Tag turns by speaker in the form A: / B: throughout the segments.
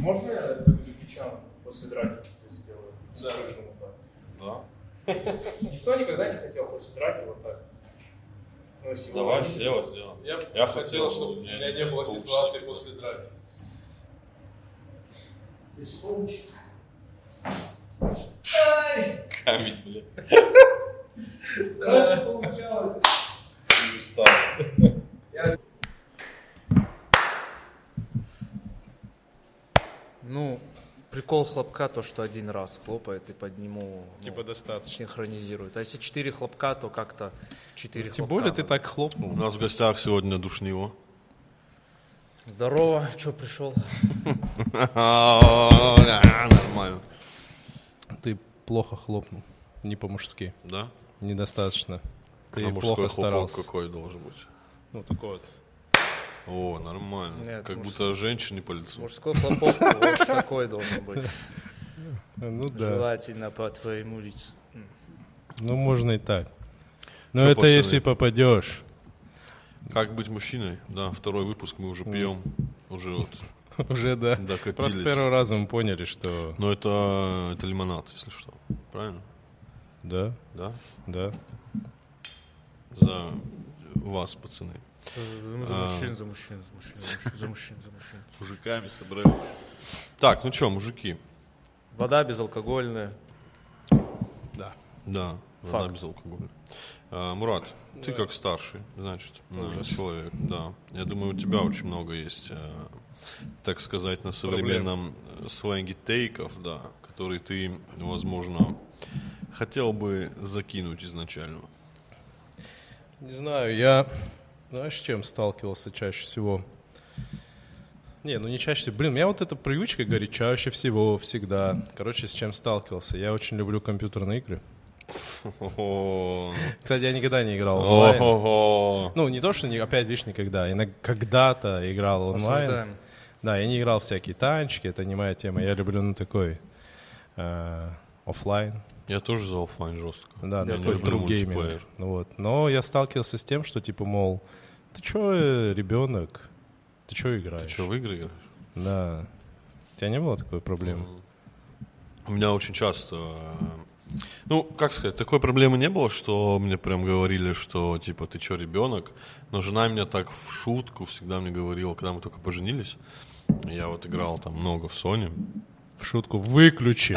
A: Можно я как Джеки Чан после драки здесь сделаю?
B: Да.
A: Скажу ему так.
C: Да.
A: Никто никогда не хотел после драки вот так. Ну, сегодня
C: Давай,
A: они-
C: сделай, сделай.
B: Я,
C: Я
B: хотел,
C: хотел,
B: чтобы
C: но
B: у
C: у меня
B: меня
C: не
B: не было
C: получится.
B: ситуации после драки.
A: Беспомощно.
C: Камень, блин.
A: Дальше получалось.
C: Не устал.
D: Ну, прикол хлопка то, что один раз хлопает и подниму.
E: Типа достаточно.
D: синхронизирует. А если четыре хлопка, то как-то четыре
E: Ну, Тем
D: хлопка
E: более ты
D: надо.
E: так
C: У
E: хлопнул.
C: нас в гостях сегодня Душниво.
D: Здорово, что пришел?
C: Нормально.
E: Ты плохо хлопнул. Не по-мужски.
C: Да?
E: Недостаточно. Ты
C: А мужской
E: плохо
C: хлопок
E: старался.
C: какой должен быть?
E: Ну, такой вот.
C: О, нормально.
D: Нет,
C: как
D: мужской.
C: будто женщине по лицу.
D: Мужской хлопок вот такой должен быть.
E: Ну да.
D: Желательно по твоему лицу.
E: Ну, можно и так. Но
C: Чё,
E: это
C: пацаны?
E: если попадешь.
C: Как быть мужчиной? Да, второй выпуск мы уже пьем. Уже вот
E: Уже да.
C: докатились.
E: Просто с первого раза мы поняли, что
C: Но это, это лимонад, если что. Правильно?
E: да,
C: Да?
E: да.
C: За вас, пацаны.
D: За мужчин, за мужчин, за мужчин, за мужчин, за мужчин, за мужчин.
C: Мужиками собрались. Так, ну что, мужики?
D: Вода безалкогольная.
C: Да, вода
D: Факт.
C: без алкоголя. А, Мурат, ты как старший, значит, э, человек, да. Я думаю, у тебя очень много есть, э, так сказать, на современном э, сленге тейков, да, которые ты, возможно, хотел бы закинуть изначально.
E: Не знаю, я... Знаешь, с чем сталкивался чаще всего? Не, ну не чаще всего. Блин, у меня вот эта привычка говорит чаще всего, всегда. Короче, с чем сталкивался? Я очень люблю компьютерные игры.
C: Ого.
E: Кстати, я никогда не играл онлайн.
C: Ого.
E: Ну, не то, что ни- опять, видишь, никогда. Иногда когда-то играл онлайн.
D: Осуждаем.
E: Да, я не играл в всякие танчики, это не моя тема. Я люблю, ну, такой э, оффлайн.
C: Я тоже за оффлайн жестко.
E: Да,
C: Я
E: такой
C: не люблю
E: друг гейминг.
C: мультиплеер.
E: Вот. Но я сталкивался с тем, что типа, мол, ты чё, э, ребенок? Ты чё играешь?
C: Ты что, в игры играешь?
E: Да. У тебя не было такой
C: Ну,
E: проблемы?
C: У меня очень часто... э, Ну, как сказать, такой проблемы не было, что мне прям говорили, что типа ты чё, ребенок? Но жена меня так в шутку всегда мне говорила, когда мы только поженились. Я вот играл там много в Sony.
E: В шутку выключи.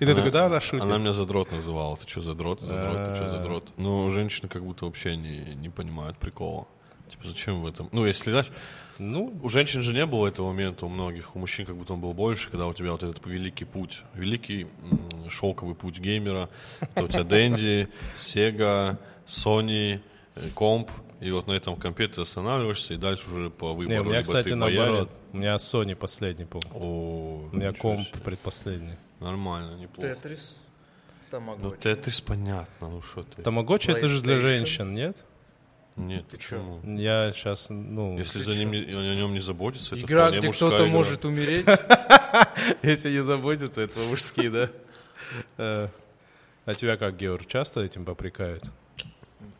E: И ты такой, да, она шутит.
C: Она меня задрот называла. Ты что, задрот? Задрот, ты что,
E: А.
C: задрот? Ну, женщины как будто вообще не, не понимают прикола. Типа, зачем в этом? Ну, если, знаешь,
E: Ну,
C: у женщин же не было этого момента у многих. У мужчин как будто он был больше, когда у тебя вот этот великий путь, великий м, шелковый путь геймера. Это у тебя Дэнди, Sega, Sony, э, комп. И вот на этом компе ты останавливаешься, и дальше уже по выбору.
E: не, у меня,
C: либо
E: кстати,
C: ты боярин.
E: наоборот. У меня Sony последний, помню.
C: О,
E: У меня
C: ничего
E: комп
C: себе.
E: предпоследний.
C: Нормально, неплохо.
D: Тетрис.
C: Ну,
D: Тамагочи.
C: Тетрис понятно, ну что ты.
E: Тамагочи это же для
D: PlayStation.
E: женщин, нет?
C: Нет,
D: Ты
C: почему?
E: Я сейчас, ну...
C: Если за ним, не- о нем не заботиться, это
D: Игра,
C: вполне
D: где
C: мужская
D: кто-то
C: игра.
D: может умереть.
E: Если не заботиться, это мужские, да? Э, А тебя как, Георг, часто этим попрекают?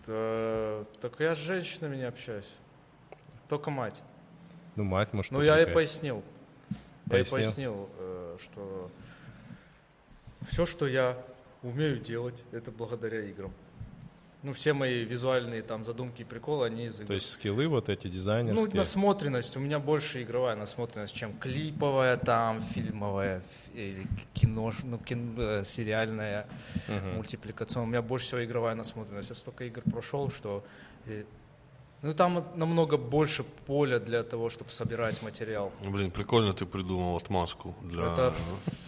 D: Да, Так я с женщинами не общаюсь. Только мать.
E: Ну, мать, может,
D: Ну, я и
E: попрекает.
D: пояснил.
E: Пояснил?
D: Я и пояснил, э, что все, что я умею делать, это благодаря играм. Ну, все мои визуальные там задумки и приколы, они из игр.
E: То есть скиллы вот эти
D: ну,
E: дизайнерские?
D: насмотренность. У меня больше игровая насмотренность, чем клиповая, там, фильмовая ф- или кино, ну, кин- э, сериальная, мультипликационная. У меня больше всего игровая насмотренность. Я столько игр прошел, что... э, ну, там намного больше поля для того, чтобы собирать материал.
C: Блин, прикольно ты придумал отмазку для...
D: Это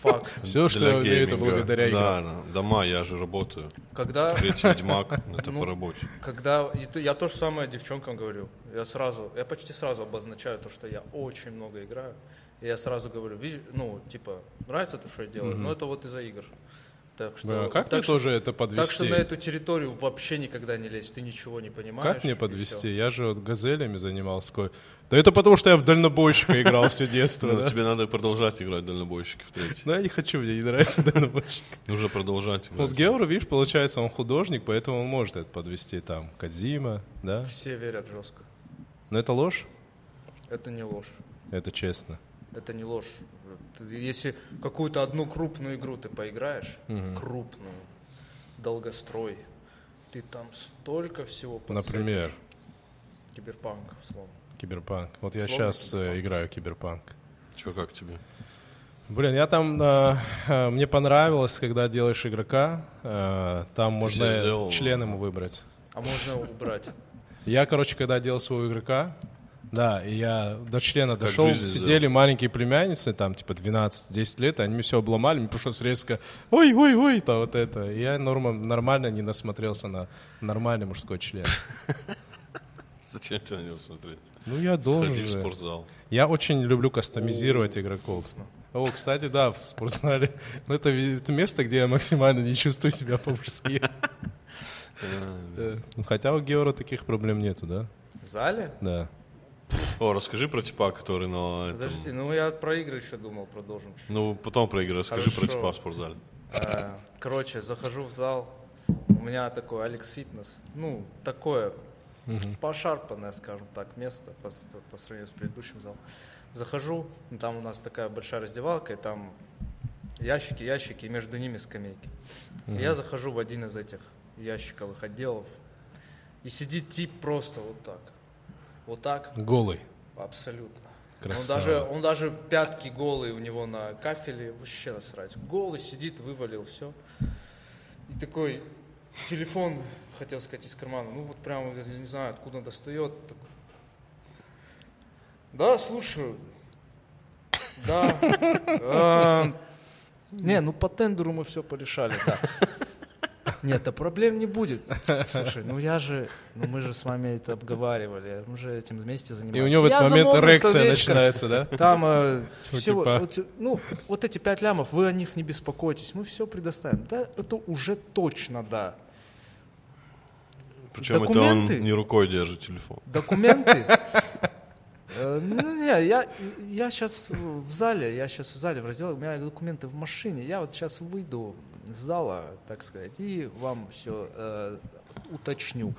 D: факт.
E: Все, что
C: для
E: я умею, это
C: гейминга.
E: благодаря играм.
C: Да, да. Дома, я же работаю.
D: Когда,
C: Третий Ведьмак, это
D: Ну.
C: по работе.
D: когда и то- я то же самое девчонкам говорю, я сразу, я почти сразу обозначаю то, что я очень много играю, и я сразу говорю, «Видишь, ну типа нравится то, что я делаю, но это вот из-за игр, так что
E: Бля, Ну, а Как
D: так
E: мне
D: что-
E: тоже это
D: так что
E: подвести?
D: на эту территорию вообще никогда не лезь, ты ничего не понимаешь.
E: Как мне
D: и всё.
E: подвести? Я же вот газелями занимался. такой, Да это потому, что я в дальнобойщика играл все детство.
C: Ну,
E: да».
C: тебе надо продолжать играть в дальнобойщики в третий.
E: Ну, я не хочу, мне не нравится дальнобойщик.
C: Нужно продолжать играть.
E: Ну, Вот Георг, видишь, получается, он художник, поэтому он может это подвести там. Кадзима, да?
D: Все верят жестко,
E: Но это ложь?
D: это не ложь.
E: Это честно.
D: Это не ложь. Ты- Если какую-то одну крупную игру ты поиграешь, крупную, долгострой, ты там столько всего
E: Например,
D: подцепишь. Киберпанк, словно.
E: Киберпанк. Вот я
D: Словно
E: сейчас играю в Киберпанк.
C: Че, как тебе?
E: Блин, я там... э, э, мне понравилось, когда делаешь игрока, э, там можно
C: себе сделал-
E: член ему выбрать.
D: А можно убрать.
E: Я, короче, когда делал своего игрока, да, и я до члена дошел,
C: жизнь
E: сидели маленькие племянницы, там, типа, 12-10 лет, и они мне все обломали, мне пришлось резко, ой-ой-ой, то вот это. И я норма- нормально не насмотрелся на нормальный мужской член.
C: Зачем тебе на него смотреть?
E: Ну, я должен
C: Сходи в
E: же.
C: спортзал.
E: Я очень люблю кастомизировать игроков. О, кстати, да, в спортзале. Ну, это, ви- это место, где я максимально не чувствую себя по-мужски. Да. Ну, Хотя у Геора таких проблем нету, да?
D: В зале?
E: Да.
C: О, расскажи про типа, который на этом...
D: Подожди, ну я про игры еще думал, продолжим чуть.
C: Ну, потом про игры расскажи про
D: Хорошо.
C: типа в спортзале.
D: Э, Короче, захожу в зал, у меня такой Алекс Фитнес, ну, такое пошарпанное, скажем так, место по, с- по сравнению с предыдущим залом. Захожу, ну, там у нас такая большая раздевалка, и там ящики, ящики, и между ними скамейки. И Я захожу в один из этих ящиковых отделов, и сидит тип просто вот так. Вот так,
E: Голый.
D: абсолютно. Ну, Он
E: Красава.
D: даже, он даже пятки голые у него на кафеле, вообще насрать. Голый сидит, вывалил все. И такой телефон, хотел сказать, из кармана. Ну вот прям, я не знаю, откуда достает. Такой, Да, слушаю. Да. Эм, Не, ну по тендеру мы все порешали, да. Нет, а проблем не будет. Слушай, ну я же, ну мы же с вами это обговаривали, мы же этим вместе занимались.
E: И у него в этот
D: Я
E: момент
D: замолвился
E: эрекция
D: вечером.
E: начинается, да?
D: Там э, всего-
E: типа.
D: вот, э, ну, вот эти пять лямов, вы о них не беспокойтесь, мы все предоставим. Да, это уже точно да.
C: Причем это
D: Документы?
C: он не рукой держит телефон.
D: Документы. Э, Ну, не, я, я сейчас в зале, я сейчас в зале, в разделе, у меня документы в машине, я вот сейчас выйду из зала, так сказать, и вам все уточню.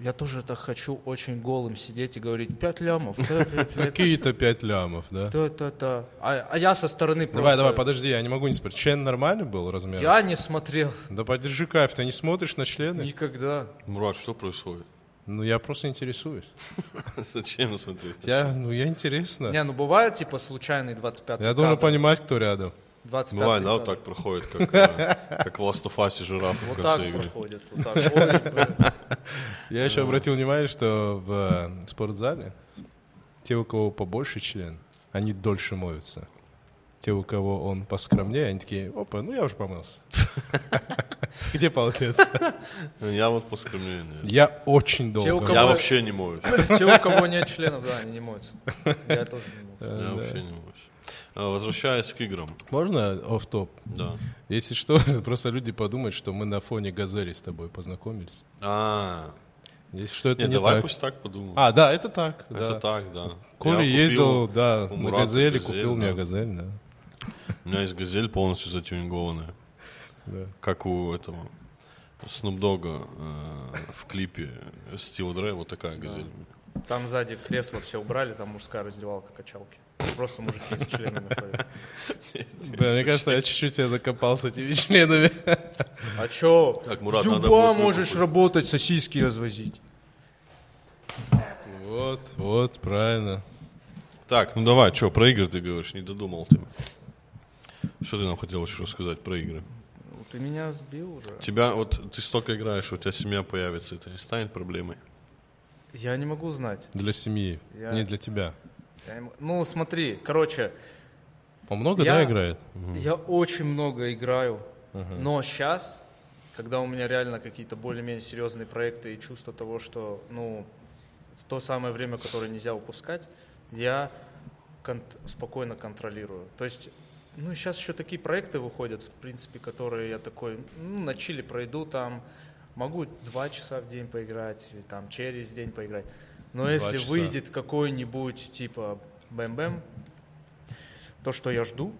D: Я тоже так хочу очень голым сидеть и говорить, пять лямов, да, пять лям».
E: Какие-то пять лямов, да?
D: Та-та-та. А, а я со стороны просто...
E: Давай, давай, подожди, я не могу не спорить. Член нормальный был размер?
D: Я не смотрел
E: Да подержи кайф, ты не смотришь на члены?
D: никогда.
C: Мурат, что происходит?
E: Ну, я просто интересуюсь.
C: Зачем смотреть?
E: Я, ну, я интересно.
D: Не, ну бывает, типа, случайный 25
E: я должен понимать, кто рядом.
D: 25
C: Бывает, Ну, да, вот так проходит, как, э, как в Last of Us жирафы в
D: Вот
C: конце
D: так
C: игры.
D: проходит. Вот так. Ой, блин.
E: Я
D: Ну.
E: еще обратил внимание, что в э, спортзале те, у кого побольше член, они дольше моются. Те, у кого он поскромнее, они такие, опа, ну я уже помылся. Где полотенце?
C: Я вот поскромнее. наверное.
E: Я очень
D: у
E: долго.
D: кого-
C: Я
D: Давай.
C: вообще не моюсь.
E: Э,
D: Те, у кого нет членов, да, они не моются. Я тоже не моюсь.
C: Я вообще не моюсь. А, Возвращаясь к играм,
E: Можно офф топ
C: да.
E: Если что, просто люди подумают, что мы на фоне газели с тобой познакомились.
C: А,
E: Если что, это
C: нет,
E: не
C: давай
E: так.
C: пусть так подумаю.
E: А, да, это так.
C: Это
E: да.
C: так, да.
E: Коля
C: Я
E: ездил,
C: купил
E: да,
C: у
E: на
C: Мурата
E: газели,
C: «Газель»,
E: купил мне
C: да.
E: газель, да.
C: У меня есть газель полностью затюнингованная.
E: Да.
C: Как у этого Снупдога в клипе Стива Дре, вот такая газель.
D: Там сзади кресло все убрали, там мужская раздевалка качалки. Просто мужики с членами ходят.
E: Да, мне кажется, я чуть-чуть я закопался этими членами.
D: А чё?
C: Так, Мурат, надо
D: Дюба
C: будет
D: можешь
C: выкупить.
D: работать, сосиски развозить.
E: Вот, вот, правильно.
C: Так, ну давай, что, про игры ты говоришь, не додумал ты. Что ты нам хотел еще рассказать про игры?
D: Ну, Ты меня сбил уже.
C: Тебя, вот ты столько играешь, у тебя семья появится, это не станет проблемой?
D: Я не могу знать.
E: Для семьи,
D: Я-
E: не для тебя.
D: Я не м- Ну, смотри, короче,
E: Он много,
D: Я-
E: да, играет?
D: Я очень много играю, но сейчас, когда у меня реально какие-то более-менее серьезные проекты и чувство того, что, ну, то самое время, которое нельзя упускать, я кон- спокойно контролирую. То есть, ну, сейчас еще такие проекты выходят, в принципе, которые я такой, ну, на чили пройду там, могу два часа в день поиграть, или там через день поиграть. Но если
E: часа.
D: выйдет какой-нибудь, типа, бэм-бэм, то, что я жду,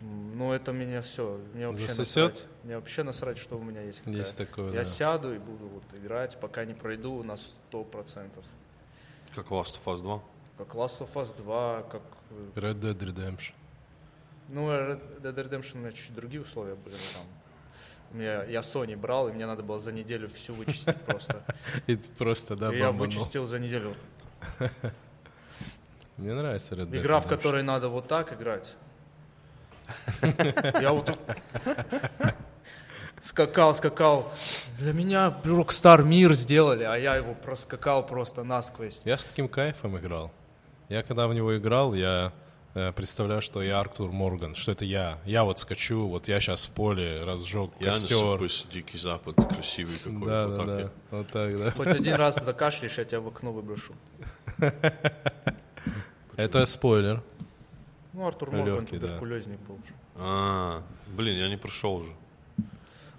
D: м, ну, это меня все, мне вообще
E: Засосет?
D: насрать. Мне вообще насрать, что у меня есть. какая.
E: Есть такое,
D: Я
E: да.
D: сяду и буду вот играть, пока не пройду на 100%.
C: Как Last of Us 2?
D: Как Last of Us 2, как... э,
E: Red Dead Redemption.
D: Ну, Red Dead Redemption у меня чуть другие условия были но там. У меня- я Sony брал, и мне надо было за неделю всю вычистить просто.
E: И ты просто, да,
D: И я
E: бомбанул.
D: вычистил за неделю.
E: Мне нравится Red Dead
D: Игра, в
E: Redemption.
D: которой надо вот так играть. Я вот тут скакал, скакал. Для меня Rockstar мир сделали, а я его проскакал просто насквозь.
E: Я с таким кайфом играл. Я когда в него играл, я э, представляю, что я Артур Морган, что это я. Я вот скачу, вот я сейчас в поле разжег
C: Я
E: костер.
C: насыпаюсь, дикий запад, красивый какой.
E: Да,
C: вот
E: да,
C: так
E: да.
C: я.
E: Вот так, да.
D: Хоть один раз закашляешь, я тебя в окно выброшу.
E: Это спойлер.
D: Ну, Артур Морган
E: Лёгкий, да.
D: туберкулезник был же.
C: А, блин, я не прошел же.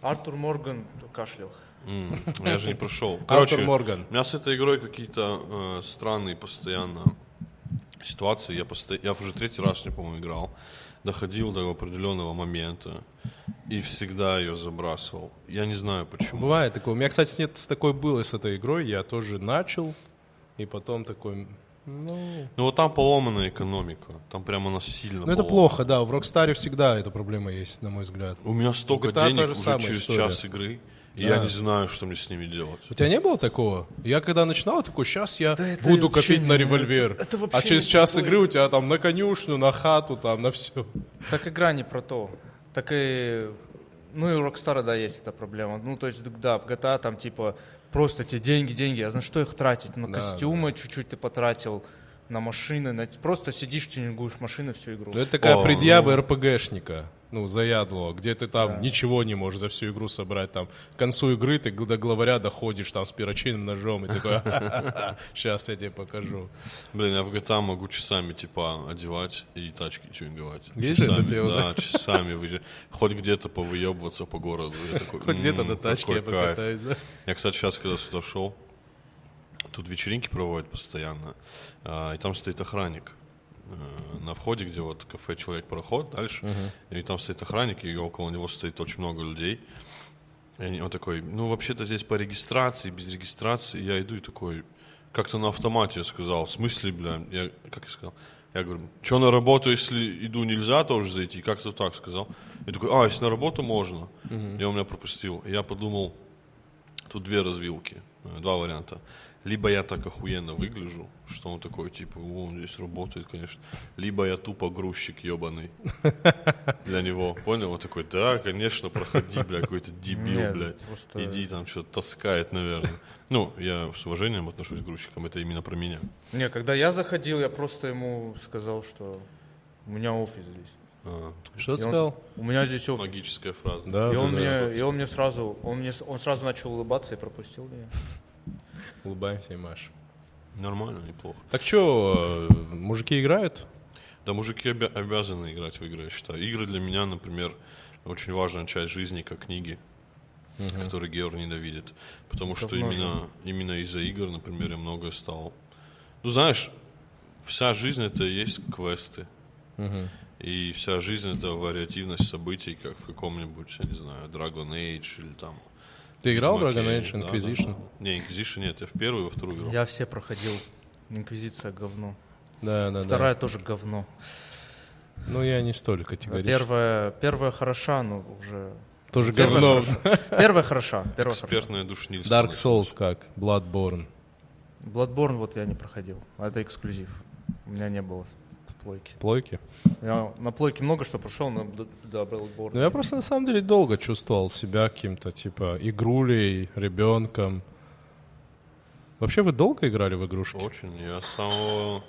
D: Артур Морган кашлял.
C: М, Я же не прошел. Короче,
E: Морган.
C: у меня с этой игрой какие-то э, странные постоянно ситуации. Я, посто... я уже третий раз, не помню, играл. Доходил до определенного момента и всегда ее забрасывал. Я не знаю почему.
E: Бывает такое. У меня, кстати, нет, с такой было с этой игрой. Я тоже начал, и потом такой... Ну,
C: Ну вот там поломанная экономика. Там прямо она сильно
E: ну это
C: поломана.
E: плохо, да. В Рокстаре всегда эта проблема есть, на мой взгляд.
C: У меня столько
E: У GTA та
C: денег
E: же
C: уже
E: самая
C: через
E: история.
C: час игры, и
E: Да.
C: я не знаю, что мне с ними делать.
E: У тебя не было такого? Я когда начинал, я такой, сейчас я
D: Да это
E: буду
D: вообще
E: копить
D: не-
E: на револьвер.
D: это- это вообще
E: а через
D: не
E: час
D: такое.
E: игры у тебя там на конюшню, на хату, там, на все.
D: Так игра не про то. Так и... Ну и у Rockstar, да, есть эта проблема. Ну, то есть, да, в GTA там типа просто те деньги, деньги, а на что их тратить? На
E: Да,
D: костюмы чуть-чуть ты потратил, на машины, на... просто сидишь, тюнингуешь машины всю игру.
E: Ну, это такая
C: О,
E: предъява РПГшника, ну, заядлого, где ты там ничего не можешь за всю игру собрать, там, к концу игры ты до главаря доходишь, там, с перочинным ножом, и такой, сейчас я тебе покажу.
C: Блин, я в GTA могу часами, типа, одевать и тачки тюнинговать.
E: Есть же эта
C: часами,
E: тема,
C: да, часами выезжать. Хоть где-то повыебываться по городу. Я такой, «М,
E: Хоть где-то до тачки
C: какой
E: я
C: кайф».
E: покатаюсь, да?
C: Я, кстати, сейчас, когда сюда шел, тут вечеринки проводят постоянно, а, и там стоит охранник э, на входе, где вот кафе «Человек-пароход» дальше, и там стоит охранник, и около него стоит очень много людей. И они- он такой, ну, вообще-то здесь по регистрации, без регистрации. Я иду и такой, как-то на автомате я сказал, в смысле, бля, я, как я сказал? Я говорю, что на работу, если иду, нельзя тоже зайти? Как-то так сказал. И такой, а, если на работу можно? И он меня пропустил. И я подумал, Тут две развилки, э, два варианта. Либо я так охуенно выгляжу, что он такой, типа, «О, он здесь работает, конечно. Либо я тупо грузчик ебаный для него. Понял? Он такой, да, конечно, проходи, бля, какой-то дебил,
D: Нет,
C: блядь.
D: просто-
C: Иди там что-то таскает, наверное. Ну, я с уважением отношусь к грузчикам, это именно про меня.
D: Не, когда я заходил, я просто ему сказал, что у меня офис здесь.
C: А,
E: Что
D: И он- У меня здесь офис.
C: Логическая фраза.
E: Да,
D: И
E: да,
D: он,
E: да.
D: мне, и он мне сразу, он мне, с- он сразу начал улыбаться и пропустил меня.
E: Улыбаемся и Маш.
C: Нормально, неплохо.
E: Так что, мужики играют?
C: Да, мужики обя- обязаны играть в игры, я считаю. Игры для меня, например, очень важная часть жизни, как книги, которые Георг ненавидит. Потому что
D: Давно же.
C: именно, именно из-за игр, например, я многое стал. Ну, знаешь, вся жизнь это и есть квесты. И вся жизнь это вариативность событий, как в каком-нибудь, я не знаю, Dragon Age или там.
E: Ты играл в
C: Ведьмаке.
E: Dragon Age
C: Да, да,
E: Inquisition?
C: да. Не, Inquisition нет, я в первую и во вторую играл.
D: Я все проходил. Инквизиция говно.
E: Да, да, да.
D: Вторая тоже говно.
E: Ну, я не столь категоричен.
D: Первая, первая хороша, но уже...
E: Тоже
D: Первая
E: говно.
D: хороша. Первая хороша. Первая хороша.
C: Экспертная душ Нильсона.
E: Dark Souls как? Bloodborne.
D: Bloodborne вот я не проходил. А Это эксклюзив. У меня не было плойки.
E: Плойки?
D: Я на плойке много что прошел, но до до Bloodborne.
E: Ну, я просто на самом деле долго чувствовал себя каким-то, типа, игрулей, ребенком. Вообще, вы долго играли в игрушки?
C: Очень. Я с самого...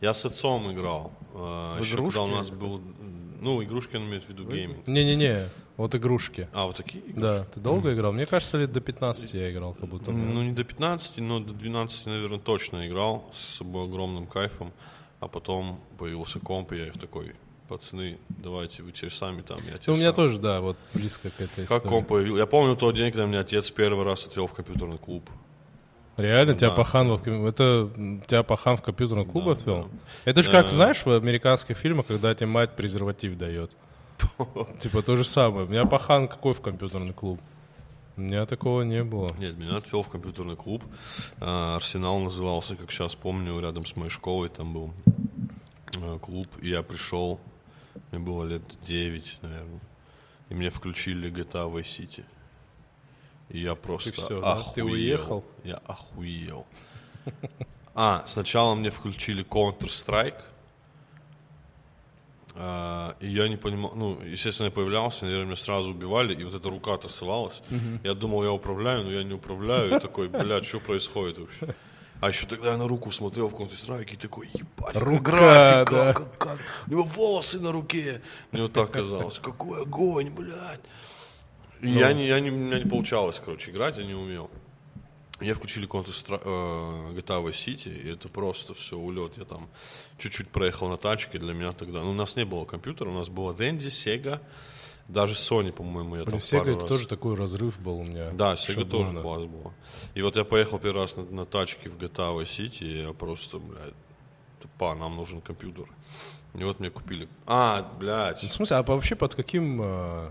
C: Я с отцом играл. В
E: игрушки
C: когда у нас был... Ну, игрушки он имеет в виду гейминг.
E: Не-не-не, вот игрушки.
C: А, вот такие игрушки?
E: Да, ты долго играл? Мне кажется, лет до 15 я играл, как будто.
C: Ну, не до 15, но до 12, наверное, точно играл с собой огромным кайфом. А потом появился комп, и я их такой, пацаны, давайте вы теперь сами там, я теперь
E: Ну, у меня
C: сам».
E: тоже, да, вот близко к этой
C: Как
E: истории.
C: комп появился? Я помню тот день, когда меня отец первый раз отвел в компьютерный клуб.
E: Реально, тебя
C: Да.
E: пахан в ком- это м, тебя пахан в компьютерном клуб
C: Да,
E: отвел?
C: да.
E: Это же как,
C: Э.
E: знаешь, в американских фильмах, когда тебе мать презерватив дает. Типа то же самое. У меня пахан какой в компьютерный клуб? У меня такого не было.
C: Нет, меня отвел в компьютерный клуб. А, Арсенал назывался, как сейчас помню, рядом с моей школой там был а, клуб. И я пришел, мне было лет 9, наверное. И мне включили GTA Vice City. И я просто
E: всё, да?
C: охуел.
E: Ты уехал?
C: Я охуел. А, сначала мне включили Counter-Strike. А, И я не понимал, ну, естественно, я появлялся, наверное, меня сразу убивали, и вот эта рука-то ссылалась. Я думал, я управляю, но я не управляю, и такой, блядь, что происходит вообще? А еще тогда я на руку смотрел в Counter-Strike и такой, ебать, какая
E: Рука,
C: графика,
E: да.
C: как, как, у него волосы на руке. Мне вот так казалось, какой огонь, блядь.
E: Ну.
C: И Я не, я не, у меня не получалось, короче, играть, я не умел. Мне включили Counter-Strike, э, GTA Vice City, и это просто все улет. Я там чуть-чуть проехал на тачке, для меня тогда... Ну, у нас не было компьютера, у нас было Dendy, Sega, даже Sony, по-моему, я
E: Блин,
C: там
E: Sega
C: пару
E: это
C: раз-
E: тоже такой разрыв был у меня.
C: Да, Sega тоже
E: шаблона.
C: класс была. И вот я поехал первый раз на, на тачке в GTA Vice City, и я просто, блядь, тупа, нам нужен компьютер. И вот мне купили... А, блядь,
E: Ну, В смысле, а вообще под каким э,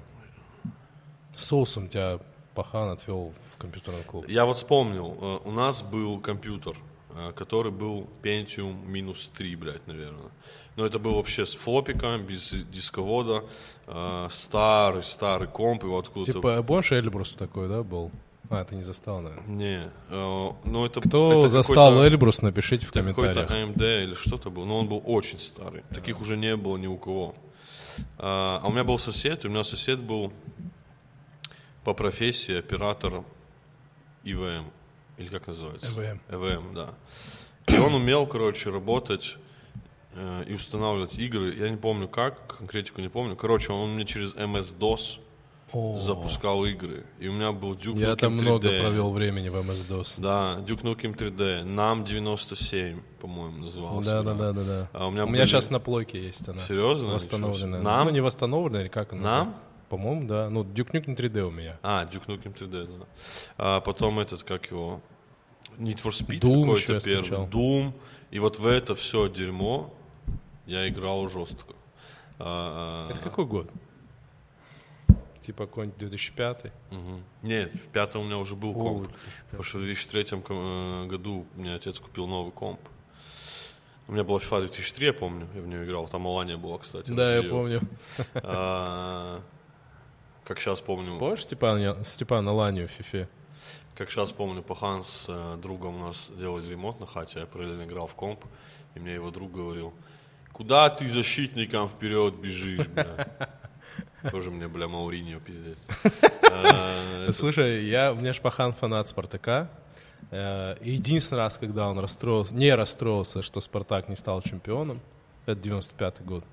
E: соусом тебя пахан отвел в компьютерный клуб?
C: Я вот вспомнил, э, у нас был компьютер, э, который был Pentium минус 3, блядь, наверное. Но это был вообще с флопиком, без дисковода, э, старый-старый комп, его откуда-то...
E: Типа, помнишь, Эльбрус такой, да, был? А, ты не застал, наверное.
C: Не, э, ну это...
E: Кто
C: это
E: застал
C: какой-то-
E: Эльбрус, напишите в
C: это какой-то
E: комментариях.
C: AMD или что-то было, но он был очень старый. Таких уже не было ни у кого. А а у меня был сосед, и у меня сосед был по профессии оператор ИВМ, или как называется?
E: ЭВМ.
C: ЭВМ, да. И он умел, короче, работать э, и устанавливать игры. Я не помню как, конкретику не помню. Короче, он мне через MS-DOS запускал игры. И у меня был Duke
E: Я
C: Nukem
E: там много
C: 3D.
E: провел времени в MS-DOS.
C: Да, Duke Nukem 3D. Нам 97, по-моему, назывался.
E: Да, да, да, да, да.
C: А у меня,
E: У меня сейчас на плойке есть она.
C: Серьезно? Ничего
E: Восстановленная.
C: себе. Нам?
E: Ну, не восстановленная, или как она?
C: Нам?
E: называется? По-моему, да. Ну, Duke Nukem 3D у меня.
C: А, Duke Nukem 3D, да. А потом этот, как его... Need for Speed
E: Doom еще
C: какой-то
E: я
C: первый.
E: скачал.
C: Doom. И вот в это все дерьмо я играл жестко. А,
E: Это какой год? Типа какой-нибудь 2005
C: мгм. Нет, в пятом у меня уже был комп.
E: О,
C: Потому что в 2003 ком- э, году мне отец купил новый комп. У меня была FIFA 2003, я помню, я в нее играл. Там Алания была, кстати.
E: Да, я
C: Россия.
E: помню.
C: А, Как сейчас помню,
E: Помнишь Степана, Степана Ланию в Фифе?
C: Как сейчас помню, Пахан с э, другом у нас делали ремонт на хате, я параллельно играл в комп, и мне его друг говорил, куда ты защитником вперед бежишь, бля? Тоже мне, бля, Мауриньо, пиздец. Э,
E: Слушай, я, у меня ж Пахан фанат Спартака. Э, и Единственный раз, когда он расстроился, не расстроился, что Спартак не стал чемпионом, это 95-й год,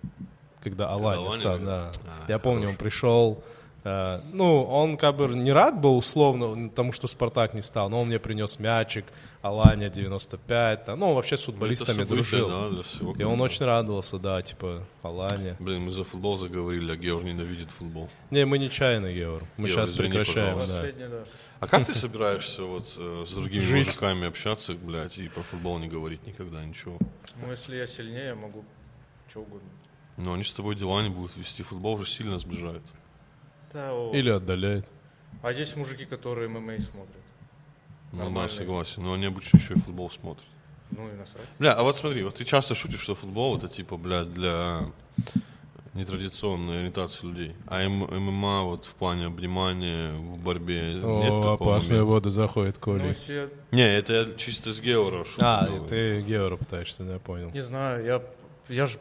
E: когда Алани
C: Алани
E: стал,
C: был?
E: да.
C: А,
E: я помню, он пришел, э, ну, он как бы не рад был условно тому, что Спартак не стал, но он мне принес мячик, Алания 95, там, ну, он вообще с футболистами
C: это событие,
E: дружил.
C: да, для всего
E: И он
C: клуба.
E: очень радовался, да, типа, Алания.
C: Блин, мы за футбол заговорили, а Георг ненавидит футбол.
E: Не, мы нечаянно, Геор. Мы
C: Геор,
E: сейчас
C: извини,
E: прекращаем,
C: пожалуйста.
E: да.
D: Последний, да.
C: А как ты собираешься вот э, с другими
E: Жить.
C: мужиками общаться, блядь, и про футбол не говорить никогда ничего?
D: Ну, если я сильнее, я могу что угодно.
C: Но они с тобой дела не будут вести, футбол уже сильно сближает.
D: Да, о.
E: Или отдаляет.
D: А есть мужики, которые ММА смотрят.
C: Ну да,
D: Нормально.
C: согласен. Но они обычно еще и футбол смотрят.
D: Ну и насрать.
C: Бля, а вот смотри, вот ты часто шутишь, что футбол это типа, бля, для нетрадиционной ориентации людей. А М- ММА вот в плане обнимания в борьбе нет
E: О,
C: такого
E: опасные
C: момента?
E: воды заходят,
D: Ну,
E: Коли.
D: если я
C: Не, это я чисто с Геора ну, шутку
E: А,
C: говорю.
E: и ты Геора пытаешься, да, я понял.
D: не знаю, я, я же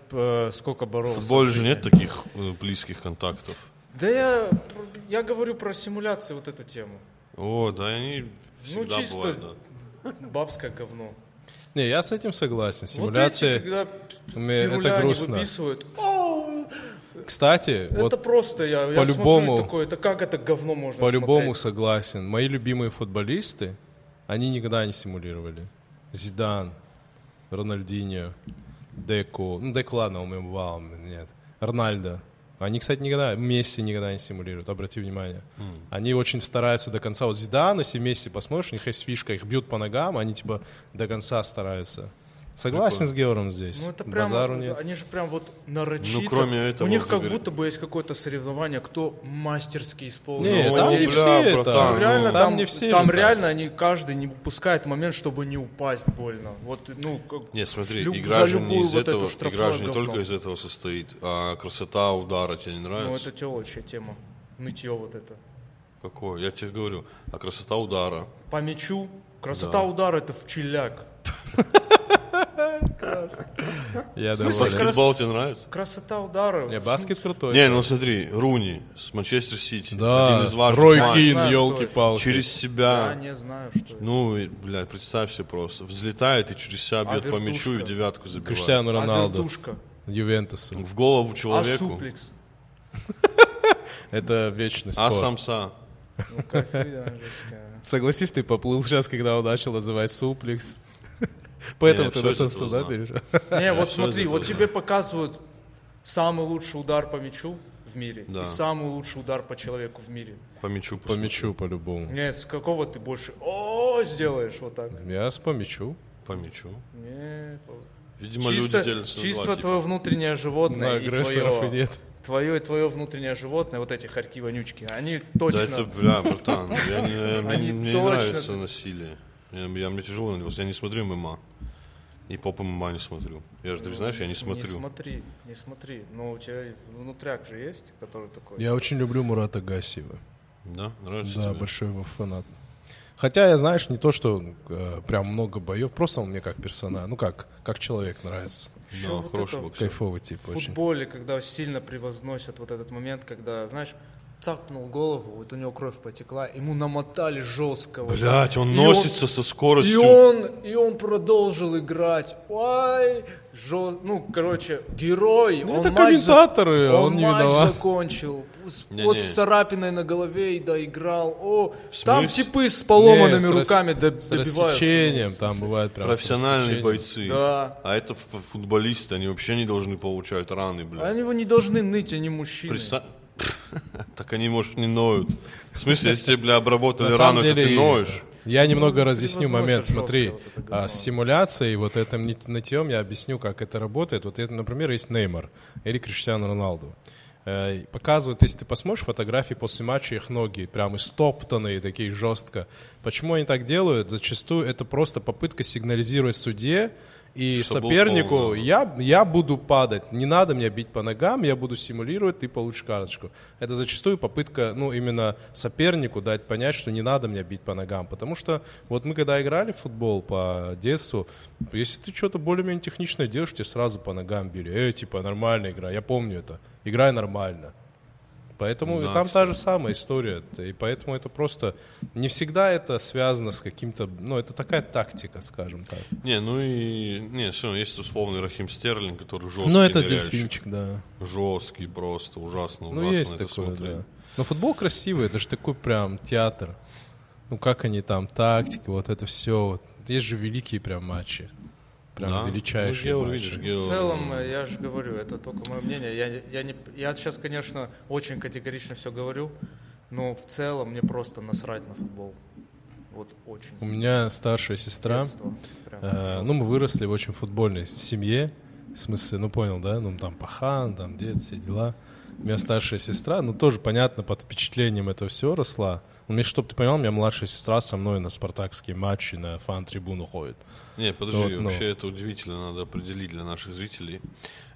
D: сколько
C: В
D: боролся.
C: футболе
D: в
C: же
D: жизни.
C: нет таких э, близких контактов.
D: Да я, про- я говорю про симуляции вот эту тему.
C: О, да, они всегда
D: Ну, чисто-
C: бывают, да.
D: Бабское говно.
E: Не, я с этим согласен.
D: Вот
E: Симуляции.
D: эти, когда п-
E: мне это
D: пируля они
E: грустно.
D: выписывают. «Оу!»
E: Кстати,
D: это
E: вот
D: просто я, я
E: по-любому-
D: смотрю и такое, это как это говно можно
E: по-любому
D: смотреть?
E: согласен. Мои любимые футболисты, они никогда не симулировали. Зидан, Рональдиньо, Деко. Ну, Деко, ладно, он им вау, нет. Рональдо. Они, кстати, никогда, Месси никогда не симулируют, обрати внимание. Они очень стараются до конца. Вот Зидан, если Месси посмотришь, у них есть фишка, их бьют по ногам, они типа до конца стараются. Согласен с Геором здесь.
D: Ну это прям,
E: Базару нет.
D: они же прям вот нарочито.
C: Ну, кроме этого,
D: У них как
C: выиграли.
D: будто бы есть какое-то соревнование, кто мастерски исполнил.
E: Не,
C: Ну,
E: там не
C: бля,
E: все это.
C: братан,
E: Там
C: ну,
D: реально там,
E: не все.
D: там
E: же так.
D: реально они каждый не упускает момент, чтобы не упасть больно. Вот, ну, как-
C: Нет, смотри,
D: люб-
C: игра
D: за
C: же не
D: любую
C: из
D: вот эту
C: этого,
D: штрафное
C: игра же не
D: говно.
C: только из этого состоит, а красота удара тебе не
D: Ну,
C: нравится?
D: это телочья тема. Нытье вот это.
C: Какое? Я тебе говорю, а красота удара.
D: По мячу. Красота удара это в челяк. смысле,
E: Я доволен.
D: скажи-
C: Баскетбол тебе нравится?
D: Красота удара.
E: Не, баскет крутой.
C: Не, ну смотри, Руни с Манчестер Сити,
E: Да,
C: один из важных
E: Рой
C: матчей.
E: Кин,
D: Знаю, кто
E: елки-палки.
C: через
D: Я
C: себя.
D: не знаю, что это.
C: Ну, и, блядь, представь себе просто. Взлетает и через себя бьет по
D: А вертушка?
C: мячу и в девятку забивает.
E: Криштиану
D: А
E: Роналду,
D: вертушка.
E: Ювентусу.
C: В голову
D: А
C: человеку.
D: суплекс.
E: Это вечный
C: А
E: спор.
C: самса.
D: Ну, кайфуя, жестко.
E: Согласись, ты поплыл сейчас, когда он начал называть суплекс. Поэтому
C: Я
E: ты
C: всё
E: на
C: это
E: Самсу, да,
C: узнал.
E: перешел?
D: Не, вот
C: всё
D: смотри,
C: это
D: вот
C: знаю.
D: тебе показывают самый лучший удар по мячу в мире
C: Да.
D: и самый лучший удар по человеку в мире.
C: По мячу.
E: По
C: посмотри.
E: мячу, по-любому.
D: Нет, с какого ты больше о сделаешь вот так?
E: Я с по мячу.
C: По мячу.
D: Не, по-
C: Видимо,
D: чисто
C: люди делятся на
D: чисто
C: два типа. Ну,
D: твое внутреннее
E: На
D: животное и
E: агрессоров и
D: твое,
E: нет.
D: твое и твое внутреннее животное, вот эти харьки вонючки, они
C: Да
D: точно.
C: это, бля, братан, я не- мне
D: Они
C: мне не
D: точно-
C: нравится насилие. Я- я- Мне тяжело на него. Я не смотрю ММА. И поп ММА не смотрю. Я же, ты же знаешь, я не
D: Не
C: смотрю.
D: смотри, не смотри. Но у тебя внутряк же есть, который такой.
E: Я очень люблю Мурата Гасиева.
C: Да? Нравится
E: Да,
C: тебе?
E: большой его фанат. Хотя я, знаешь, не то, что э, прям много боев, просто он мне как персонаж, ну как, как человек нравится.
D: Ещё
C: Да,
D: вот
C: хороший
D: это
C: боксер.
E: Кайфовый тип
D: в
E: очень.
D: футболе, когда сильно превозносят вот этот момент, когда, знаешь, цапнул голову, вот у него кровь потекла, ему намотали жестко. вот
C: Блять, он
D: И
C: носится со
D: И
C: скоростью.
D: он, и он продолжил играть. Ой, жё- ну, короче, герой.
E: Ну,
D: он
E: это
D: матч за-
E: комментаторы, а он
D: он
E: не
D: матч
E: виноват.
D: закончил. С-
C: Не-не.
D: Вот с царапиной на голове и доиграл. О, там
C: смысле?
D: типы с поломанными
E: Не, с рас-
D: руками доб-
E: С
D: добиваются.
E: рассечением, там бывает прям с
C: Профессиональные
E: рассечением.
C: бойцы.
D: Да.
C: А это ф- футболисты, они вообще не должны получать раны, блядь.
D: Они его А не должны ныть, они мужчины.
C: Представь. Так они, может, не ноют. В смысле, если тебе, бля,
E: На
C: обработали рану,
E: самом
C: это ты
E: деле,
C: ноешь.
E: Я немного
D: Ну,
E: разъясню
D: превозносят
E: момент.
D: жестко
E: Смотри,
D: вот это
E: а,
D: говно.
E: с симуляцией, вот этим нит- нытьем я объясню, как это работает. Вот, это, например, есть Неймар или Криштиану Роналду. Э, и Показывают, если ты посмотришь фотографии после матча, их ноги прям истоптанные, такие жестко. Почему они так делают? Зачастую это просто попытка сигнализировать судье и
C: Чтобы
E: сопернику,
C: упал, да.
E: я, я буду падать, не надо меня бить по ногам, я буду симулировать, ты получишь карточку. Это зачастую попытка, ну, именно сопернику дать понять, что не надо меня бить по ногам, потому что вот мы когда играли в футбол по детству, если ты что-то более-менее техничное делаешь, тебе сразу по ногам били, эй, типа, нормальная игра, я помню это, играй нормально. Поэтому
C: Да,
E: там та же самая история, и поэтому это просто не всегда это связано с каким-то, ну, это такая тактика, скажем так.
C: Не, ну и... Не, все, есть условный Рахим Стерлинг, который жесткий
E: Ну, это
C: ныряльщик.
E: дельфинчик, да.
C: Жесткий просто, ужасно, ужасно
E: Ну, есть
C: это
E: такое,
C: смотреть.
E: да. Но футбол красивый, это же такой прям театр. Ну, как они там, тактики, вот это все. Вот. Есть же великие прям матчи. Прям
C: Да.
E: величайшие
C: Ну, Гео,
E: матчи.
C: видишь,
D: В
C: Гео,
D: целом, э, я же говорю, это только мое мнение. Я, не- я, не, я сейчас, конечно, очень категорично все говорю, но в целом мне просто насрать на футбол. Вот очень.
E: У меня старшая сестра.
D: Детство. Прям
E: э, ну, мы выросли в очень футбольной семье. В смысле, ну, понял, да? Ну, там пахан, там дед, все дела. У меня старшая сестра, ну, тоже, понятно, под впечатлением этого всего росла. У меня, чтобы ты понял, у меня младшая сестра со мной на спартакские матчи, на фан-трибуну ходит.
C: Не, подожди,
E: Вот, ну.
C: вообще это удивительно, надо определить для наших зрителей.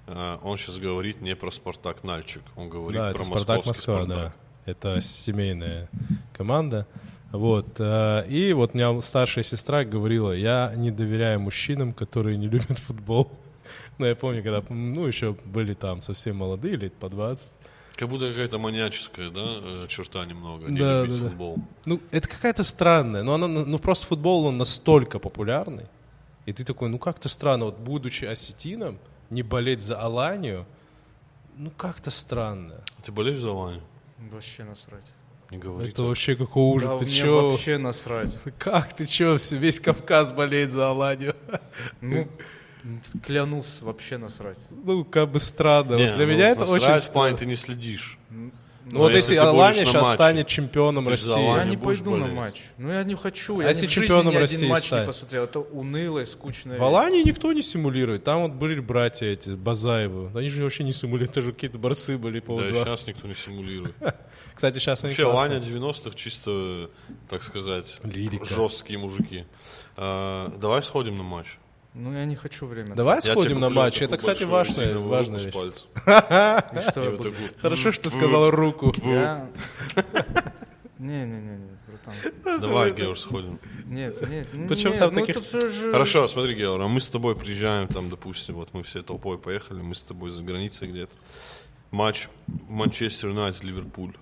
C: А, Он сейчас говорит не про Спартак Нальчик, он говорит
E: Да,
C: про
E: это Спартак
C: московский
E: Москва,
C: Спартак.
E: да. Это семейная команда. Вот. э, И вот у меня старшая сестра говорила, я не доверяю мужчинам, которые не любят футбол. Но я помню, когда, ну, еще были там совсем молодые, лет по 20.
C: Как будто какая-то маньяческая, да, э, черта немного, не
E: Да,
C: любить
E: да, да.
C: футбол.
E: Ну, это какая-то странная. Ну, она, ну, просто футбол, он настолько популярный. И ты такой, ну, как-то странно. Вот, будучи осетином, не болеть за Аланию, ну, как-то странно.
C: А Ты болеешь за Ваню?
D: Вообще насрать.
C: Не говори.
E: это вообще какой ужас.
D: Да,
E: ты
D: мне
E: чё?
D: вообще насрать.
E: Как ты чё, все- весь Кавказ болеет за Аланию?
D: Ну, клянусь, вообще насрать.
E: Ну, как бы странно.
C: Не,
E: вот для
C: ну,
E: меня это
C: насрать
E: очень
C: в плане
E: странно.
C: ты не следишь.
D: М,
C: Ну,
E: Ну вот
C: если
E: если
C: ты будешь
E: Аланя
C: на
E: сейчас
C: матче,
E: станет чемпионом
C: ты за
E: России.
C: Аланию
D: Я не
C: будешь
D: пойду на
C: болеть?
D: матч. Ну, я не хочу.
E: А
D: я ни
E: если
D: в жизни
E: чемпионом
D: ни
E: России
D: один матч
E: станет?
D: не посмотрел. Это уныло и скучно.
E: В Алании никто не симулирует. Там вот были братья эти, Базаевы. Они же вообще не симулируют, это же какие-то борцы были по
C: Да, сейчас никто не симулирует.
E: Кстати, сейчас они
C: Вообще, Ланя
E: классные.
C: 90-х чисто, так сказать,
E: Лирика.
C: жесткие мужики. А, давай сходим на матч.
D: Ну, я не хочу время.
E: Давай
C: Я тебе
E: сходим на
C: куплю
E: матч.
C: такую
E: Это, кстати,
C: большую
E: важная,
C: резиновую
E: важная
C: руку с
E: вещь.
C: пальцем.
D: И что
C: И
D: я
C: вот
D: буду?
C: такую.
E: Хорошо, что ты сказала руку.
D: Я- Не-не-не, братан.
C: Давай, Георг, сходим.
D: Нет, нет. ну,
E: Причем
D: нет,
E: там
D: ну,
E: таких-
D: это всё же-
C: Хорошо, смотри, Георг, а мы с тобой приезжаем, там, допустим, вот мы все толпой поехали, мы с тобой за границей где-то. Матч Манчестер Юнайтед, Ливерпуль.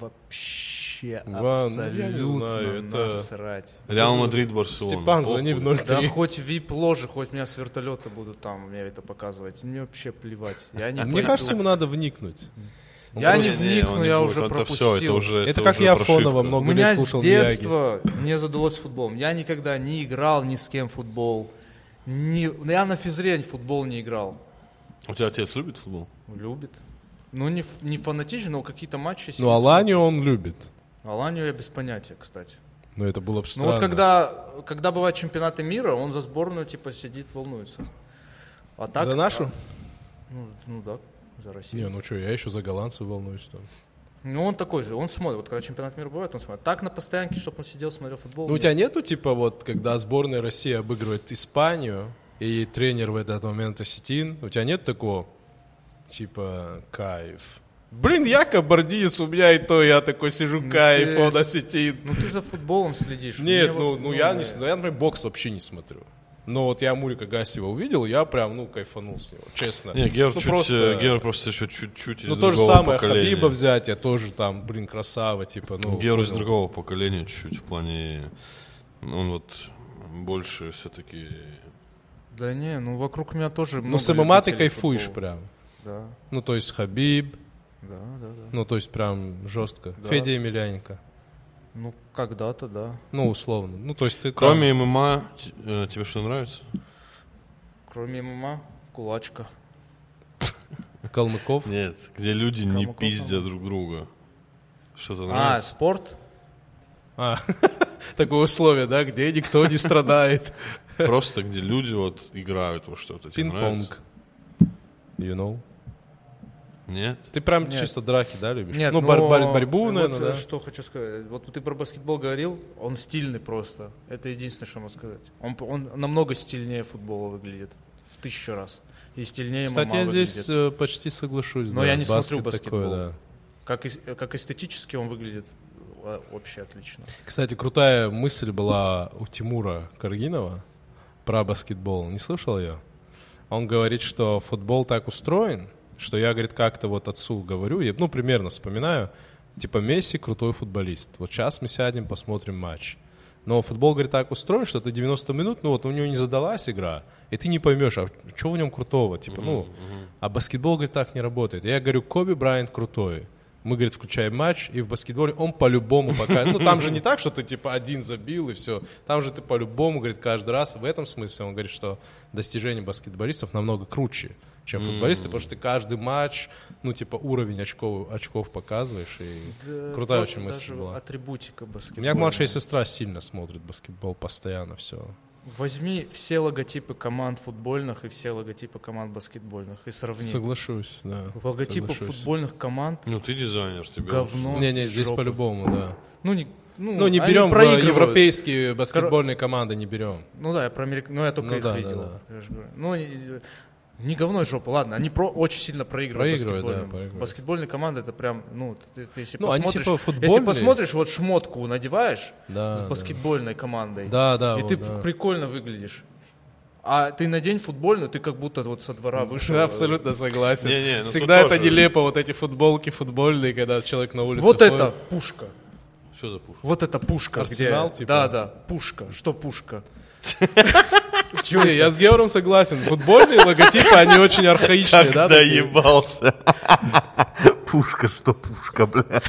D: Вообще
E: Ва, ну, я не
D: абсолютно
E: знаю, это-
D: насрать.
C: Реал Мадрид, Барселона.
E: Степан, звони в
C: Похуй.
E: 03.
D: Да хоть вип ложи, хоть меня с вертолета будут там мне это показывать. Мне вообще плевать. Я не
E: Мне
D: пойду.
E: кажется, ему надо вникнуть. Ну,
D: я не
C: Не-не, он
D: вникну,
C: не
D: я
C: будет,
D: уже
C: это
D: пропустил.
C: всё, это уже
E: Это
C: это
E: как
C: уже
E: я
C: прошивка.
E: фоново
D: У
E: много
D: меня с
E: лет слушал Мияги.
D: детства не задалось футболом. Я никогда не играл ни с кем в футбол. Ни... Я на физре в футбол не играл.
C: У тебя отец любит футбол?
D: Любит. Ну, не, ф- не фанатично, но какие-то матчи... сидит
E: Ну, Аланию он любит.
D: смотрит. Аланию я без понятия, кстати.
E: Но это было бы
D: Ну
E: странно.
D: вот когда, когда бывают чемпионаты мира, он за сборную типа сидит, волнуется. А так...
E: За нашу?
D: Ну, ну да, за Россию.
E: Не, ну что, я еще за голландцев волнуюсь. Там.
D: Ну он такой же, он смотрит. Вот когда чемпионат мира бывает, он смотрит. Так на постоянке, чтобы он сидел, смотрел футбол.
E: Ну, у
D: нет.
E: тебя нету, типа, вот, когда сборная России обыгрывает Испанию, и тренер в этот момент осетин, у тебя нет такого, типа, кайф? Блин, я кабардинец, у меня и то, я такой сижу, кайф,
D: ты-
E: он осетин.
D: Ну ты за футболом следишь.
E: Нет,
D: Мне
E: ну,
D: вот,
E: ну я не,
D: э,
E: с- ну, я, например, бокс вообще не смотрю. Но вот я Мурика Гасева увидел, я прям, ну, кайфанул с него, честно.
C: Не, Георг,
E: Ну,
C: чуть, э, Георг просто еще чуть-чуть из
E: Ну, то
C: другого
E: же самое
C: поколения.
E: Хабиба взять, я тоже там, блин, красава, типа, ну...
C: Георг из
E: понял.
C: другого поколения чуть-чуть в плане... Он вот больше все-таки...
D: Да не, ну вокруг меня тоже
E: Ну,
D: много
E: с ММА ты
D: любителей
E: кайфуешь
D: футбола.
E: прям.
D: Да,
E: Ну, то есть Хабиб,
D: да, да, да.
E: ну, то есть прям жестко.
D: Да.
E: Федя Емельяненко.
D: Ну, когда-то, да.
E: Ну, условно. Ну, то есть ты там-
C: Кроме ММА, т- э, тебе что нравится?
D: Кроме ММА, кулачка.
E: Калмыков.
C: Нет, где люди не
D: Калмыков,
C: пиздят друг друга. Что-то
D: А,
C: нравится?
D: спорт?
E: А, такое условие, да, где никто не страдает.
C: Просто где люди вот играют во что-то. Тебе нравится?
E: Пинг-понг. You know.
C: Нет?
E: Ты прям
D: Нет.
E: чисто драки, да, любишь?
D: Нет,
E: ну,
D: но-
E: бар- бар- борьбу,
D: вот,
E: наверное,
D: э,
E: да.
D: Что хочу сказать. Вот ты про баскетбол говорил, он стильный просто. Это единственное, что могу сказать. Он, он намного стильнее футбола выглядит. В тысячу раз. И стильнее
E: Кстати,
D: ММА
E: я здесь
D: выглядит.
E: э, почти соглашусь.
D: Но
E: да,
D: я не смотрю
E: баскет
D: баскетбол.
E: такой, да.
D: Как, эс- как эстетически он выглядит э, вообще отлично.
E: Кстати, крутая мысль была у Тимура Каргинова про баскетбол. Не слышал ее? Он говорит, что футбол так устроен, что я, говорит, как-то вот отцу говорю, я, ну, примерно вспоминаю, типа Месси крутой футболист. Вот сейчас мы сядем, посмотрим матч. Но футбол, говорит, так устроен, что ты 90 минут, ну вот у него не задалась игра, и ты не поймешь, а что в нем крутого, типа, ну, а баскетбол, говорит, так не работает. Я говорю, Коби Брайант крутой. Мы, говорит, включаем матч, и в баскетболе он по-любому пока... Ну, там же не так, что ты, типа, один забил, и все. Там же ты по-любому, говорит, каждый раз. В этом смысле он говорит, что достижения баскетболистов намного круче, чем футболисты, потому что ты каждый матч, ну, типа, уровень очков, очков показываешь, и крутая
D: Просто
E: очень мысль
D: даже
E: была.
D: Атрибутика
E: У
D: баскетбола.
E: меня младшая сестра сильно смотрит баскетбол постоянно, все.
D: Возьми все логотипы команд футбольных и все логотипы команд баскетбольных и сравни.
E: Соглашусь, да.
D: Логотипов
E: соглашусь.
D: футбольных команд,
C: Ну ты дизайнер, тебе
D: Говно.
C: лучше.
E: Не-не, здесь
D: ну, Жопа.
E: по-любому, да.
D: ну не, ну,
E: Ну, не
D: они
E: берем э,
D: проигрывают.
E: европейские баскетбольные команды, не берем.
D: Ну да, я про америк... ну я только
E: Ну
D: их
E: да, да,
D: видел.
E: да.
D: я же говорю. Ну и- не говно и жопа, ладно, они про очень сильно проигрывают.
E: Проигрывают, да,
D: баскетбольным.
E: проигрывают.
D: Баскетбольные команды это прям, ну ты, ты если
E: Ну, они
D: посмотришь,
E: типа
D: если
E: футбольные.
D: посмотришь, вот шмотку надеваешь
E: Да,
D: с
E: да.
D: баскетбольной командой,
E: Да, да.
D: и
E: вот,
D: ты
E: да.
D: прикольно выглядишь. А ты на день футбольную, ты как будто вот со двора вышел.
E: Да, абсолютно согласен.
C: Не-не, ну
E: Всегда
C: тут
E: это
C: тоже-
E: нелепо, вот эти футболки футбольные, когда человек на улице.
D: Вот
E: ходит.
D: это пушка.
C: Что за пушка?
D: Вот это пушка.
E: Арсенал,
D: где...
E: типа?
D: Да, да, пушка. Что пушка?
E: Не, я с Геором согласен. Футбольные логотипы, они очень архаичные, да? такие?
C: ебался. Пушка, что пушка, бля.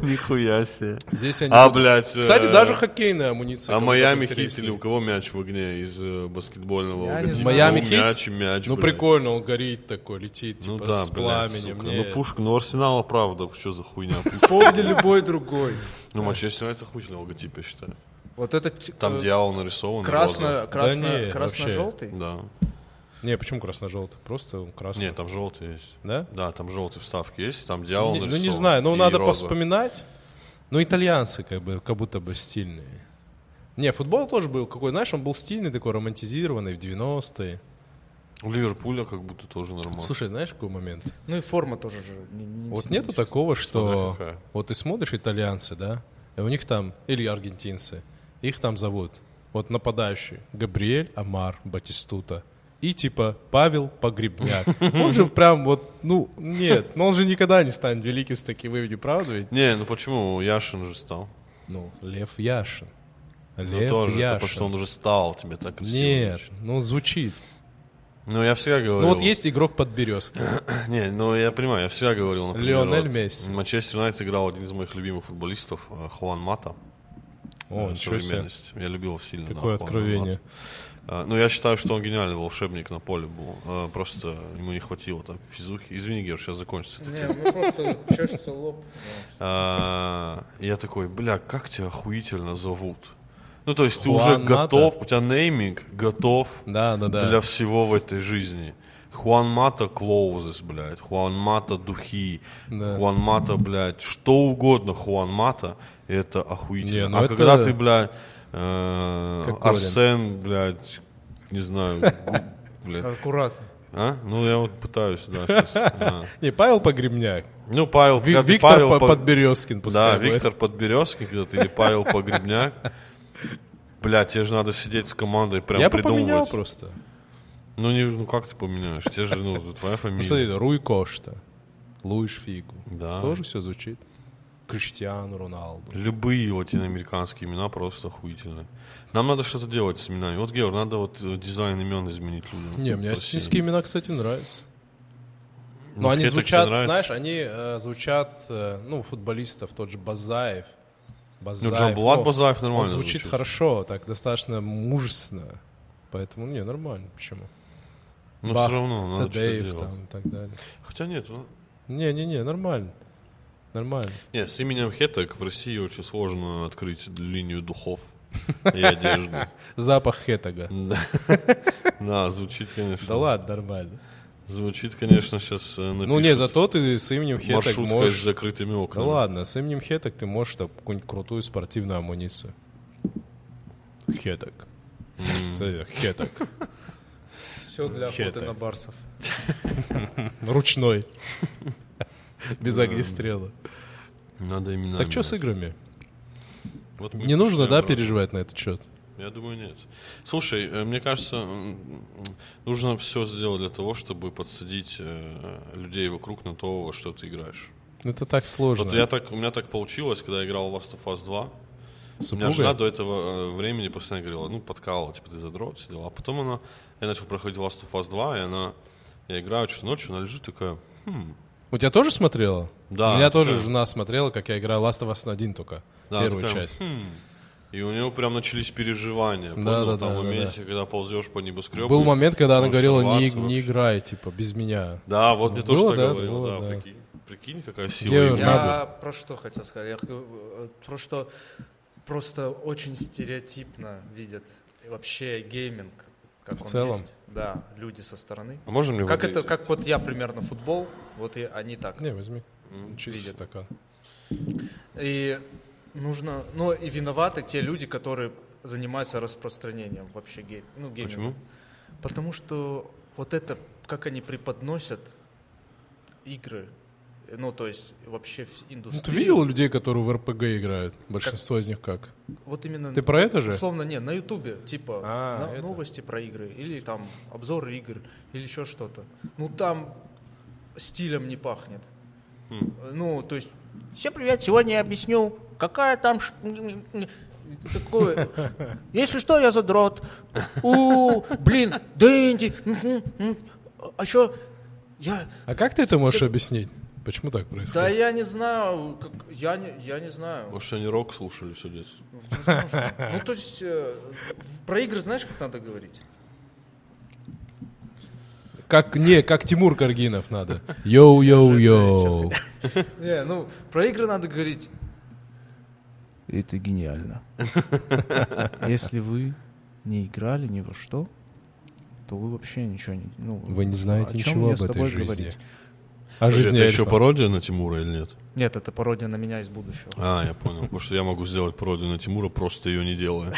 C: Нихуя себе.
E: Здесь они...
C: А, блядь. э,
E: Кстати, даже хоккейная амуниция.
C: А
E: как-то
C: Майами
E: интереснее.
C: хитили у кого мяч в огне из э, баскетбольного
D: Я не
C: логотипа?
E: знаю. Майами
C: Ну,
E: хит?
C: Мяч, и мяч,
E: Ну,
C: блядь.
E: прикольно, он горит такой, летит,
C: Ну
E: типа,
C: да,
E: с
C: блядь,
E: пламенем.
C: сука.
E: Не,
C: Ну, пушка, ну, Арсенала, правда, что за хуйня?
E: Вспомни любой другой.
C: Ну, Манчестер это охуительный логотип, я считаю.
D: Вот этот
C: Там
D: э,
C: дьявол нарисован. розовый.
D: красно, красно,
E: Да не,
D: красно-желтый?
C: Да.
E: Не, почему красно-желтый? Просто он красный.
C: Нет, там желтый есть.
E: Да?
C: Да, там желтые вставки есть, там дьявол
E: Не- ну,
C: нарисован.
E: не знаю, ну,
C: и
E: надо
C: роза.
E: повспоминать. Ну, итальянцы как бы, как будто бы стильные. Не, футбол тоже был какой, знаешь, он был стильный такой, романтизированный в 90-е.
C: У Ливерпуля как будто тоже нормально.
E: Слушай, знаешь, какой момент?
D: Ну и форма тоже же. не- не
E: Вот
D: сильно
E: нету такого, что
C: Смотря какая.
E: вот ты смотришь итальянцы, да, и у них там, или аргентинцы, их там зовут, вот нападающие, Габриэль Амар Батистута и типа Павел Погребняк. Он же прям вот, ну, нет, но он же никогда не станет великим с таким именем, правда ведь?
C: Не, ну почему? Яшин же стал.
E: Ну, Лев Яшин.
C: Ну
E: Лев
C: тоже, это
E: Яшин.
C: потому что он уже стал, тебе так красиво
E: Нет,
C: звучит.
E: ну звучит.
C: Ну я всегда говорил.
E: Ну вот есть игрок под березки.
C: Не, ну я понимаю, я всегда говорил, например,
E: Лионель
C: вот,
E: Месси.
C: Манчестер Юнайтед играл один из моих любимых футболистов, э, Хуан Мата.
E: О,
C: Э,
E: ничего себе.
C: современность. Я любил его сильно. да,
E: Какое
C: Хуана
E: откровение.
C: Мата. Э, Ну, я считаю, что он гениальный волшебник на поле был. Э, Просто ему не хватило там физухи. Извини, Гер, сейчас закончится.
D: Не, ну просто чешется лоб.
C: А, и Я такой, бля, как тебя охуительно зовут? Ну, то есть ты
E: Хуан
C: уже
E: Мата.
C: готов, у тебя нейминг готов
E: Да, да, да.
C: для всего в этой жизни. Хуан Мата Клоузес, блядь, Хуан Мата Духи,
E: Да.
C: Хуан Мата, блядь, что угодно Хуан Мата, это охуительно.
E: Не, ну
C: а
E: это-
C: когда ты, блядь, э,
E: Как
C: Арсен, блядь, не знаю, Гу- блядь,
D: Аккуратно.
C: а? Ну, я вот пытаюсь, да, сейчас. а.
E: Не, Павел Погребняк.
C: Ну, Павел,
E: Ви-
C: когда ты
E: Виктор
C: Павел
E: По-
C: по-
E: Подберезкин,
C: да,
E: пускай. будет.
C: Виктор Подберезкин когда-то или Павел Погребняк. Бля, тебе же надо сидеть с командой, прям
E: Я бы поменял
C: придумывать.
E: просто.
C: Ну, не, ну как ты поменяешь? Те же, ну, твоя
E: Ну,
C: фамилия.
E: смотри, Руй Кошта, Луиш Фигу.
C: Да.
E: Тоже все звучит. Криштиану Роналду.
C: Любые латиноамериканские имена просто охуительные. Нам надо что-то делать с именами. Вот, Георг, надо вот э, дизайн имен изменить людям.
E: Не, мне
C: Красиво.
E: ассистентские имена, кстати, нравятся.
C: Ну,
E: Но они
C: тебе так
E: звучат,
C: тебе нравится?
E: знаешь, они э, звучат, э, ну, у футболистов, тот же Базаев. Базаев.
C: Ну, Джамбулат
E: ну,
C: Базаев
E: Он
C: нормально
E: звучит хорошо, так достаточно мужественно. Поэтому, не, нормально, почему?
C: Но
E: Бах,
C: все Ну, равно надо что-то
E: Тадеев
C: делать.
E: там и так далее.
C: Хотя нет, ну,
E: Не-не-не, нормально. Нормально.
C: нет, с именем Хетек в России очень сложно открыть линию духов и одежды.
E: Запах Хеттега.
C: Да. Да, звучит, конечно.
E: Да ладно, нормально.
C: Звучит, конечно, сейчас
E: Ну не, зато ты с именем Хеток
C: маршрутка
E: можешь...
C: с закрытыми
E: Да
C: окнами.
E: ладно, с именем Хеток ты можешь там, какую-нибудь крутую спортивную амуницию. Хеток. Смотри, Хеток.
D: Все для охоты
E: Хета.
D: на барсов.
E: Ручной. Без огнестрела.
C: Надо именно.
E: Так что с играми?
C: Вот мы
E: Не нужно,
C: начинаем
E: да,
C: бороться.
E: переживать на этот счет?
C: Я думаю, нет. Слушай, э, мне кажется, м, нужно все сделать для того, чтобы подсадить э, людей вокруг на то, во что ты играешь.
E: Это так сложно.
C: Вот я так, у меня так получилось, когда я играл в Last of Us 2. У меня
E: Супруга?
C: жена до этого э, времени постоянно говорила, ну, подкалывала, типа, ты задрот, все дела. А потом она, я начал проходить Last of Us 2, и она, я играю что ночью, она лежит такая, хм,
E: У тебя тоже смотрела?
C: Да,
E: У меня тоже
C: такая.
E: жена смотрела, как я играл Last of Us 1 только.
C: Да,
E: Первую
C: такая,
E: часть.
C: «Хм». И у него прям начались переживания. Да,
E: да,
C: там
E: да, да,
C: моменте, когда ползешь по небоскребу.
E: Был момент, когда она
C: можешь
E: говорила, не,
C: сорваться
E: не
C: вообще».
E: играй, типа, без меня.
C: Да, вот мне тоже
E: Было,
C: так
E: да,
C: говорил.
E: было,
C: да,
E: да.
C: Прикинь, прикинь, какая сила.
E: Я-
C: игры.
D: Я про что хотел сказать? Я э, про что просто очень стереотипно видят и вообще гейминг. Как
E: В
D: он
E: целом?
D: есть. Да, люди со стороны.
C: А можно мне
D: Как
C: воды?
D: это, как вот я примерно футбол, вот и они так.
E: Не, возьми.
C: Ну,
E: Чистый
D: видят.
E: стакан.
D: И нужно, ну и виноваты те люди, которые занимаются распространением вообще гей, ну, гейминга.
C: Почему?
D: Потому что вот это, как они преподносят игры, ну то есть вообще вс-
E: Ну,
D: индустрию.
E: ты видел людей, которые в РПГ играют? Большинство из них как?
D: Вот именно.
E: Ты про это же?
D: Условно, не, на Ютубе, типа,
E: А,
D: на-
E: это.
D: новости про игры, или там обзоры игр, или еще что-то. Ну, там стилем не пахнет.
E: Хм.
D: Ну, то есть... Всем привет, сегодня я объясню, какая там... ш- м, м, м, Такое... Если что, я задрот. У, блин, Дэнди. мгм, м. А еще я
E: А как ты это можешь объяснить? Почему так происходит?
D: Да я не знаю, как- я, не, я не знаю.
C: Может, они рок слушали все детство?
D: Возможно. Ну, то есть, э, в- про игры знаешь, как надо говорить?
E: Как, не, как Тимур Каргинов надо. Йоу-йоу-йоу.
D: Не, ну, про игры надо говорить. Это гениально. Если вы не играли ни во что, то вы вообще ничего не... Ну,
E: Вы не
D: о
E: знаете
D: чем
E: ничего
D: мне
E: об
D: с
E: этой
D: тобой
E: жизни.
D: говорить?
E: О жизни
C: это еще
E: эльфа.
C: пародия на Тимура или нет?
D: Нет, это пародия на меня из будущего.
C: А, я понял. Потому что я могу сделать пародию на Тимура, просто ее не делая.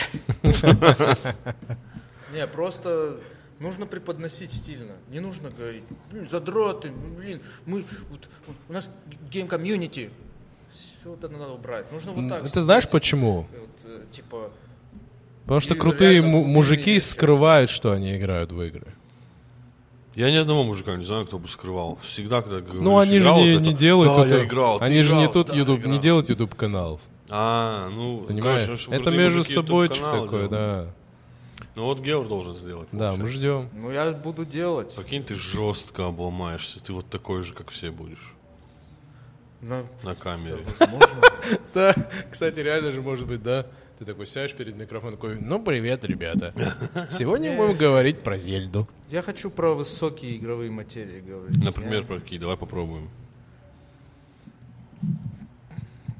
D: Не, просто нужно преподносить стильно. Не нужно говорить, блин, задроты, ну, блин, мы, вот, вот у нас гейм-комьюнити. Все это надо убрать. Нужно вот
E: М,
D: Ну, так.
E: Ты знаешь
D: смотреть.
E: почему?
D: Вот, э, типа,
E: Потому что
D: И
E: крутые
D: реально
E: му-
D: крутые
E: мужики
D: вещи.
E: скрывают, что они играют в игры.
C: Я ни одного мужика не знаю, кто бы скрывал. Всегда, когда говоришь,
E: Ну, они же
C: «Играл
E: не,
C: вот
E: не
C: это?»
E: делают
C: да,
E: это.
C: я играл, ты
E: они же не
C: играл,
E: тут
C: да,
E: YouTube,
C: играл».
E: не делают YouTube каналов.
C: А, ну,
E: Понимаешь?
C: конечно, чтобы
E: это
C: крутые
E: между
C: мужики
E: собой
C: YouTube-каналы
E: такое,
C: делают.
E: да.
C: Ну вот Геор должен сделать.
E: Да, мы
C: получается.
E: ждем.
D: ну я буду делать.
C: Прикинь, ты жестко обломаешься, ты вот такой же, как все будешь
D: Но,
C: на камере.
D: возможно.
E: Да, кстати, реально же может быть, да. Ты такой сядешь перед микрофоном, такой, ну привет, ребята. Сегодня будем говорить про Зельду.
D: Я хочу про высокие игровые материи говорить.
C: Например,
D: Я-
C: про какие? Давай попробуем.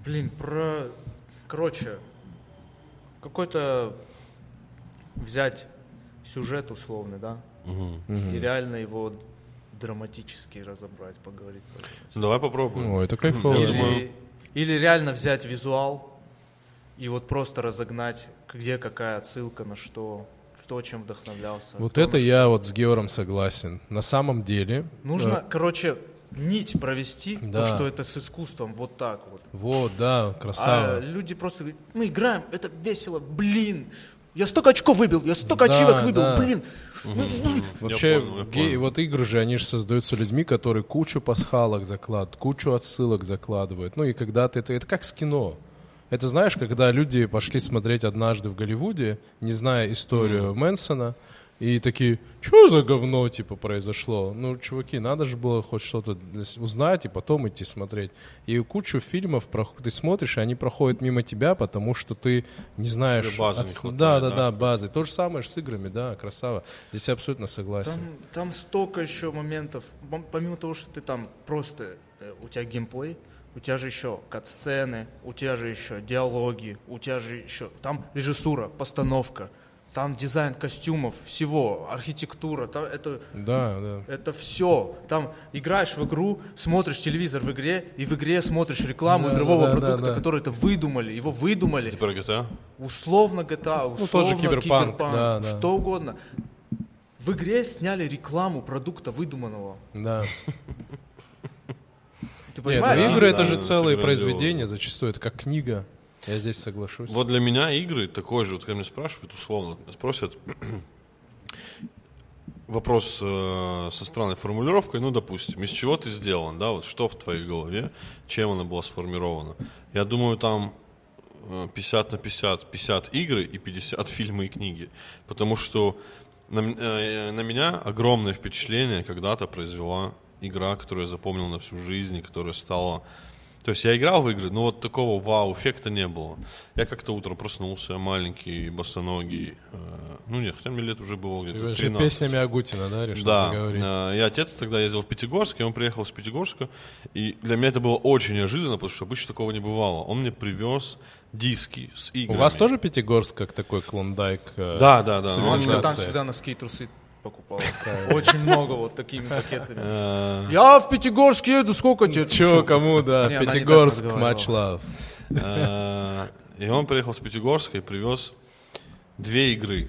D: Блин, про... Короче, какой-то взять сюжет условный, да?
C: Мгм.
D: И реально его драматически разобрать, поговорить. про это.
C: Ну, давай попробуем.
E: О, это кайфово.
C: Я
D: или,
C: думаю-
D: или реально взять визуал и вот просто разогнать, где какая отсылка, на что, кто чем вдохновлялся.
E: Вот
D: кто на
E: это я вот с Геором согласен. На самом деле...
D: Нужно,
E: э,
D: короче, нить провести, то,
E: Да.
D: что это с искусством, вот так вот.
E: Вот, да,
D: А
E: красава.
D: люди просто говорят, мы играем, это весело, блин, я столько очков выбил, я столько
E: Да,
D: очевок выбил,
E: да.
D: блин. Ну,
E: Вообще,
C: Я понял, я
E: гей-
C: понял.
E: вот игры же, они же создаются людьми, которые кучу пасхалок закладывают, кучу отсылок закладывают. Ну и когда ты... Это, это как с кино. Это знаешь, когда люди пошли смотреть однажды в Голливуде, не зная историю Мэнсона, и такие, что за говно, типа, произошло? Ну, чуваки, надо же было хоть что-то для с- узнать и потом идти смотреть. И кучу фильмов прох- ты смотришь, и они проходят мимо тебя, потому что ты не знаешь...
C: базы не
E: отс-
C: хватает,
E: да,
C: да?
E: да, да, А, базы. То же самое же с играми, да, красава. Здесь я абсолютно согласен.
D: Там, там столько еще моментов. Пом- Помимо того, что ты там просто... э, У тебя геймплей, у тебя же еще кат-сцены, у тебя же еще диалоги, у тебя же еще... Там режиссура, постановка, там дизайн костюмов, всего, архитектура. Там это,
E: Да, да.
D: это все. Там играешь в игру, смотришь телевизор в игре, и в игре смотришь рекламу
E: Да,
D: игрового
E: да, да,
D: продукта,
E: да.
D: который это выдумали, его выдумали.
C: Ты про А? GTA?
D: Условно GTA, условно
E: тоже Киберпанк,
D: Ну, Киберпанк,
E: да, да.
D: что угодно. В игре сняли рекламу продукта выдуманного.
E: Да.
D: Ты
E: Нет,
D: понимаешь?
E: ну игры
C: Да,
E: это же
C: это
E: целые
C: грандиозно.
E: произведения, зачастую это как книга. Я здесь соглашусь.
C: Вот для меня игры такой же, вот когда меня спрашивают, условно, спросят вопрос э, со странной формулировкой, ну, допустим, из чего ты сделан, да, вот что в твоей голове, чем она была сформирована. Я думаю, там э, 50 на 50, 50 игры и 50 фильмы и книги, потому что на, м- э, на меня огромное впечатление когда-то произвела игра, которую я запомнил на всю жизнь, и которая стала то есть я играл в игры, но вот такого вау-эффекта не было. Я как-то утром проснулся, маленький, босоногий. э, Ну нет, хотя мне лет уже было
E: Ты
C: где-то
E: говоришь,
C: 13.
E: песнями Агутина, да, решил
C: Да,
E: заговорить?
C: э, и отец тогда ездил в Пятигорск, и он приехал с Пятигорска, и для меня это было очень неожиданно, потому что обычно такого не бывало. Он мне привез диски с
E: У
C: играми.
E: вас тоже Пятигорск как такой клондайк? э,
C: Да, да, да.
E: Цивилизация.
C: Ну, он мне-
D: Мамочка там
E: Анимация.
D: всегда носки и трусы покупала. Очень много вот такими пакетами.
C: э,
D: Я в Пятигорск еду, сколько тебе?
E: Чё,
D: трусов?
E: кому, да,
D: Не, она не так
E: Пятигорск,
D: разговаривала.
E: матч лав.
C: Э, И он приехал с Пятигорска и привез две игры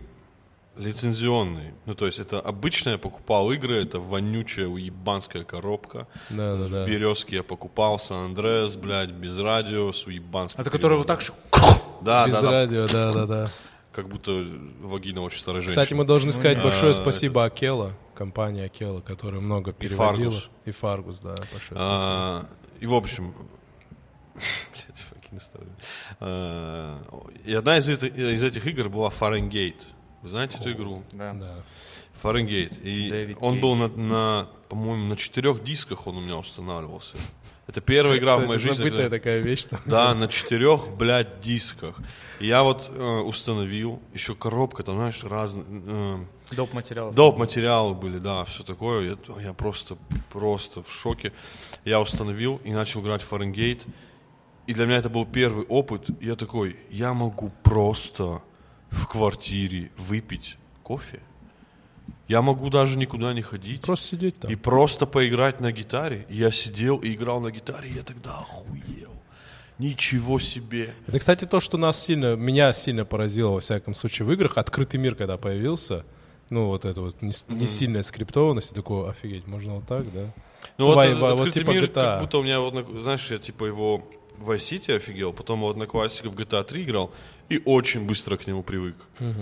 C: лицензионные. Ну, то есть это обычная, я покупал игры, это вонючая уебанская коробка.
E: Да, да, да.
C: В Березке я покупал Сан-Андреас, блядь, без радио, с уебанской...
D: А ты который вот так ш-
C: Да,
E: Без
C: да, да.
E: радио, да, да, да.
C: Как будто вагина очень старой женщины.
E: Кстати, мы
D: Ну,
E: должны сказать
C: А,
E: большое спасибо Акела, компания Акела, которая много переводила.
C: Фаргус.
E: И Фаргус, да, большое спасибо.
C: А, И, в общем... Блядь, вагина старая. А, И одна из эти- из этих игр была Фаренгейт. Вы знаете эту игру?
D: Да.
E: Да.
C: Фаренгейт. И
D: Дэвид
C: он
D: Кейдж.
C: был на, на, по-моему, на четырех дисках он у меня устанавливался. Это первая игра в
E: Это
C: моей жизни.
E: забытая
C: когда-
E: такая вещь. Что...
C: Да, на четырех, блядь, дисках. И я вот э, установил, еще коробка, там, знаешь, э, разные...
D: Доп. материалов.
C: доп. материалы были, да, все такое. Я, я просто, просто в шоке. Я установил и начал играть в Фаренгейт. И для меня это был первый опыт. Я такой, я могу просто в квартире выпить кофе. Я могу даже никуда не ходить.
E: Просто сидеть там.
C: И просто поиграть на гитаре. И Я сидел и играл на гитаре, и я тогда охуел. Ничего себе.
E: Это, кстати, то, что нас сильно, меня сильно поразило, во всяком случае, в играх. Открытый мир, когда появился, ну, вот это вот не, с- не сильная скриптованность, и такой, офигеть, можно вот так, да?
C: Ну вот,
E: Бай-
C: этот
E: бай- вот
C: открытый
E: типа
C: мир,
E: GTA.
C: как будто у меня, вот, на- знаешь, я типа его в Vice City офигел, потом у одноклассика в GTA 3 играл, и очень быстро к нему привык.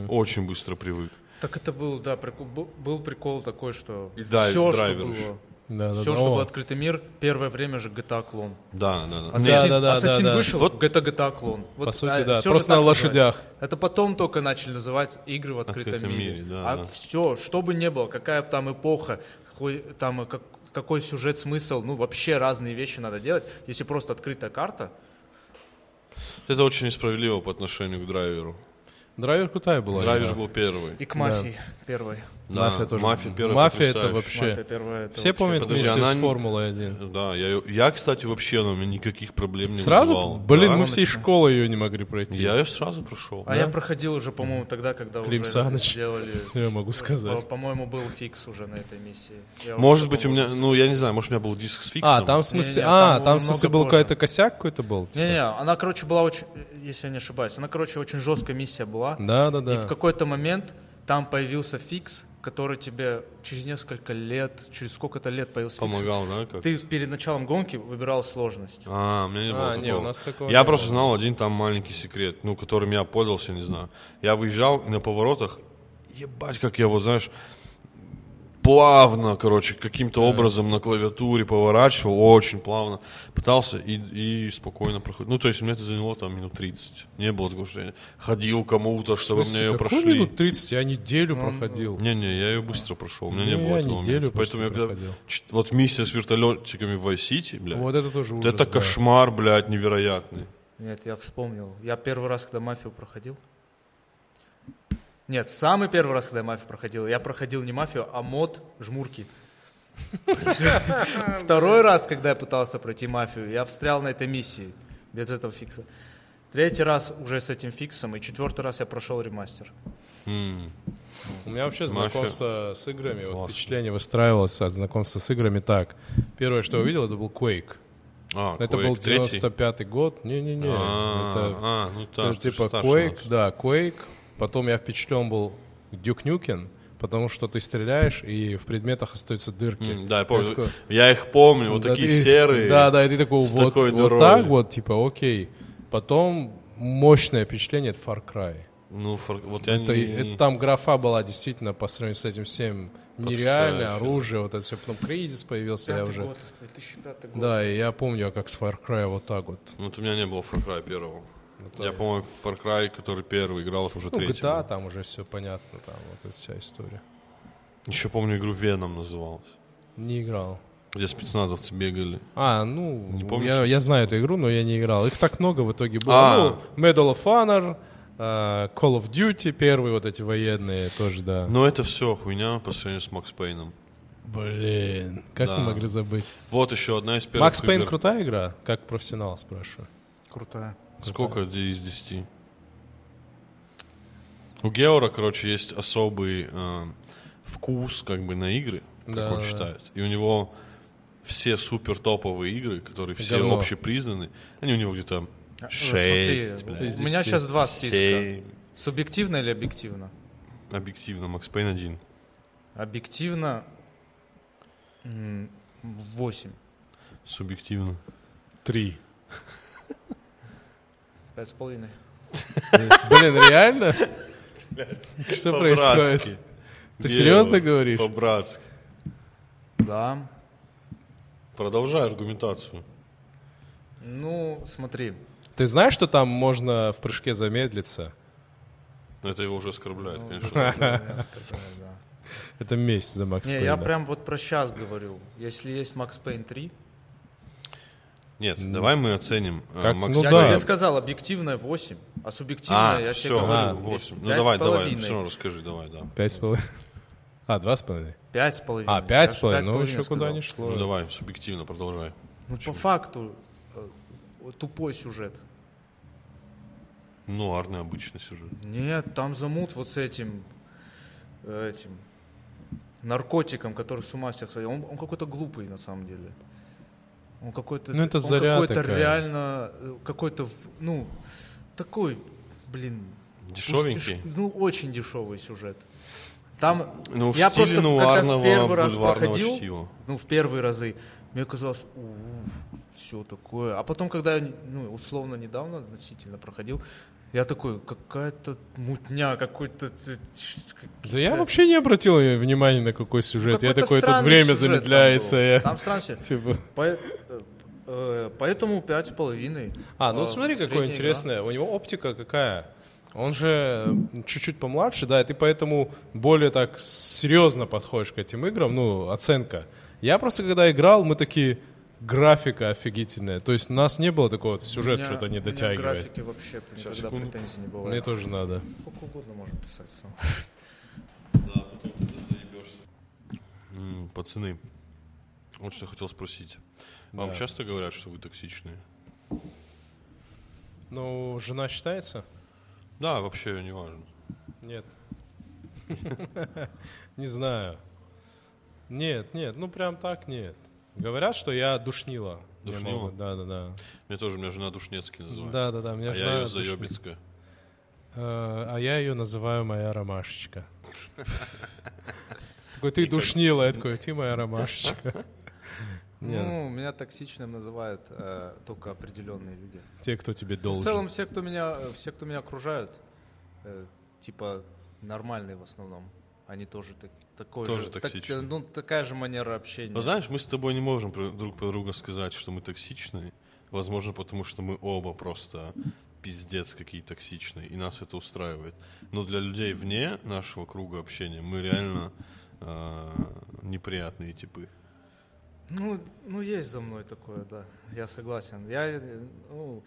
C: Очень быстро привык.
D: Так это был, да, прикол, бу- был прикол такой, что
C: И дай-
D: все, что
C: драйвер еще.
D: было,
E: Да, да,
D: все,
E: да.
D: что
E: О,
D: был открытый мир, первое время же GTA клон.
C: Да, да, да.
E: с-
C: Не,
E: Да, да, да,
D: Ассасин
E: да, да.
D: вышел,
C: Вот-
D: это GTA клон. Вот,
E: По сути,
D: а,
E: да,
D: всё же
E: просто
D: так
E: на
D: называется.
E: лошадях.
D: Это потом только начали называть игры в открытом,
C: Открытом
D: мире.
C: мире, да,
D: а
C: да.
D: все, что бы ни было, какая бы там эпоха, какой, там э, как- какой сюжет, смысл, ну вообще разные вещи надо делать. Если просто открытая карта,
C: Это очень несправедливо по отношению к драйверу.
E: Драйвер крутая была.
C: Драйвер
E: игра.
C: был первый.
D: и к мафии первой.
C: Да,
E: Мафия тоже.
C: Мафия первая
E: Мафия это
C: потрясающая.
E: вообще-
D: Мафия первая. это
E: Все
D: вообще-
E: помнят
C: подожди,
E: миссию
C: она
E: с
C: не-
E: Формулы-1?
C: Да, я, её- я, кстати, вообще, она у меня никаких проблем не
E: Сразу?
C: вызывала.
E: Блин,
C: Да.
E: мы всей
D: Аночка.
E: школы ее не могли пройти.
C: Я ее сразу прошел.
D: А я проходил уже, по-моему, тогда, когда
E: Клим
D: уже
E: Саныч.
D: сделали.
E: Я могу
D: По-
E: сказать.
D: По-моему, был фикс уже на этой миссии. Я
C: Может
D: уже
C: быть, у меня,
D: по-моему,
C: ну, я не знаю, может, у меня был диск с фиксом.
E: А, там в смысле,
D: Не-не,
E: а,
D: там
E: там, в смысле
D: намного
E: был
D: позже.
E: какой-то косяк какой-то был? типа?
D: Не-не, она, короче, была очень, если я не ошибаюсь, она, короче, очень жесткая миссия была.
E: Да, да,
D: И в
E: да.
D: какой-то момент там появился фикс, который тебе через несколько лет, через сколько-то лет появился фикс.
C: Помогал, да? Как?
D: Ты перед началом гонки выбирал сложность.
C: А, у меня не
E: А,
C: было
E: не,
C: такого.
E: у нас такого
C: я
E: не
C: просто
E: было.
C: знал один там маленький секрет, ну, которым я пользовался, не знаю. Я выезжал и на поворотах, ебать, как я вот, знаешь, плавно, короче, каким-то образом на клавиатуре поворачивал, очень плавно, пытался и, и спокойно проходил. Ну, то есть, мне это заняло там минут 30. Не было такого, что я ходил кому-то, чтобы
E: Слушай,
C: мне ее
E: какую
C: прошли.
E: минут 30? Я неделю
D: Ну,
E: проходил.
C: Не-не, я ее быстро прошел. У меня
E: Не,
C: не, было
E: я
C: этого
E: неделю
C: момента.
E: почти
C: Поэтому я когда-
E: проходил.
C: чт- Вот миссия с вертолетчиками в Vice City, блядь.
E: Вот это тоже ужас.
C: это
E: да.
C: кошмар, блядь, невероятный.
D: Нет, я вспомнил. Я первый раз, когда мафию проходил. Нет, самый первый раз, когда я мафию проходил, я проходил не мафию, а мод жмурки. Второй раз, когда я пытался пройти мафию, я встрял на этой миссии без этого фикса. Третий раз уже с этим фиксом, и четвертый раз я прошел ремастер.
C: М.
E: У меня вообще
C: Мафия.
E: знакомство с играми, вот
C: Классно.
E: впечатление выстраивалось от знакомства с играми так. Первое, что я увидел, это был Quake.
C: А,
E: Это
C: Quake
E: был
C: третий?
E: 95-й год. Не-не-не. это-
C: А, а, ну так.
E: Это
C: ты
E: типа
C: же старше
E: Quake,
C: нас.
E: да, Quake. Потом я впечатлен был Duke Nukem, потому что ты стреляешь, и в предметах остаются дырки.
C: М, Да, я помню.
E: такой,
C: Я их помню, вот
E: да
C: такие
E: ты-
C: серые.
E: Да, да, и ты такой,
C: с
E: вот,
C: такой
E: вот
C: дырой.
E: так вот, типа, окей. Потом мощное впечатление от Far Cry.
C: Ну, фор- вот я
E: Это,
C: не-
E: это там графа была действительно по сравнению с этим всем нереально,
C: Потрясающе.
E: оружие, вот это все. Потом кризис появился, я уже...
D: 2005
E: Да, и я помню, как с Far Cry вот так вот.
C: Вот у меня не было Far Cry первого. Я, по-моему, в Far Cry, который первый играл, это уже
E: Ну,
C: третий.
E: GTA, там уже все понятно, там вот эта вся история.
C: Еще помню, игру Веном называлась.
E: Не играл.
C: Где спецназовцы бегали.
E: А, ну,
C: Не помнишь,
E: я,
C: что
E: я знаю эту игру, но я не играл. Их так много в итоге было.
C: А.
E: Ну, Medal of Honor, э, Call of Duty первые вот эти военные тоже, да.
C: Но это все хуйня по сравнению с Макс Пейном.
E: Блин, как
C: Да.
E: мы могли забыть?
C: Вот еще одна из первых
E: Макс Пейн
C: игр.
E: крутая игра? Как профессионал, спрашиваю.
D: Крутая.
C: Сколько из 10? У Геора, короче, есть особый э, вкус как бы на игры, как
E: Да,
C: он
E: да.
C: считает. И у него все супер топовые игры, которые все
E: Говно.
C: общепризнаны, они у него где-то
D: А,
C: шесть,
D: смотри,
C: блядь,
E: из
D: у меня
E: десяти.
D: сейчас два списка.
C: семь.
D: Субъективно или объективно?
C: Объективно, Макс Пейн один.
D: Объективно 8.
C: Субъективно.
E: Три.
D: Пять с половиной.
E: Блин, реально? Что происходит? Ты серьезно говоришь?
C: По-братски.
D: Да.
C: Продолжай аргументацию.
D: Ну, смотри.
E: Ты знаешь, что там можно в прыжке замедлиться?
C: Но это его уже оскорбляет,
D: Ну,
C: конечно.
D: да, да, да, да.
E: Это месть за Макс
D: Не, я прям вот про сейчас говорю. Если есть Макс Пейн 3,
C: Нет, давай мы оценим э,
E: Как-
C: Макс
E: ну
D: я
E: да.
D: тебе сказал, объективное 8, а субъективное
C: А,
D: я
C: все,
D: тебе говорю.
E: а,
C: 8. Ну
D: пять с
C: давай, давай,
D: половиной.
C: все равно расскажи, давай, да. Ну,
E: Пять с половиной. А, два с половиной.
D: Пять с половиной.
E: А, пять
D: Я
E: с
D: ж
E: половиной, ну
D: половиной
E: еще куда
D: сказал.
E: не
C: Ну
E: шло.
C: давай, субъективно продолжай.
D: Ну, по факту, э, тупой сюжет.
C: Ну, арный обычный сюжет.
D: Нет, там замут вот с этим, э, этим наркотиком, который с ума всех сходил. Он, он какой-то глупый на самом деле. Он какой-то,
E: Ну, это
D: он
E: заря
D: какой-то
E: такая.
D: реально, э, какой-то, в- ну, такой, блин.
C: Дешевенький?
D: пустиш- Ну, очень дешевый сюжет. Там,
C: Ну, в
D: я
C: стиле
D: просто, когда
C: нуарного
D: в первый раз
C: бульварного
D: проходил,
C: чтива.
D: ну, в первые разы, мне казалось, все такое. А потом, когда я, ну, условно недавно относительно проходил, я такой, какая-то мутня, какой-то... т- ч-
E: Да я
D: какие-то-
E: вообще не обратил внимания на какой сюжет. Я
D: какой-то
E: такой, тут
D: странный
E: время
D: сюжет
E: замедляется.
D: Там, был.
E: я,
D: Там странный сюжет.
E: типа-
D: По- э, э, Поэтому пять с половиной.
E: А, ну
D: Э,
E: вот смотри, какое
D: средняя игра.
E: интересное. У него оптика какая? Он же э, чуть-чуть помладше, да, и ты поэтому более так серьезно подходишь к этим играм, ну, оценка. Я просто когда играл, мы такие, графика офигительная. То есть у нас не было такого, вот,
D: У
E: сюжет
D: меня-
E: что-то не
D: у меня
E: дотягивает.
D: графики вообще блин,
C: Сейчас,
D: никогда
C: секунду.
D: претензий не
E: Мне
D: бывает.
E: тоже надо.
D: Сколько угодно можно писать. всё.
C: М, Пацаны, вот что я хотел спросить. Вам
E: Да.
C: часто говорят, что вы токсичные?
E: Ну, жена считается?
C: Да, вообще не важно.
E: Нет. Не знаю. Нет, нет, ну прям так нет. Говорят, что я душнила.
C: Душнила?
E: Да, да, да.
C: Меня тоже, меня жена Душнецкий называет.
E: Да, да, да.
C: а я ее заебецкая.
E: Э, А я ее называю моя ромашечка. Такой, ты душнила, я такой, ты моя ромашечка. Нет,
D: Ну, меня токсичным называют э, только определенные люди.
E: те, кто
C: ну,
E: тебе
D: В целом
E: должен.
D: все, кто меня, э, все, кто меня окружают, э, типа нормальные в основном. Они тоже так, такой
C: Тоже
D: же, так-
C: токсичные.
D: э, ну такая же манера общения.
C: Но знаешь, мы с тобой не можем про- друг про друга сказать, что мы токсичные. Возможно, потому что мы оба просто пиздец какие токсичные, и нас это устраивает. Но для людей вне нашего круга общения мы реально э, неприятные типы.
D: Ну, ну есть за мной такое, да. Я согласен. Я, э, ну,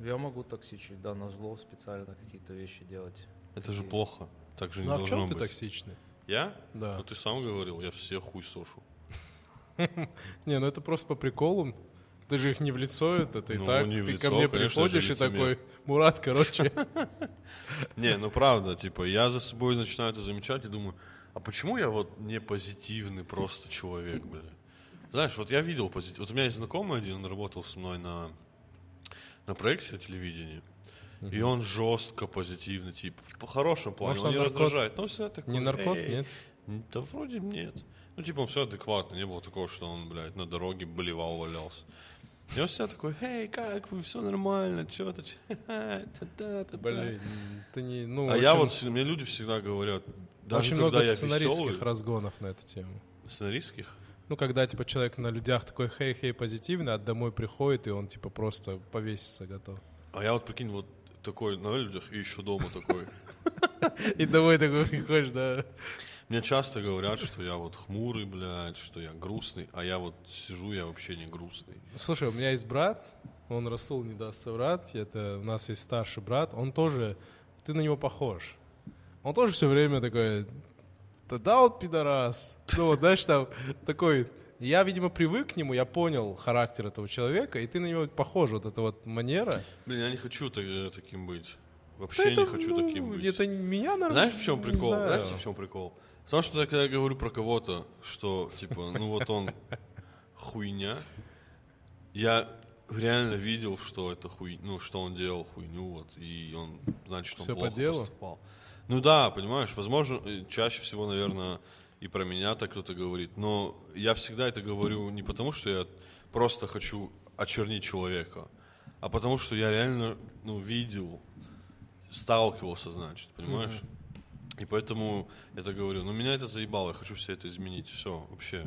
D: я могу токсичить, да, на зло специально какие-то вещи делать.
C: Это же
D: Такие.
C: плохо. Так же не
E: Ну а в
C: должно
E: чем ты
C: быть.
E: токсичный?
C: Я?
E: Да.
C: Ну ты сам говорил, я все хуй сошу.
E: Не, ну это просто по приколу. Ты же их не в лицо, это ты
C: Ну,
E: так.
C: не в
E: Ты ко
C: лицо,
E: мне
C: конечно,
E: приходишь
C: же
E: и
C: лицемер.
E: такой, Мурат, короче.
C: Не, ну правда, типа, я за собой начинаю это замечать и думаю, а почему я вот не позитивный просто человек, бля? Знаешь, вот я видел позитив. Вот у меня есть знакомый один, он работал со мной на, на проекте на телевидении. И он жестко позитивный, тип. В хорошем плане,
E: Может,
C: он
E: он
C: не
E: наркот?
C: раздражает. Ну, всегда такой,
E: Не наркот,
C: «Эй».
E: нет?
C: М, Да вроде нет. Ну, типа, он все адекватно. Не было такого, что он, блядь, на дороге болевал, валялся. И он всегда такой, эй, как вы, все нормально, чё ты, чё? Та-та, та-та».
E: Блин, ты не... ну,
C: А я
E: очень-
C: вот, всегда- мне люди всегда говорят, даже
E: Очень
C: когда
E: много
C: я
E: сценаристских
C: веселый,
E: разгонов на эту тему.
C: сценаристских,
E: Ну, когда, типа, человек на людях такой хей-хей позитивный, а домой приходит, и он, типа, просто повесится готов.
C: а я вот, прикинь, вот такой на людях и еще дома такой.
E: И домой такой приходишь, да.
C: Мне часто говорят, что я вот хмурый, блядь, что я грустный, а я вот сижу, я вообще не грустный.
E: Слушай, у меня есть брат, он Расул не даст соврать, это у нас есть старший брат, он тоже, ты на него похож. Он тоже все время такой, да да, вот пидорас. Ну вот, знаешь, там такой, я, видимо, привык к нему, я понял характер этого человека, и ты на него похож, вот эта вот манера.
C: Блин, я не хочу та- таким быть. Вообще
E: Да это,
C: не хочу
E: ну,
C: таким быть.
E: Это не меня, наверное,
C: Знаешь, в чем
E: не
C: прикол?
E: знаю.
C: Знаешь, в чем прикол? Потому что я, когда я говорю про кого-то, что типа, ну вот он хуйня, я реально видел, что это хуй, ну что он делал хуйню вот, и он значит он
E: Всё по
C: плохо
E: делу?
C: поступал. Ну да, понимаешь, возможно, э, чаще всего, наверное, и про меня так кто-то говорит, но я всегда это говорю не потому, что я просто хочу очернить человека, а потому что я реально, ну, видел, сталкивался, значит, понимаешь? И поэтому я так говорю, ну меня это заебало, я хочу все это изменить, все, вообще.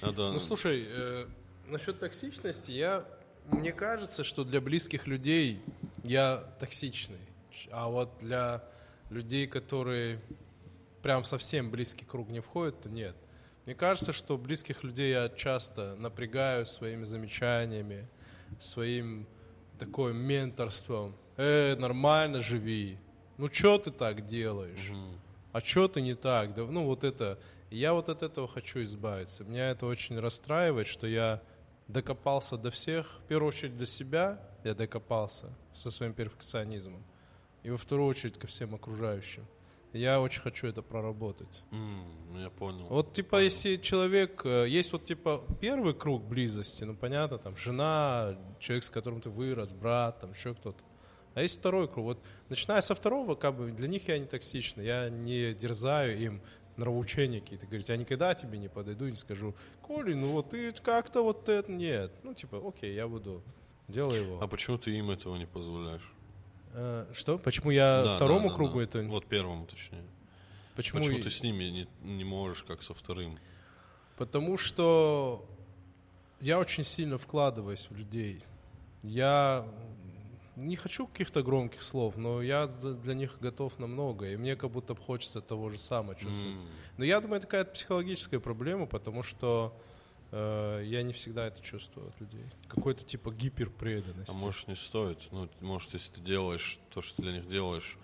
C: Надо...
E: Ну слушай, э, насчет токсичности, я мне кажется, что для близких людей я токсичный, Ч- а вот для людей, которые прям совсем близкий круг не входит, то нет. Мне кажется, что близких людей я часто напрягаю своими замечаниями, своим такое менторством. Э, нормально живи. Ну, чё ты так делаешь? А чё ты не так? Да, ну, вот это... Я вот от этого хочу избавиться. Меня это очень расстраивает, что я докопался до всех. В первую очередь до себя я докопался со своим перфекционизмом. И во вторую очередь ко всем окружающим. Я очень хочу это проработать.
C: М, ну, Я понял.
E: Вот типа, если человек, э, есть вот типа первый круг близости, ну понятно, там жена, человек, с которым ты вырос, брат, там еще кто-то. А есть второй круг. Вот начиная со второго, как бы для них я не токсичный, я не дерзаю им нравоученики. Ты говоришь, я никогда тебе не подойду и не скажу, Коля, ну вот ты как-то вот это нет. Ну типа, окей, я буду. Делай его.
C: А почему ты им этого не позволяешь?
E: Э, что? Почему я
C: Да,
E: второму
C: да, да,
E: кругу
C: да.
E: это?
C: Вот первому, точнее.
E: Почему,
C: Почему
E: и-
C: ты с ними не, не можешь, как со вторым?
E: Потому что я очень сильно вкладываюсь в людей. Я не хочу каких-то громких слов, но я за- для них готов на многое. И мне как будто б хочется того же самого чувствовать.
C: М. а
E: Но я думаю, это какая-то психологическая проблема, потому что э, я не всегда это чувствую от людей. Какой-то типа гиперпреданность.
C: А может не стоит? Ну, может, если ты делаешь то, что ты для них делаешь,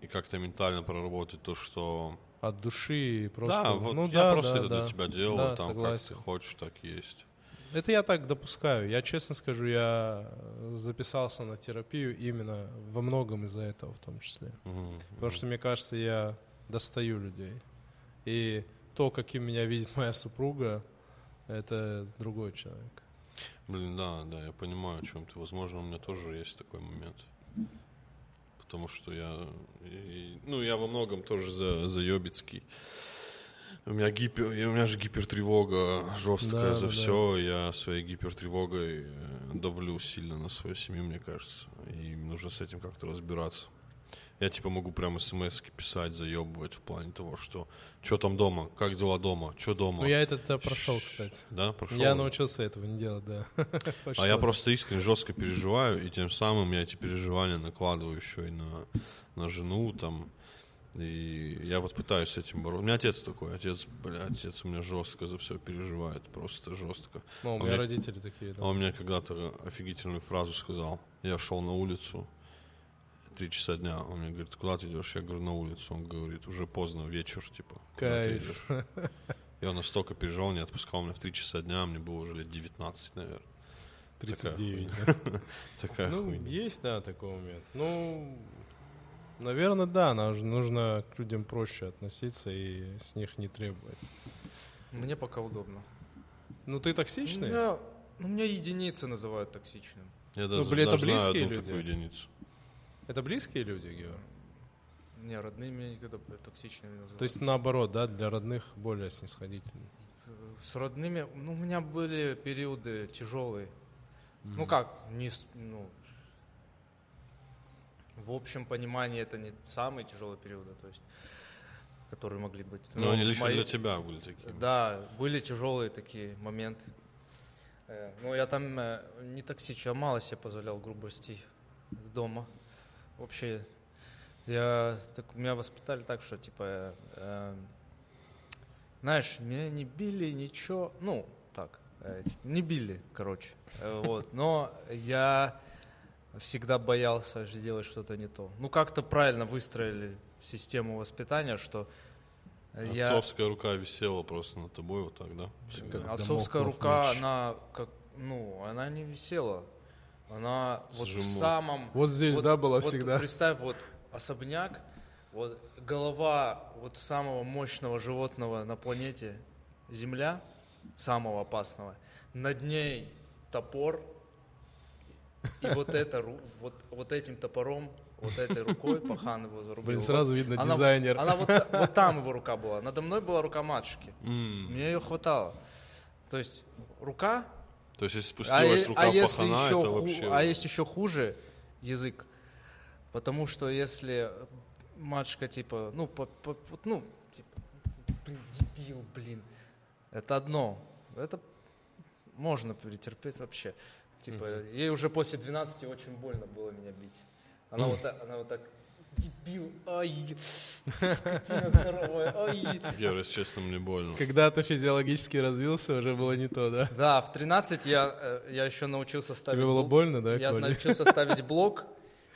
C: и как-то ментально проработать то, что...
E: От души и просто...
C: да, вот
E: ну
C: я
E: да,
C: просто
E: да,
C: это
E: да.
C: для тебя делал,
E: Да,
C: там
E: согласен.
C: как ты хочешь, так и есть.
E: Это я так допускаю. Я честно скажу, я э, записался на терапию именно во многом из-за этого в том числе.
C: Мгм.
E: Потому что, мне кажется, я достаю людей. И то, каким меня видит моя супруга, это другой человек.
C: Блин, да, да, я понимаю, о чем ты. Возможно, у меня тоже есть такой момент. Потому что я... и- ну, я во многом тоже за, заебицкий. У меня, гипер, и у меня же гипертревога жесткая
E: Да,
C: за
E: да,
C: все. Я своей гипертревогой э, давлю сильно на свою семью, мне кажется. И нужно с этим как-то разбираться. Я типа могу прям смс писать, заебывать в плане того, что что там дома, как дела дома, что дома.
E: Ну, я это прошел, кстати.
C: Да, прошел.
E: Я научился этого не делать, да.
C: А я просто искренне жестко переживаю, и тем самым я эти переживания накладываю еще и на, на жену там. И я вот пытаюсь с этим бороться. У меня отец такой, отец, бля, отец у меня жестко за все переживает, просто жестко.
E: Ну, у
C: а
E: меня
C: мне-
E: родители такие, да.
C: Он мне когда-то офигительную фразу сказал. Я шел на улицу, три часа дня. Он мне говорит, куда ты идешь? Я говорю, на улицу. Он говорит, уже поздно, вечер, типа. «Куда ты
E: Кайф.
C: идешь?» И он настолько переживал, не отпускал меня в три часа дня, а мне было уже лет 19, наверное.
E: 39.
C: Такая
E: Ну,
C: хуйня.
E: есть, да, такой момент. Ну, наверное, да, нуж- нужно к людям проще относиться и с них не требовать.
D: Мне пока удобно.
E: Ну, ты токсичный?
D: У меня, ну, меня единицы называют токсичным.
C: Я даже,
E: блин, это
C: даже знаю
E: близкие
C: одну
E: люди?
C: такую единицу.
E: Это близкие люди, Георг?
D: Не, родные меня никогда токсичными не называют.
E: То есть, наоборот, да, для родных более снисходительно.
D: Э, С родными, ну, у меня были периоды тяжелые. Ну как, не, с- ну, в общем понимании это не самые тяжелые периоды, то есть, которые могли быть.
C: Но они лично
D: Ну, мои-
C: для тебя были такие.
D: Да, были тяжелые такие моменты. Э, Но я там э, не токсичил, мало себе позволял грубостей дома. Вообще, я, так, меня воспитали так, что, типа, э, знаешь, меня не били, ничего, ну, так, э, типа, не били, короче, Э, вот, но я всегда боялся же делать что-то не то. Ну, как-то правильно выстроили систему воспитания, что я...
C: Отцовская рука висела просто над тобой вот так, да? Всегда.
E: Как
D: Э, Отцовская
E: домоклов
D: рука,
E: меч.
D: она как, ну, она не висела. Она вот в
C: Сжимала.
D: самом...
E: Вот здесь, да, была всегда?
D: Представь, вот особняк, вот голова вот самого мощного животного на планете Земля, самого опасного, над ней топор, и вот это, ру- вот, вот этим топором, вот этой рукой, пахан его зарубил.
E: Блин,
D: Вот
E: сразу видно,
D: она-
E: дизайнер.
D: Она вот, вот там его рука была, надо мной была рука матушки.
C: М.
D: Мне ее хватало. То есть рука,
C: То есть, если
D: а,
C: спустилась
D: е-
C: рука
D: а если
C: пахана,
D: еще
C: это
D: ху-
C: вообще...
D: а есть еще хуже язык, потому что если матушка типа, ну, по- по- вот, ну, типа, блин, дебил, блин, это одно, это можно перетерпеть вообще. Типа, ей уже после 12 очень больно было меня бить. Она вот так, она вот так дебил, ай, скотина здоровая, ай.
C: Я, если честно, мне больно.
E: Когда ты физиологически развился, уже было не то, да?
D: Да, в 13 я, э, я еще научился ставить
E: Тебе было
D: блок.
E: больно, да,
D: ну, Я
E: Коля?
D: научился ставить блок.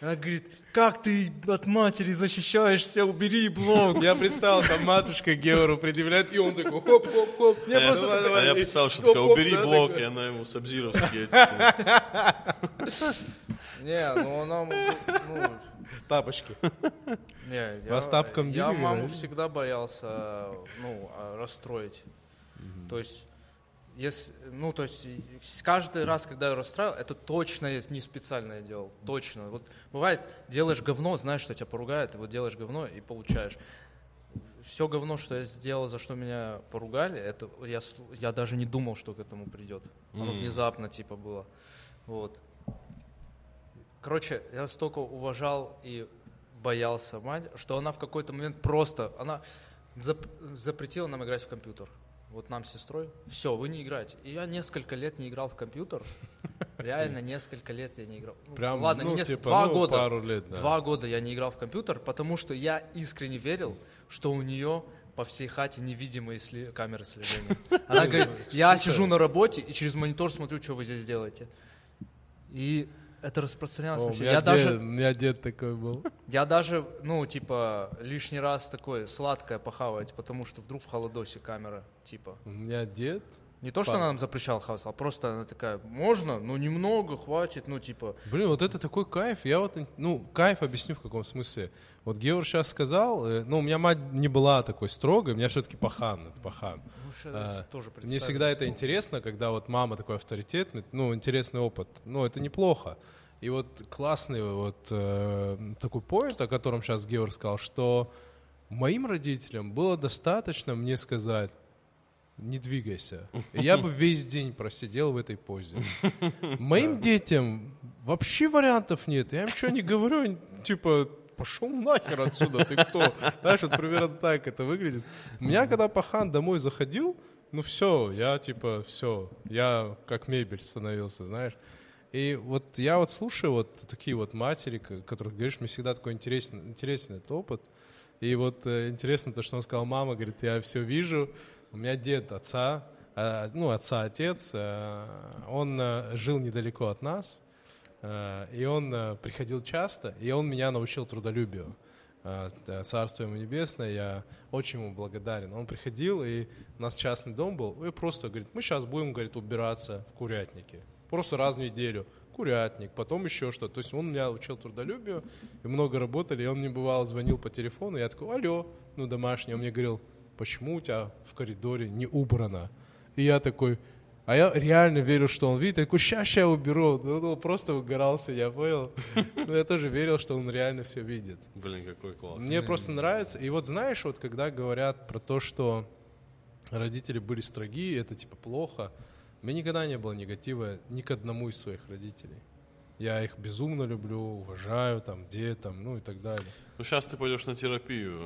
D: Она говорит, как ты от матери защищаешься, убери блок.
E: Я представил, там матушка Геору предъявляет, и он такой, хоп-хоп-хоп.
D: Я просто
C: а,
E: Э, ну, давай,
C: я
E: давай.
C: писал, что
E: И
C: такая,
E: хоп-хоп,
C: убери
E: да,
C: блок,
E: такой.
C: и она ему сабзиров скидывает.
D: Не, ну она... ну,
E: Тапочки.
D: не, я-
E: Вас тапком
D: Я
E: били,
D: маму
E: да?
D: всегда боялся ну, а, расстроить. То есть... Если, ну, то есть и- с- каждый раз, когда я расстраивал, это точно я не специально я делал, точно. Вот бывает, делаешь говно, знаешь, что тебя поругают, и вот делаешь говно и получаешь. Все говно, что я сделал, за что меня поругали, это я, слу- я даже не думал, что к этому придет. Оно
C: Мгм.
D: внезапно типа было. Вот. Короче, я настолько уважал и боялся мать, что она в какой-то момент просто, она зап- запретила нам играть в компьютер. Вот нам с сестрой, все, вы не играете. И я несколько лет не играл в компьютер. Реально несколько лет я не играл. Ну,
E: Прям,
D: ладно,
E: ну,
D: не несколько,
E: типа,
D: два
E: ну,
D: года.
E: пару лет, да.
D: Два года я не играл в компьютер, потому что я искренне верил, что у нее по всей хате невидимые сли- камеры слежения. Она говорит, я сижу на работе и через монитор смотрю, что вы здесь делаете. И это распространялось.
E: О,
D: на
E: у
D: всё.
E: меня
D: Я
E: дед-
D: даже,
E: У меня дед такой был.
D: я даже, ну, типа, лишний раз такое сладкое похавать, потому что вдруг в холодосе камера, типа.
E: У меня дед
D: Не то, что
E: Пап.
D: она нам запрещала хавать, а просто она такая, можно, но немного, хватит, ну, типа.
E: Блин, вот это такой кайф. Я вот, ну, кайф объясню в каком смысле. Вот Георг сейчас сказал, э, ну, у меня мать не была такой строгой, у меня все-таки пахан, это пахан.
D: Ну, щас
E: А,
D: тоже
E: Мне
D: представилось.
E: всегда это интересно, когда вот мама такой авторитетный, ну, интересный опыт. Ну, это неплохо. И вот классный вот э, такой поинт, о котором сейчас Георг сказал, что моим родителям было достаточно мне сказать, не двигайся. И я бы весь день просидел в этой позе. Моим детям вообще вариантов нет. Я им что не говорю, они, типа, пошел нахер отсюда, ты кто? Знаешь, вот примерно так это выглядит. У меня, когда пахан домой заходил, ну все, я типа, все, я как мебель становился, знаешь. И вот я вот слушаю вот такие вот матери, к- которых говоришь, мне всегда такой интересен, интересен этот опыт. И вот э, интересно то, что он сказал, мама, говорит, я все вижу, у меня дед отца, э, ну, отца отец, э, он э, жил недалеко от нас, э, и он э, приходил часто, и он меня научил трудолюбию. Э, т- Царство ему небесное, я очень ему благодарен. Он приходил, и у нас частный дом был, и просто говорит, мы сейчас будем, говорит, убираться в курятнике. Просто раз в неделю. Курятник, потом еще что-то. То есть он меня учил трудолюбию, и много работали, и он мне бывало звонил по телефону, и я такой, алло, ну домашний. Он мне говорил, почему у тебя в коридоре не убрано? И я такой, а я реально верю, что он видит, я такой, ща, ща уберу. Ну, ну, просто угорался, я понял. Но я тоже верил, что он реально все видит.
C: Блин, какой класс.
E: Мне просто нравится. И вот знаешь, вот когда говорят про то, что родители были строги, это типа плохо. У меня никогда не было негатива ни к одному из своих родителей. Я их безумно люблю, уважаю, там, где там, ну и так далее.
C: Ну, сейчас ты пойдешь на терапию.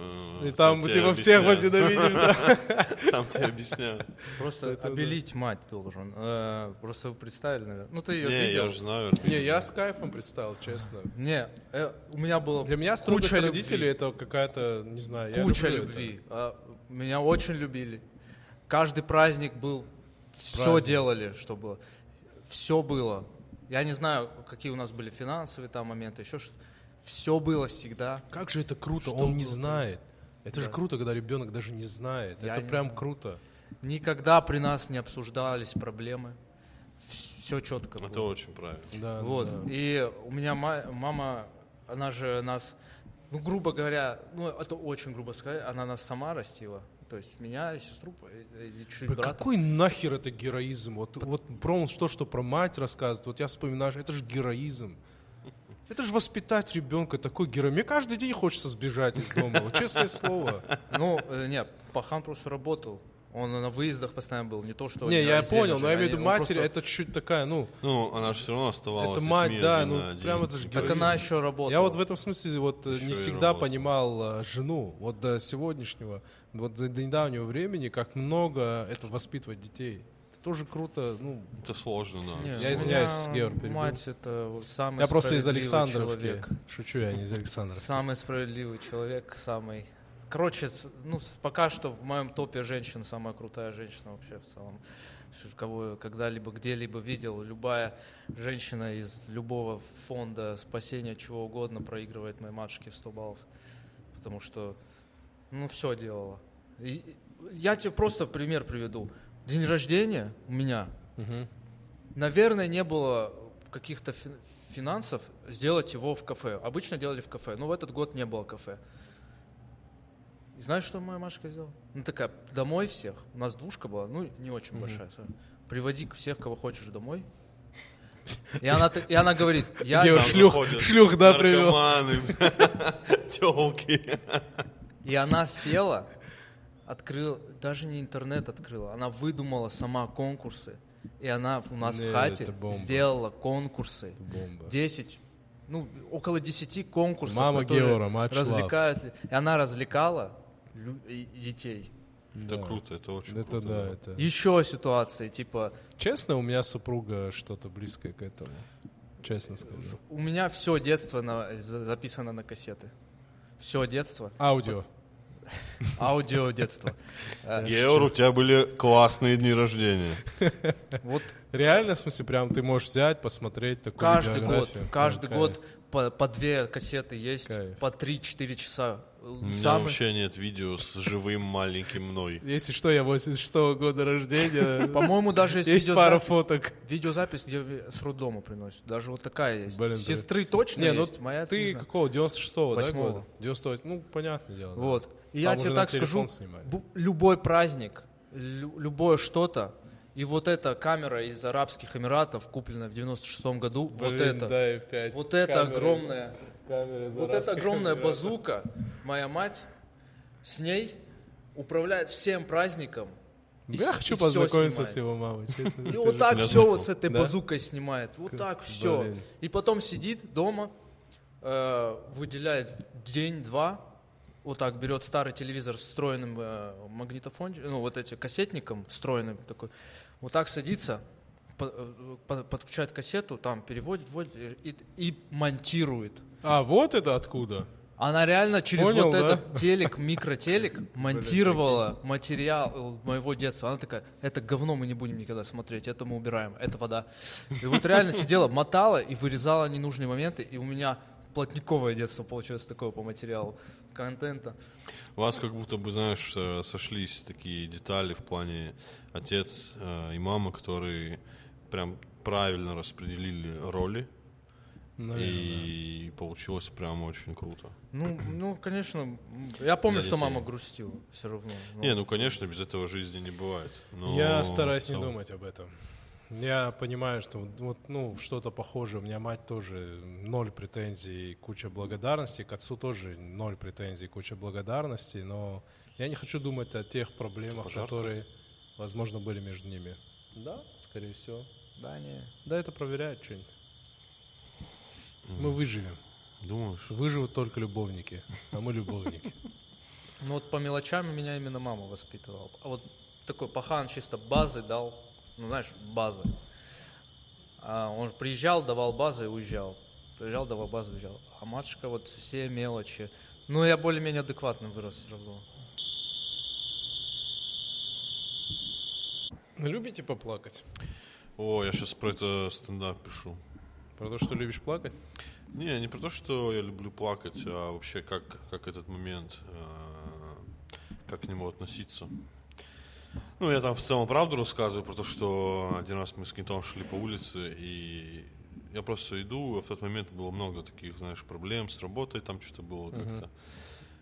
C: э,
E: И там,
C: тебе
E: типа, всех
C: объясняют.
E: возненавидишь, да?
C: Там тебе объясняют.
D: Просто
E: Это да.
D: обелить мать должен. Э, Просто вы представили, наверное. Ну, ты ее
C: Не,
D: видел.
C: я же знаю.
E: Не, я с кайфом представил, честно.
D: Не, э, у меня было
E: Для меня строгость
D: куча любви.
E: родителей это какая-то, не знаю, я
D: Куча
E: люблю это.
D: любви. А, Меня очень любили. Каждый праздник был. Все
E: Праздник.
D: делали, что было. Все было. Я не знаю, какие у нас были финансовые там моменты, еще что Все было всегда.
E: Как же это круто,
D: Что
E: он
D: было
E: не
D: просто?
E: знает. Это же
D: Да.
E: круто, когда ребенок даже не знает.
D: Я
E: это
D: не
E: прям
D: знаю.
E: круто.
D: Никогда при нас не обсуждались проблемы. Все четко было.
C: Это очень правильно.
E: Да,
D: Вот.
E: да.
D: И у меня ма- мама, она же нас, ну, грубо говоря, ну, это очень грубо сказать, она нас сама растила. То есть меня, и сестру, и- и чуть
E: Бля,
D: брата.
E: какой нахер это героизм? Вот, вот про то, что про мать рассказывает, вот я вспоминаю, это же героизм. Это же воспитать ребенка такой герой. Мне каждый день хочется сбежать из дома, вот честное слово.
D: Ну, э, не, пахан просто работал. Он на выездах постоянно был, не то, что...
E: Не,
D: они
E: я
D: раздельно
E: понял,
D: жили,
E: но я имею в виду
D: они- он
E: матери,
D: просто-
E: это чуть такая, ну,
C: Ну, она же все равно оставалась.
E: это
C: с
E: мать,
C: детьми
E: да,
C: один
E: ну,
C: на один.
E: прям это же
D: Так
E: героизм.
D: она еще работала.
E: Я вот в этом смысле вот э,
C: Ещё
E: не
C: и
E: всегда
C: работал.
E: понимал э, жену, вот до сегодняшнего, вот за- до недавнего времени, как много это воспитывать детей. Это тоже круто. Ну,
C: Это сложно, да.
D: Не,
E: Я
D: у
E: извиняюсь,
D: меня
E: Георг, перебил.
D: Мать это вот самый
E: я просто из
D: справедливый
E: Александровки.
D: человек.
E: Шучу я, не из Александровки.
D: Самый справедливый человек, самый... Короче, с- ну, с- пока что в моем топе женщин самая крутая женщина вообще в целом. Ш- Кого я когда-либо где-либо видел, любая женщина из любого фонда спасения чего угодно проигрывает моей матушке в 100 баллов. Потому что, ну, все делала. И- и- я тебе просто пример приведу. День рождения у меня
E: Мгм.
D: Наверное, не было каких-то фин- финансов сделать его в кафе. Обычно делали в кафе, но в этот год не было кафе. И знаешь, что моя Машка сделала? Ну такая, домой всех. У нас двушка была, ну не очень большая. Саша. Приводи всех, кого хочешь домой. И она, так- и она говорит, я...
E: Её
C: Там
E: шлюх-
C: заходят
E: шлюх, да, привел.
C: наркоманы, тёлки.
D: И она села, открыла, даже не интернет открыла, она выдумала сама конкурсы. И она у нас
E: Не,
D: в хате
E: Ну, это бомба.
D: сделала конкурсы.
E: Бомба.
D: 10, ну, около 10 конкурсов,
E: Мама
D: которые
E: Геора, матч
D: развлекают. И она развлекала лю- и- и детей.
C: Это круто, это очень
E: Это
C: круто.
E: да, это.
D: Еще ситуации, типа,
E: Честно, у меня супруга что-то близкое к этому. Честно скажу.
D: у меня все детство на- за- записано на кассеты. Все детство,
E: Аудио.
D: аудио детство. Э,
C: Геор, у тебя были классные дни рождения.
D: Вот
E: Реально, в смысле, прям ты можешь взять, посмотреть такую
D: каждый год,
E: биографию.
D: каждый
E: Прям
D: год
E: кайф.
D: по, по две кассеты есть,
E: Кайф. Ну,
D: по 3-4 часа.
C: У меня
D: Самый-
C: вообще нет видео с живым маленьким мной.
E: Если что, я 86 года рождения.
D: По-моему, даже есть,
E: Есть пара
D: видеозапись.
E: фоток.
D: Видеозапись, где с роддома приносят. Даже вот такая есть.
E: Блин, да.
D: Сестры точно
E: Не, ну
D: есть. Моя не
E: ты
D: знаю.
E: какого? 96-го, да,
D: Восьмого.
E: года? 98 ну, понятное дело. да.
D: Вот. И я
E: Там
D: тебе
E: уже на
D: так скажу,
E: телефон снимали.
D: бу- любой праздник, лю- любое что-то, и вот эта камера из Арабских Эмиратов, купленная в 96-м году, вот
E: Блин,
D: это,
E: да, и пять
D: вот это
E: камеры-
D: огромная,
E: камеры из
D: вот эта
E: арабских
D: огромная
E: Эмиратов.
D: базука, моя мать, с ней управляет всем праздником. и
E: Ну, Я
D: с-
E: хочу
D: и всё
E: познакомиться с
D: снимает.
E: его мамой, честно.
D: И
E: это
D: вот
E: же-
D: так
C: Я
D: все
C: знаком.
D: вот с этой
E: Да?
D: базукой снимает. Вот так все.
E: блин.
D: И потом сидит дома, э, выделяет день-два, вот так берет старый телевизор с встроенным э, магнитофон, ну вот эти кассетником встроенным такой, вот так садится, по- э, по- подключает кассету, там переводит, вводит и, и монтирует.
E: А, вот это откуда?
D: Она реально через
E: Понял,
D: вот
E: да?
D: этот телек, микротелек монтировала материал моего детства. Она такая, это говно мы не будем никогда смотреть, это мы убираем, это вода. И вот реально сидела, мотала и вырезала ненужные моменты, и у меня плотниковое детство получилось такое по материалу контента.
C: У вас как будто бы, знаешь, э, сошлись такие детали в плане отец э, и мама, которые прям правильно распределили роли. И получилось прям очень круто.
D: Ну, ну, конечно, м, я помню,
C: Для
D: что
C: детей.
D: мама грустила все равно. но-
C: Не, ну конечно, без этого жизни не бывает. но
E: Я
C: в
E: стараюсь не
C: целом-
E: думать об этом. Я понимаю, что вот, ну, что-то похожее. У меня мать тоже ноль претензий и куча благодарности. К отцу тоже ноль претензий и куча благодарности. Но я не хочу думать о тех проблемах,
C: Пожарка?
E: которые, возможно, были между ними. Да, скорее всего.
D: Да, не.
E: Да, это проверяют что-нибудь. Мы выживем.
C: Думаешь?
E: Выживут только любовники, а мы любовники.
D: Ну вот по мелочам меня именно мама воспитывала. А вот такой пахан чисто базы дал, ну знаешь, базы. А он приезжал, давал базы и уезжал. Приезжал, давал базы, уезжал. А матушка вот все мелочи. Ну я более-менее адекватно вырос все равно.
E: Любите поплакать?
C: О, я сейчас про это стендап пишу.
E: Про то, что любишь плакать?
C: Не, не про то, что я люблю плакать, а вообще как, как этот момент, э, как к нему относиться. Ну, я там в целом правду рассказываю про то, что один раз мы с Кентом шли по улице, и я просто иду, а в тот момент было много таких, знаешь, проблем с работой, там что-то было как-то,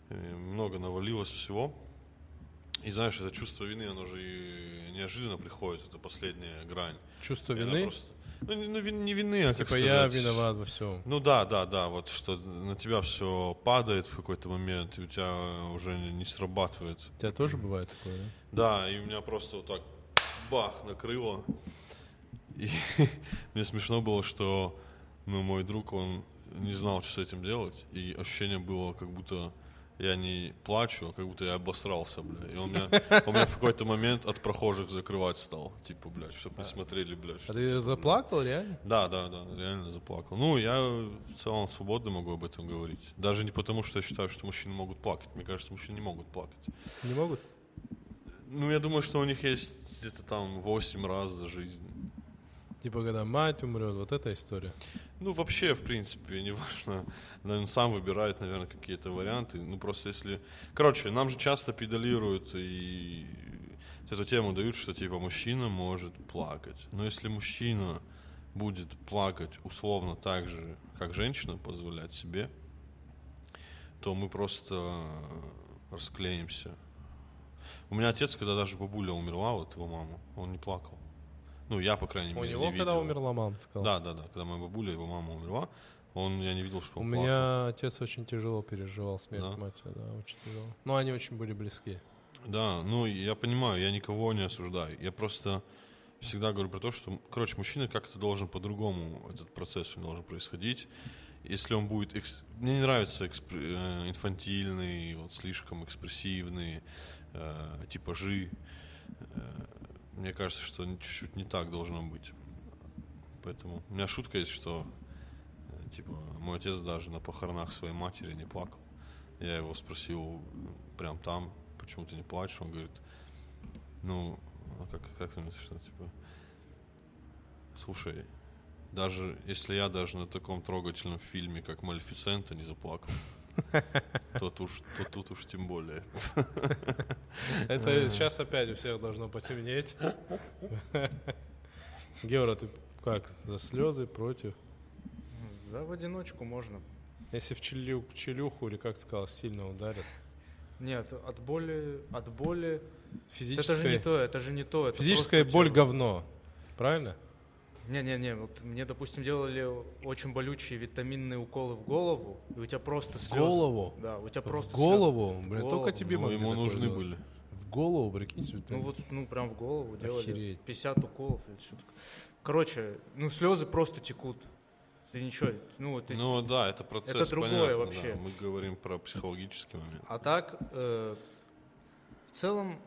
C: э, много навалилось всего. И знаешь, это чувство вины, оно же и неожиданно приходит, это последняя грань.
E: Чувство
C: И она
E: вины?
C: просто- Ну, не, ну, вин- не вины, а как
E: Типа я
C: сказать,
E: виноват во всем.
C: ну да, да, да, вот что на тебя все падает в какой-то момент, и у тебя уже не срабатывает.
E: У тебя тоже бывает такое, да?
C: Да, и меня просто вот так бах накрыло. И мне смешно было, что ну, мой друг, он не знал, что с этим делать, и ощущение было, как будто я не плачу, а как будто я обосрался, бля. И он меня, он меня в какой-то момент от прохожих закрывать стал. Типа, блядь, чтобы не смотрели, блядь. что-
E: А ты заплакал, реально?
C: Да, да, да, реально заплакал. Ну, я в целом свободно могу об этом говорить. Даже не потому, что я считаю, что мужчины могут плакать. Мне кажется, мужчины не могут плакать.
E: Не могут?
C: Ну, я думаю, что у них есть где-то там 8 раз за жизнь.
E: Типа, когда мать умрет, вот эта история.
C: Ну, вообще, в принципе, неважно. Он сам выбирает, наверное, какие-то варианты. Ну, просто если... Короче, нам же часто педалируют и вот эту тему дают, что, типа, мужчина может плакать. Но если мужчина будет плакать условно так же, как женщина позволять себе, то мы просто расклеимся. У меня отец, когда даже бабуля умерла, вот его мама, он не плакал. Ну, я, по крайней
E: У
C: мере,
E: него,
C: не
E: когда
C: видел.
E: умерла мама, ты сказал?
C: Да, да, да. Когда моя бабуля, его мама умерла, он, я не видел, что
E: У
C: он
E: меня отец очень тяжело переживал смерть
C: Да?
E: матери, да, очень тяжело. Но они очень были близки.
C: плакал. Да, ну, я понимаю, я никого не осуждаю. Я просто всегда говорю про то, что, короче, мужчина как-то должен по-другому, этот процесс у него должен происходить. Если он будет... экс- Мне не нравится экспр- э, инфантильный, вот слишком экспрессивный, э, типажи. Э, Мне кажется, что н- чуть-чуть не так должно быть. Поэтому у меня шутка есть, что э, типа мой отец даже на похоронах своей матери не плакал. Я его спросил ну, прям там, почему ты не плачешь? Он говорит, ну, а как, как ты думаешь, что типа, слушай, даже если я даже на таком трогательном фильме, как Малефисента, не заплакал, то тут, то тут уж тем более.
E: Это сейчас опять у всех должно потемнеть. Геора, ты как, за слезы, против?
D: Да, в одиночку можно.
E: Если в челю- пчелюху или, как ты сказал, сильно ударят.
D: Нет, от боли, от боли. Это же не
E: Физическая,
D: то, это же не то. это
E: физическая
D: просто
E: боль
D: тело.
E: говно. Правильно?
D: Не-не-не, вот мне, допустим, делали очень болючие витаминные уколы в голову, и у тебя просто слезы.
E: голову?
D: Да, у тебя просто
E: в голову,
D: слезы. В
E: блин,
D: голову.
E: только тебе
C: Ну,
E: могли
C: ему
E: такое
C: нужны
E: делать.
C: были.
E: В голову, прикинь, себе,
D: Ну
E: ты-
D: вот, ну прям в голову делали.
E: Охереть.
D: 50 уколов или что-то. Короче, ну слезы просто текут. Ты ничего, ну вот... ты-
C: Ну да, это процесс.
D: другое
C: понятно,
D: вообще.
C: да. Мы говорим про психологический момент.
D: А так, э, в целом,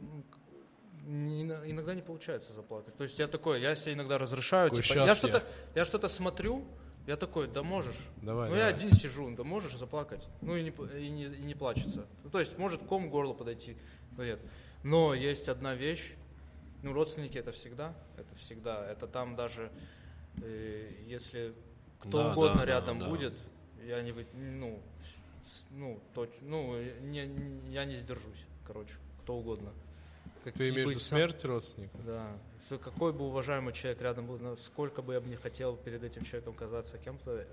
D: м, к- не- иногда не получается заплакать. То есть я такой, я себе иногда разрешаю,
E: Такой,
D: типа, я
E: «Щас
D: что-то, я что-то смотрю, я такой, да можешь.
E: Давай,
D: ну
E: давай.
D: я один сижу, да можешь заплакать. Ну и не, п- и не, и не плачется. Ну, то есть может ком горло подойти, но нет. Но есть одна вещь, ну родственники это всегда, это всегда, это там даже, э, если кто
C: Да,
D: угодно
C: да, да,
D: рядом
C: да.
D: будет, я не, вы- ну, с- ну, точ- ну, не- не- я не сдержусь, короче, кто угодно.
E: Ты
D: Какие
E: имеешь в
D: бы
E: виду
D: сам-
E: смерть родственника?
D: Да. Что Какой бы уважаемый человек рядом был, но сколько бы я бы не хотел перед этим человеком казаться кем-то, э,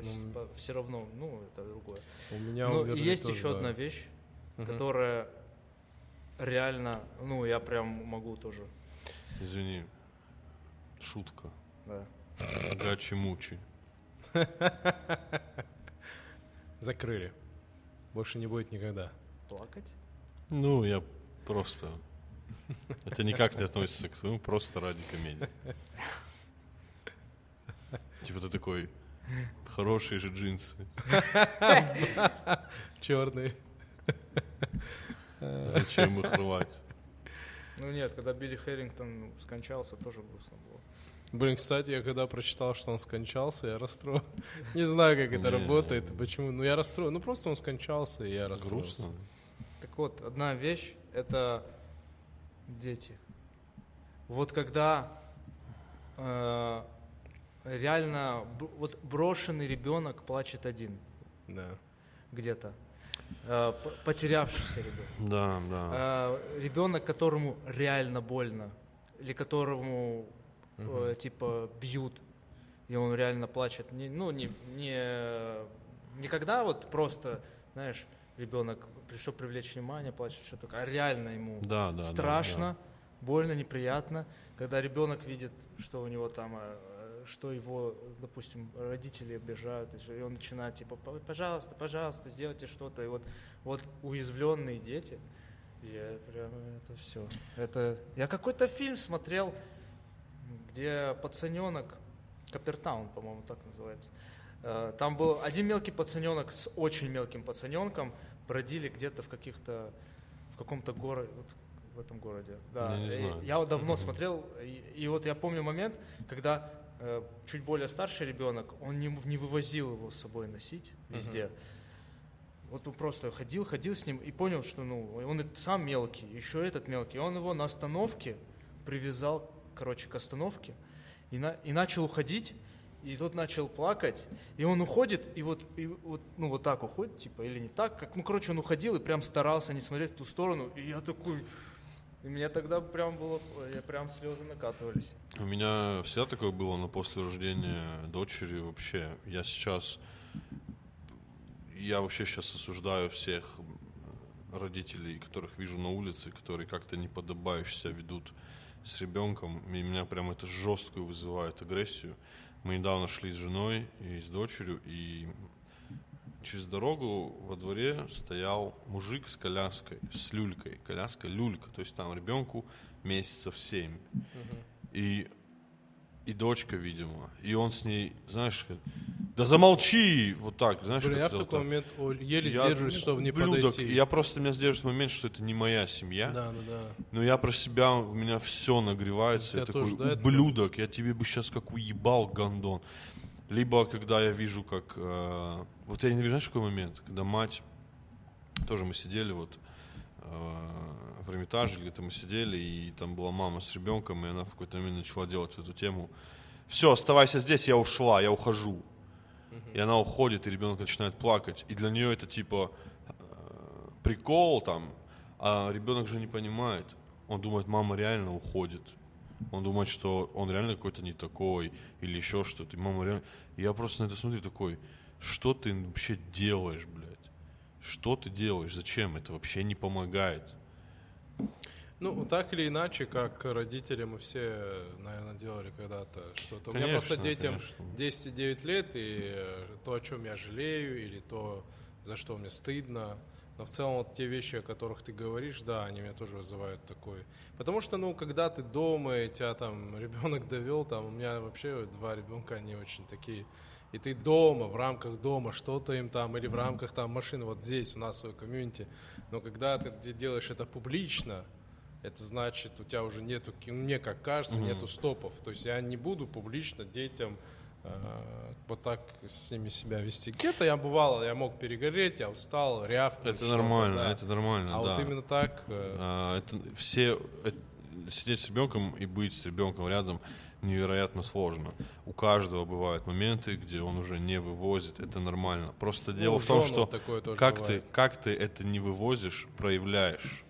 E: Ну,
D: все равно, ну, это другое.
E: У меня
D: Но
E: умерли
D: Ну, есть
E: тоже,
D: еще
E: да.
D: одна вещь,
E: Мгм.
D: которая реально, ну, я прям могу тоже,
C: Извини, шутка.
D: да.
C: Гачи-мучи.
E: Закрыли. Больше не будет никогда.
D: Плакать?
C: Ну, я просто... Это никак не относится к твоему, просто ради комедии. Типа ты такой, хорошие же джинсы.
E: Черный.
C: Зачем их рвать?
D: Ну нет, когда Билли Хэрингтон скончался, тоже грустно было.
E: Блин, кстати, я когда прочитал, что он скончался, я расстроил. Не знаю, как это
C: Не.
E: работает, и почему. Ну, я расстроил. Ну, просто он скончался, и я расстроился.
C: Грустно.
D: Так вот, одна вещь — это дети. Вот когда э, реально б- вот брошенный ребенок плачет один
E: Да.
D: где-то, э, п- потерявшийся ребенок,
C: Да, да.
D: Э, ребенок, которому реально больно, или которому э, типа бьют, и он реально плачет. Не, ну, не, не, не когда вот просто, знаешь, ребенок пришел привлечь внимание, плачет, что такое, а реально ему
C: Да, да, да,
D: страшно, больно, неприятно, когда ребенок видит, что у него там, э, э, что его, допустим, родители обижают, и всё, и он начинает типа, «П- пожалуйста, пожалуйста, сделайте что-то, и вот, вот уязвленные дети, я прям это все, это я какой-то фильм смотрел, где пацаненок, Капертаун, по-моему, так называется. Э, Там был один мелкий пацаненок с очень мелким пацаненком. бродили где-то в каких-то, в каком-то городе, вот в этом городе. Да,
C: Я не
D: И
C: знаю.
D: я вот давно смотрел, и, и вот я помню момент, когда э, чуть более старший ребенок, он не, не вывозил его с собой носить везде. Вот он просто ходил, ходил с ним и понял, что ну он и сам мелкий, еще этот мелкий. И Он его на остановке привязал, короче, к остановке и, на, и начал уходить. И тот начал плакать, и он уходит, и вот, и вот, ну вот так уходит, типа, или не так, как, ну короче, он уходил и прям старался не смотреть в ту сторону, и я такой, и меня тогда прям было, я прям слезы накатывались.
C: У меня всегда такое было, но после рождения дочери вообще. Я сейчас... Я вообще сейчас осуждаю всех родителей, которых вижу на улице, которые как-то неподобающе себя ведут с ребенком. И меня прям это жесткую вызывает агрессию. Мы недавно шли с женой и с дочерью, и через дорогу во дворе стоял мужик с коляской, с люлькой. Коляска люлька, то есть там ребенку месяцев семь. И, и дочка, видимо. И он с ней, знаешь, как, да замолчи! Вот так, знаешь,
E: Блин,
C: как
E: я в
C: делал
E: такой
C: так.
E: момент о, еле
C: Я
E: сдерживаюсь, чтобы не
C: ублюдок.
E: подойти.
C: Я просто меня сдерживает момент, что это не моя семья.
E: Да, да, да.
C: Но Ну, я про себя, у меня все нагревается.
E: Тебя
C: я такой,
E: тоже, да, это
C: ублюдок, я тебе бы сейчас как уебал, гондон. Либо когда я вижу, как... э, вот я не вижу, знаешь, какой момент? Когда мать... Тоже мы сидели вот э, в Эрмитаже, где-то мы сидели, и там была мама с ребенком, и она в какой-то момент начала делать эту тему. Все, оставайся здесь, я ушла, я ухожу. И она уходит, и ребенок начинает плакать. И для нее это типа э, прикол там, а ребенок же не понимает. Он думает, мама реально уходит. Он думает, что он реально какой-то не такой, или еще что-то. И Мама реально... И Я просто на это смотрю такой, что ты вообще делаешь, блядь? Что ты делаешь? Зачем? Это вообще не помогает.
E: Ну, так или иначе, как родители мы все, наверное, делали когда-то что-то. У меня
C: Конечно,
E: просто детям
C: конечно.
E: 10-9 лет, и э, то, о чем я жалею, или то, за что мне стыдно. Но в целом вот те вещи, о которых ты говоришь, да, они меня тоже вызывают такой. Потому что, ну, когда ты дома, и тебя там ребенок довел, там у меня вообще два ребенка, они очень такие. И ты дома, в рамках дома, что-то им там, или в рамках там машины, вот здесь у нас свой комьюнити. Но когда ты де- делаешь это публично, это значит, у тебя уже нету, ки- мне как кажется, нету стопов. То есть я не буду публично детям э, вот так с ними себя вести. Где-то я бывало, я мог перегореть, я устал, рявкнуть.
C: Это
E: что-то,
C: нормально,
E: да.
C: это нормально.
E: А
C: да.
E: вот именно так... э,
C: А, это все э, сидеть с ребенком и быть с ребенком рядом невероятно сложно. У каждого бывают моменты, где он уже не вывозит, это нормально. Просто дело
E: Ну, у
C: в том,
E: жен
C: что
E: вот такое тоже
C: как ты
E: бывает.
C: как ты это не вывозишь, проявляешь.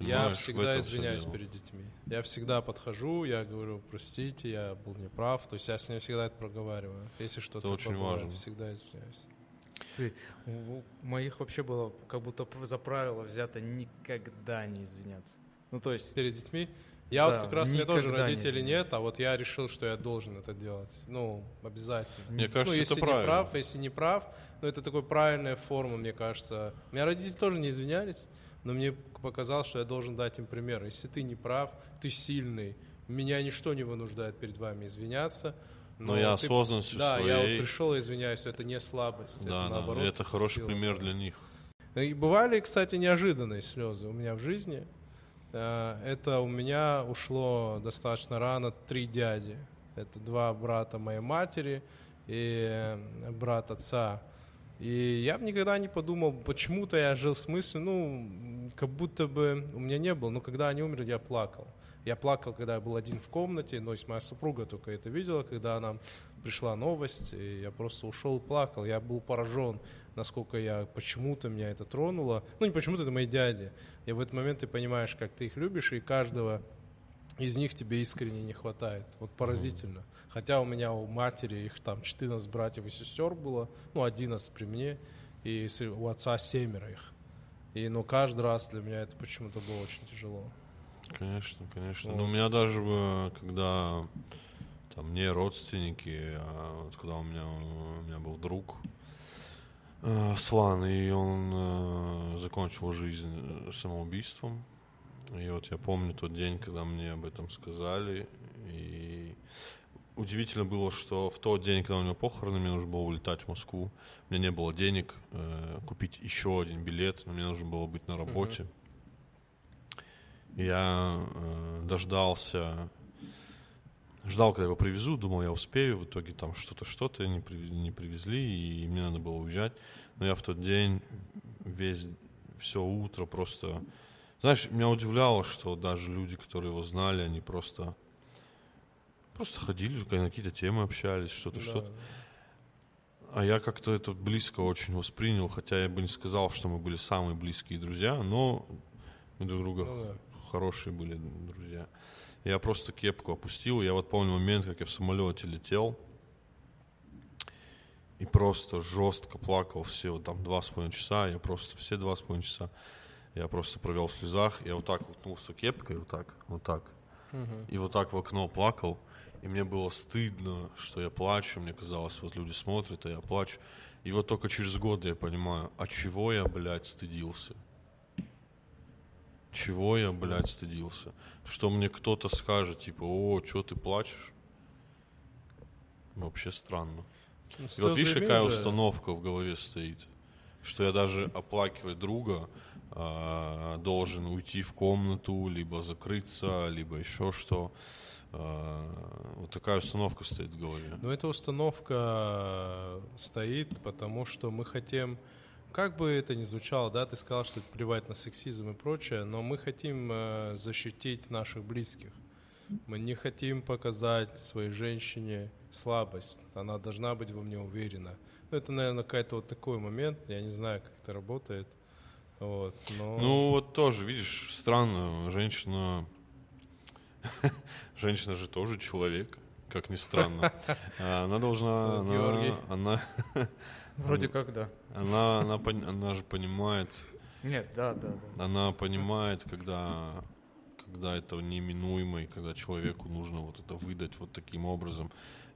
E: Я
C: Понимаешь, в
E: всегда
C: этом всё
E: извиняюсь
C: дело.
E: перед детьми. Я всегда подхожу, я говорю, простите, я был неправ. То есть я с ними всегда это проговариваю. Если что-то
C: очень
E: такое бывает,
C: важно.
E: Всегда извиняюсь.
D: У- У моих вообще было как будто п- за правило взято никогда не извиняться. Ну то есть,
E: Перед детьми. Я
D: Да,
E: вот как раз, мне тоже
D: никогда не
E: родителей
D: извиняюсь.
E: нет, а вот я решил, что я должен это делать. Ну, обязательно.
C: Мне кажется,
E: ну, если
C: это
E: не
C: правильно.
E: прав, если не прав, но это такая правильная форма, мне кажется. У меня родители тоже не извинялись, но мне показалось, что я должен дать им пример. Если ты не прав, ты сильный, меня ничто не вынуждает перед вами извиняться.
C: Но я
E: ты-
C: осознанностью
E: Да, я вот
C: своей-
E: пришел и извиняюсь, что это не слабость,
C: да, да,
E: это наоборот.
C: это хороший
E: сила.
C: пример для них.
E: И бывали, кстати, неожиданные слезы у меня в жизни. Э, Это у меня ушло достаточно рано три дяди. Это два брата моей матери и э, брат отца. И я бы никогда не подумал, почему-то я жил с мыслью, ну, как будто бы у меня не было. Но когда они умерли, я плакал. Я плакал, когда я был один в комнате, но есть моя супруга только это видела, когда нам пришла новость, и я просто ушел и плакал. Я был поражен, насколько я почему-то меня это тронуло. Ну, не почему-то, это мои дяди. И в этот момент ты понимаешь, как ты их любишь, и каждого из них тебе искренне не хватает. Вот поразительно. Хотя у меня у матери их там 14 братьев и сестер было, ну, 11 при мне, и с- у отца семеро их. И, ну, каждый раз для меня это почему-то было очень тяжело.
C: Конечно, конечно.
E: Вот.
C: Но у меня даже, э, когда там мне родственники, а вот когда у меня, у меня был друг э, Слан, и он э, закончил жизнь э, самоубийством. И вот я помню тот день, когда мне об этом сказали, и удивительно было, что в тот день, когда у него похороны, мне нужно было улетать в Москву. У меня не было денег э, купить еще один билет, но мне нужно было быть на работе. Я э, дождался, ждал, когда его привезут, думал, я успею. В итоге там что-то, что-то не, прив- не привезли, и мне надо было уезжать. Но я в тот день весь, все утро просто... Знаешь, меня удивляло, что даже люди, которые его знали, они просто... Просто ходили, на какие-то темы общались, что-то, что-то. А я как-то это близко очень воспринял, хотя я бы не сказал, что мы были самые близкие друзья, но мы друг друга
E: Ну да.
C: хорошие были друзья. Я просто кепку опустил. Я вот помню момент, как я в самолете летел и просто жестко плакал все вот там два с половиной часа. Я просто все два с половиной часа я просто провел в слезах. Я вот так уткнулся кепкой, вот так, вот так. И вот так в окно плакал. И мне было стыдно, что я плачу. Мне казалось, вот люди смотрят, а я плачу. И вот только через годы я понимаю, а чего я, блядь, стыдился? Чего я, блядь, стыдился? Что мне кто-то скажет, типа, о, что ты плачешь? Вообще странно.
E: Ну,
C: И вот
E: слезы
C: видишь, какая
E: имеют же-
C: установка в голове стоит. Что я даже оплакивать друга а, должен уйти в комнату, либо закрыться, либо еще что. А, вот такая установка стоит в голове.
E: Но эта установка стоит, потому что мы хотим, как бы это ни звучало, да, ты сказал, что это плевать на сексизм и прочее, но мы хотим э, защитить наших близких. Мы не хотим показать своей женщине слабость. Она должна быть во мне уверена. Ну, это, наверное, какой-то вот такой момент. Я не знаю, как это работает. Вот, но...
C: Ну вот тоже, видишь, странно, женщина... Женщина же тоже человек, как ни странно. А, Она должна...
E: Ну,
C: она-
E: Георгий.
C: Она,
D: Вроде как, да.
C: она, она, пон- она же понимает,
D: Нет, да, да, да.
C: она понимает, когда, когда это неминуемо, и когда человеку нужно вот это выдать вот таким образом.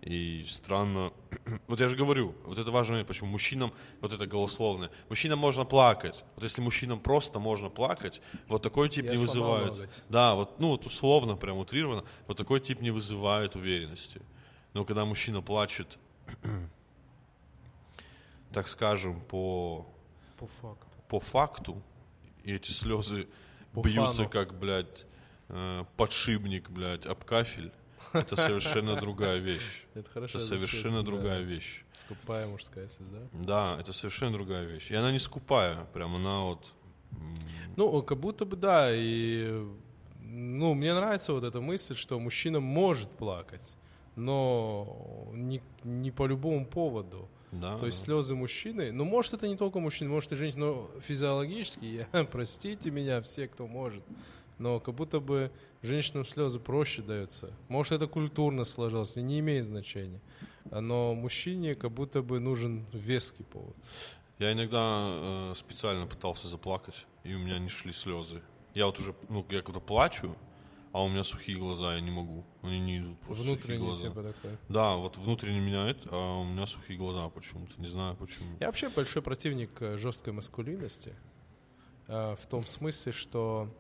C: И странно, вот я же говорю, вот это важный момент, почему мужчинам, вот это голословное, мужчинам можно плакать, вот если мужчинам просто можно плакать, вот такой тип
E: Я
C: не
E: сломал
C: вызывает,
E: ноготь.
C: да, вот, ну вот условно, прям утрированно, вот такой тип не вызывает уверенности. Но когда мужчина плачет, так скажем, по
D: По факту.
C: по факту, и эти слезы
E: По
C: бьются,
E: фану.
C: как, блядь, э, подшипник, блядь, об кафель, это совершенно другая вещь.
E: это хорошо.
C: Это совершенно другая вещь.
E: Скупая мужская слеза.
C: Да, это совершенно другая вещь. И она не скупая, прям она вот... м,
E: Ну, как будто бы да, и ну, мне нравится вот эта мысль, что мужчина может плакать, но не, не по любому поводу.
C: Да,
E: То есть
C: да.
E: слезы мужчины, ну, может, это не только мужчин, может, и женщин, но физиологически, я, простите меня, все, кто может, но как будто бы женщинам слезы проще даются. Может, это культурно сложилось, не имеет значения. Но мужчине как будто бы нужен веский повод.
C: Я иногда э, специально пытался заплакать, и у меня не шли слезы. Я вот уже, ну, я когда плачу, а у меня сухие глаза, я не могу. Они не идут просто сухие
E: Внутренний
C: глаза.
E: типа такой.
C: Да, вот внутренне меня это, а у меня сухие глаза почему-то. Не знаю почему.
E: Я вообще большой противник э, жесткой маскулинности э, в том смысле, что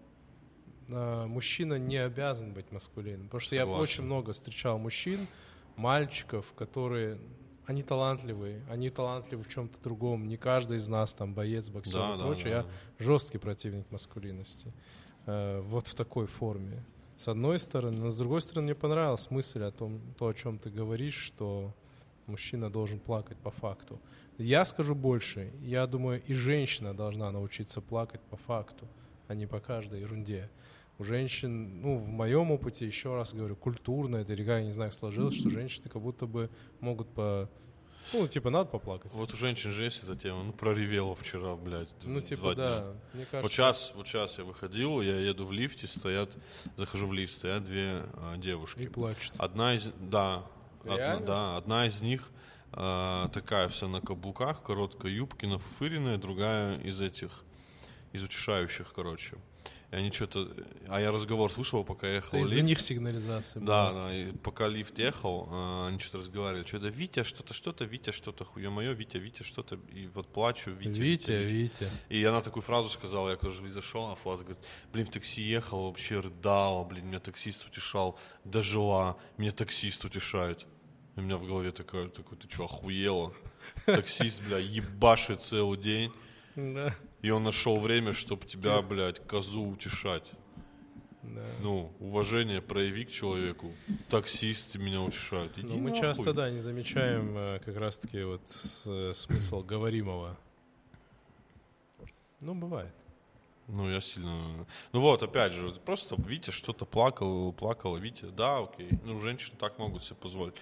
E: э, мужчина не обязан быть маскулином. Потому что я
C: Согласен.
E: очень много встречал мужчин, мальчиков, которые они талантливые, они талантливы в чем-то другом. Не каждый из нас там боец, боксер
C: Да,
E: и
C: да,
E: прочее.
C: да,
E: я
C: да.
E: жесткий противник маскулинности. Э, вот в такой форме. С одной стороны, но с другой стороны, мне понравилась мысль о том, то, о чем ты говоришь, что мужчина должен плакать по факту. Я скажу больше. Я думаю, и женщина должна научиться плакать по факту, а не по каждой ерунде. У женщин, ну, в моем опыте, еще раз говорю, культурно это река, я не знаю, сложилось, что женщины как будто бы могут по... Ну, типа, надо поплакать.
C: Вот у женщин же есть эта тема. Ну, проревела вчера, блядь.
E: ну,
C: д-
E: типа,
C: два дня.
E: да. Мне кажется,
C: Вот сейчас, вот сейчас я выходил, я еду в лифте, стоят, захожу в лифт, стоят две э, девушки.
E: и плачут.
C: Одна из, да, одна,
E: Реально?
C: да, одна из них э, такая вся на каблуках, короткой юбке, нафуфыренная, другая из этих, из утешающих, короче. И они что-то... А я разговор слушал, пока ехал
E: Из-за
C: лифт.
E: них сигнализация.
C: Да, да, и пока лифт ехал, а, они что-то разговаривали. Что-то Витя, что-то, что-то, Витя, что-то, хуе мое, Витя, Витя, что-то. И вот плачу, Витя,
E: Витя,
C: Витя.
E: Витя.
C: И она такую фразу сказала, я тоже зашел на флаз, говорит, блин, в такси ехал, вообще рыдала, блин, меня таксист утешал, дожила, меня таксист утешает. И у меня в голове такая, такой, ты что, охуела? Таксист, бля, ебашит целый день,
E: Да,
C: и он нашел время, чтобы тебя, блядь, козу утешать.
E: да.
C: Ну, уважение прояви к человеку. Таксисты меня утешают. Иди
E: Ну, мы
C: нахуй.
E: часто, да, не замечаем э, как раз-таки вот с- э, смысл говоримого. Ну, бывает.
C: Ну, я сильно... Ну вот, опять же, вот просто Витя что-то плакал, плакала Витя. Да, окей. Ну, женщины так могут себе позволить.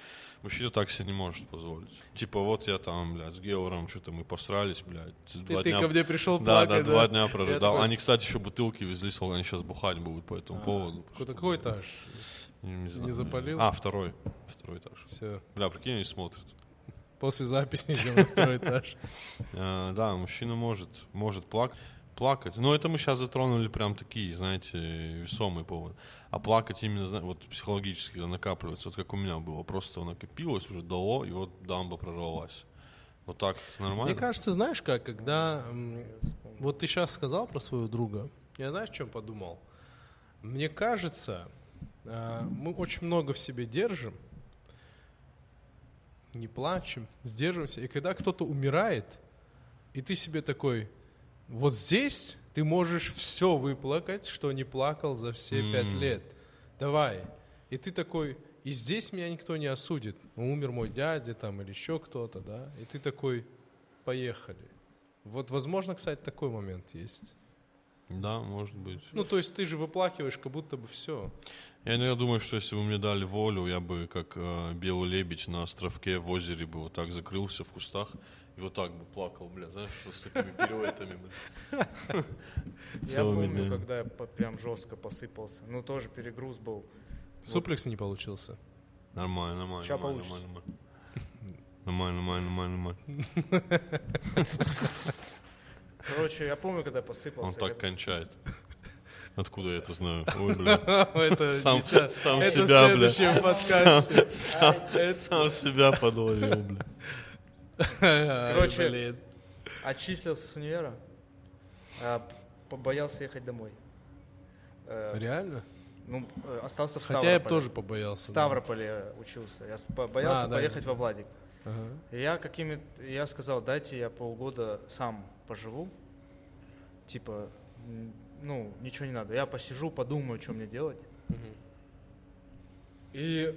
C: Мужчина так себе не может позволить. Типа, вот я там, блядь, с Геором что-то мы посрались, блядь. Два дня...
E: мне пришел
C: Да, да, два дня
E: Я
C: прорыдал.
E: такой- А,
C: Они, кстати, еще бутылки везли, сказал, они сейчас бухать будут по этому поводу.
E: Какой,
C: Чтобы-
E: какой этаж?
C: Не, не знаю.
E: запалил?
C: А, второй. Второй этаж.
E: Все.
C: Бля, прикинь, они смотрят.
E: После записи идем на второй этаж.
C: Э, Да, мужчина может, может плак- плакать. Но это мы сейчас затронули прям такие, знаете, весомые поводы. А плакать именно, зна- вот психологически когда накапливается, вот как у меня было. Просто накопилось, уже дало, и вот дамба прорвалась. Вот так нормально?
E: Мне кажется, знаешь как, когда... м, Вот ты сейчас сказал про своего друга. Я знаешь, о чем подумал? Мне кажется, э, мы очень много в себе держим, не плачем, сдерживаемся. И когда кто-то умирает, и ты себе такой, вот здесь ты можешь все выплакать, что не плакал за все
C: М.
E: пять лет. Давай. И ты такой, и здесь меня никто не осудит. Ну, умер мой дядя там или еще кто-то, да. И ты такой, поехали. Вот, возможно, кстати, такой момент есть.
C: Да, может быть.
E: Ну, то есть ты же выплакиваешь, как будто бы все.
C: Я иногда думаю, что если бы мне дали волю, я бы как э, белый лебедь на островке в озере бы вот так закрылся в кустах и вот так бы плакал, бля, знаешь, что с такими пируэтами, бля.
D: Я
C: Целыми
D: помню,
C: днями.
D: когда я по- прям жестко посыпался. Ну, тоже перегруз был.
E: Суплекс не получился.
C: Нормально, нормально.
D: Ща
C: нормально,
D: получится.
C: нормально, Нормально, нормально, нормально, нормально.
D: Короче, я помню, когда я посыпался.
C: Он так
D: я-
C: кончает. Откуда я это знаю? Ой, бля.
E: Это
C: Сам,
E: сейчас.
C: сам
E: Это в
C: себя, бля.
E: следующем подкасте.
C: Сам, сам себя подловил, бля.
D: Короче,
E: Блин.
D: Отчислился с универа, а, побоялся ехать домой. Э,
E: Реально?
D: Ну, э, остался в Ставрополе.
E: Хотя я бы тоже побоялся.
D: В
E: да.
D: Ставрополе учился. Я с- побоялся
E: А, да,
D: поехать
E: да.
D: во Владик.
E: Ага.
D: И Я какими я сказал, дайте я полгода сам поживу, типа, м, ну ничего не надо, я посижу, подумаю, что мне делать. И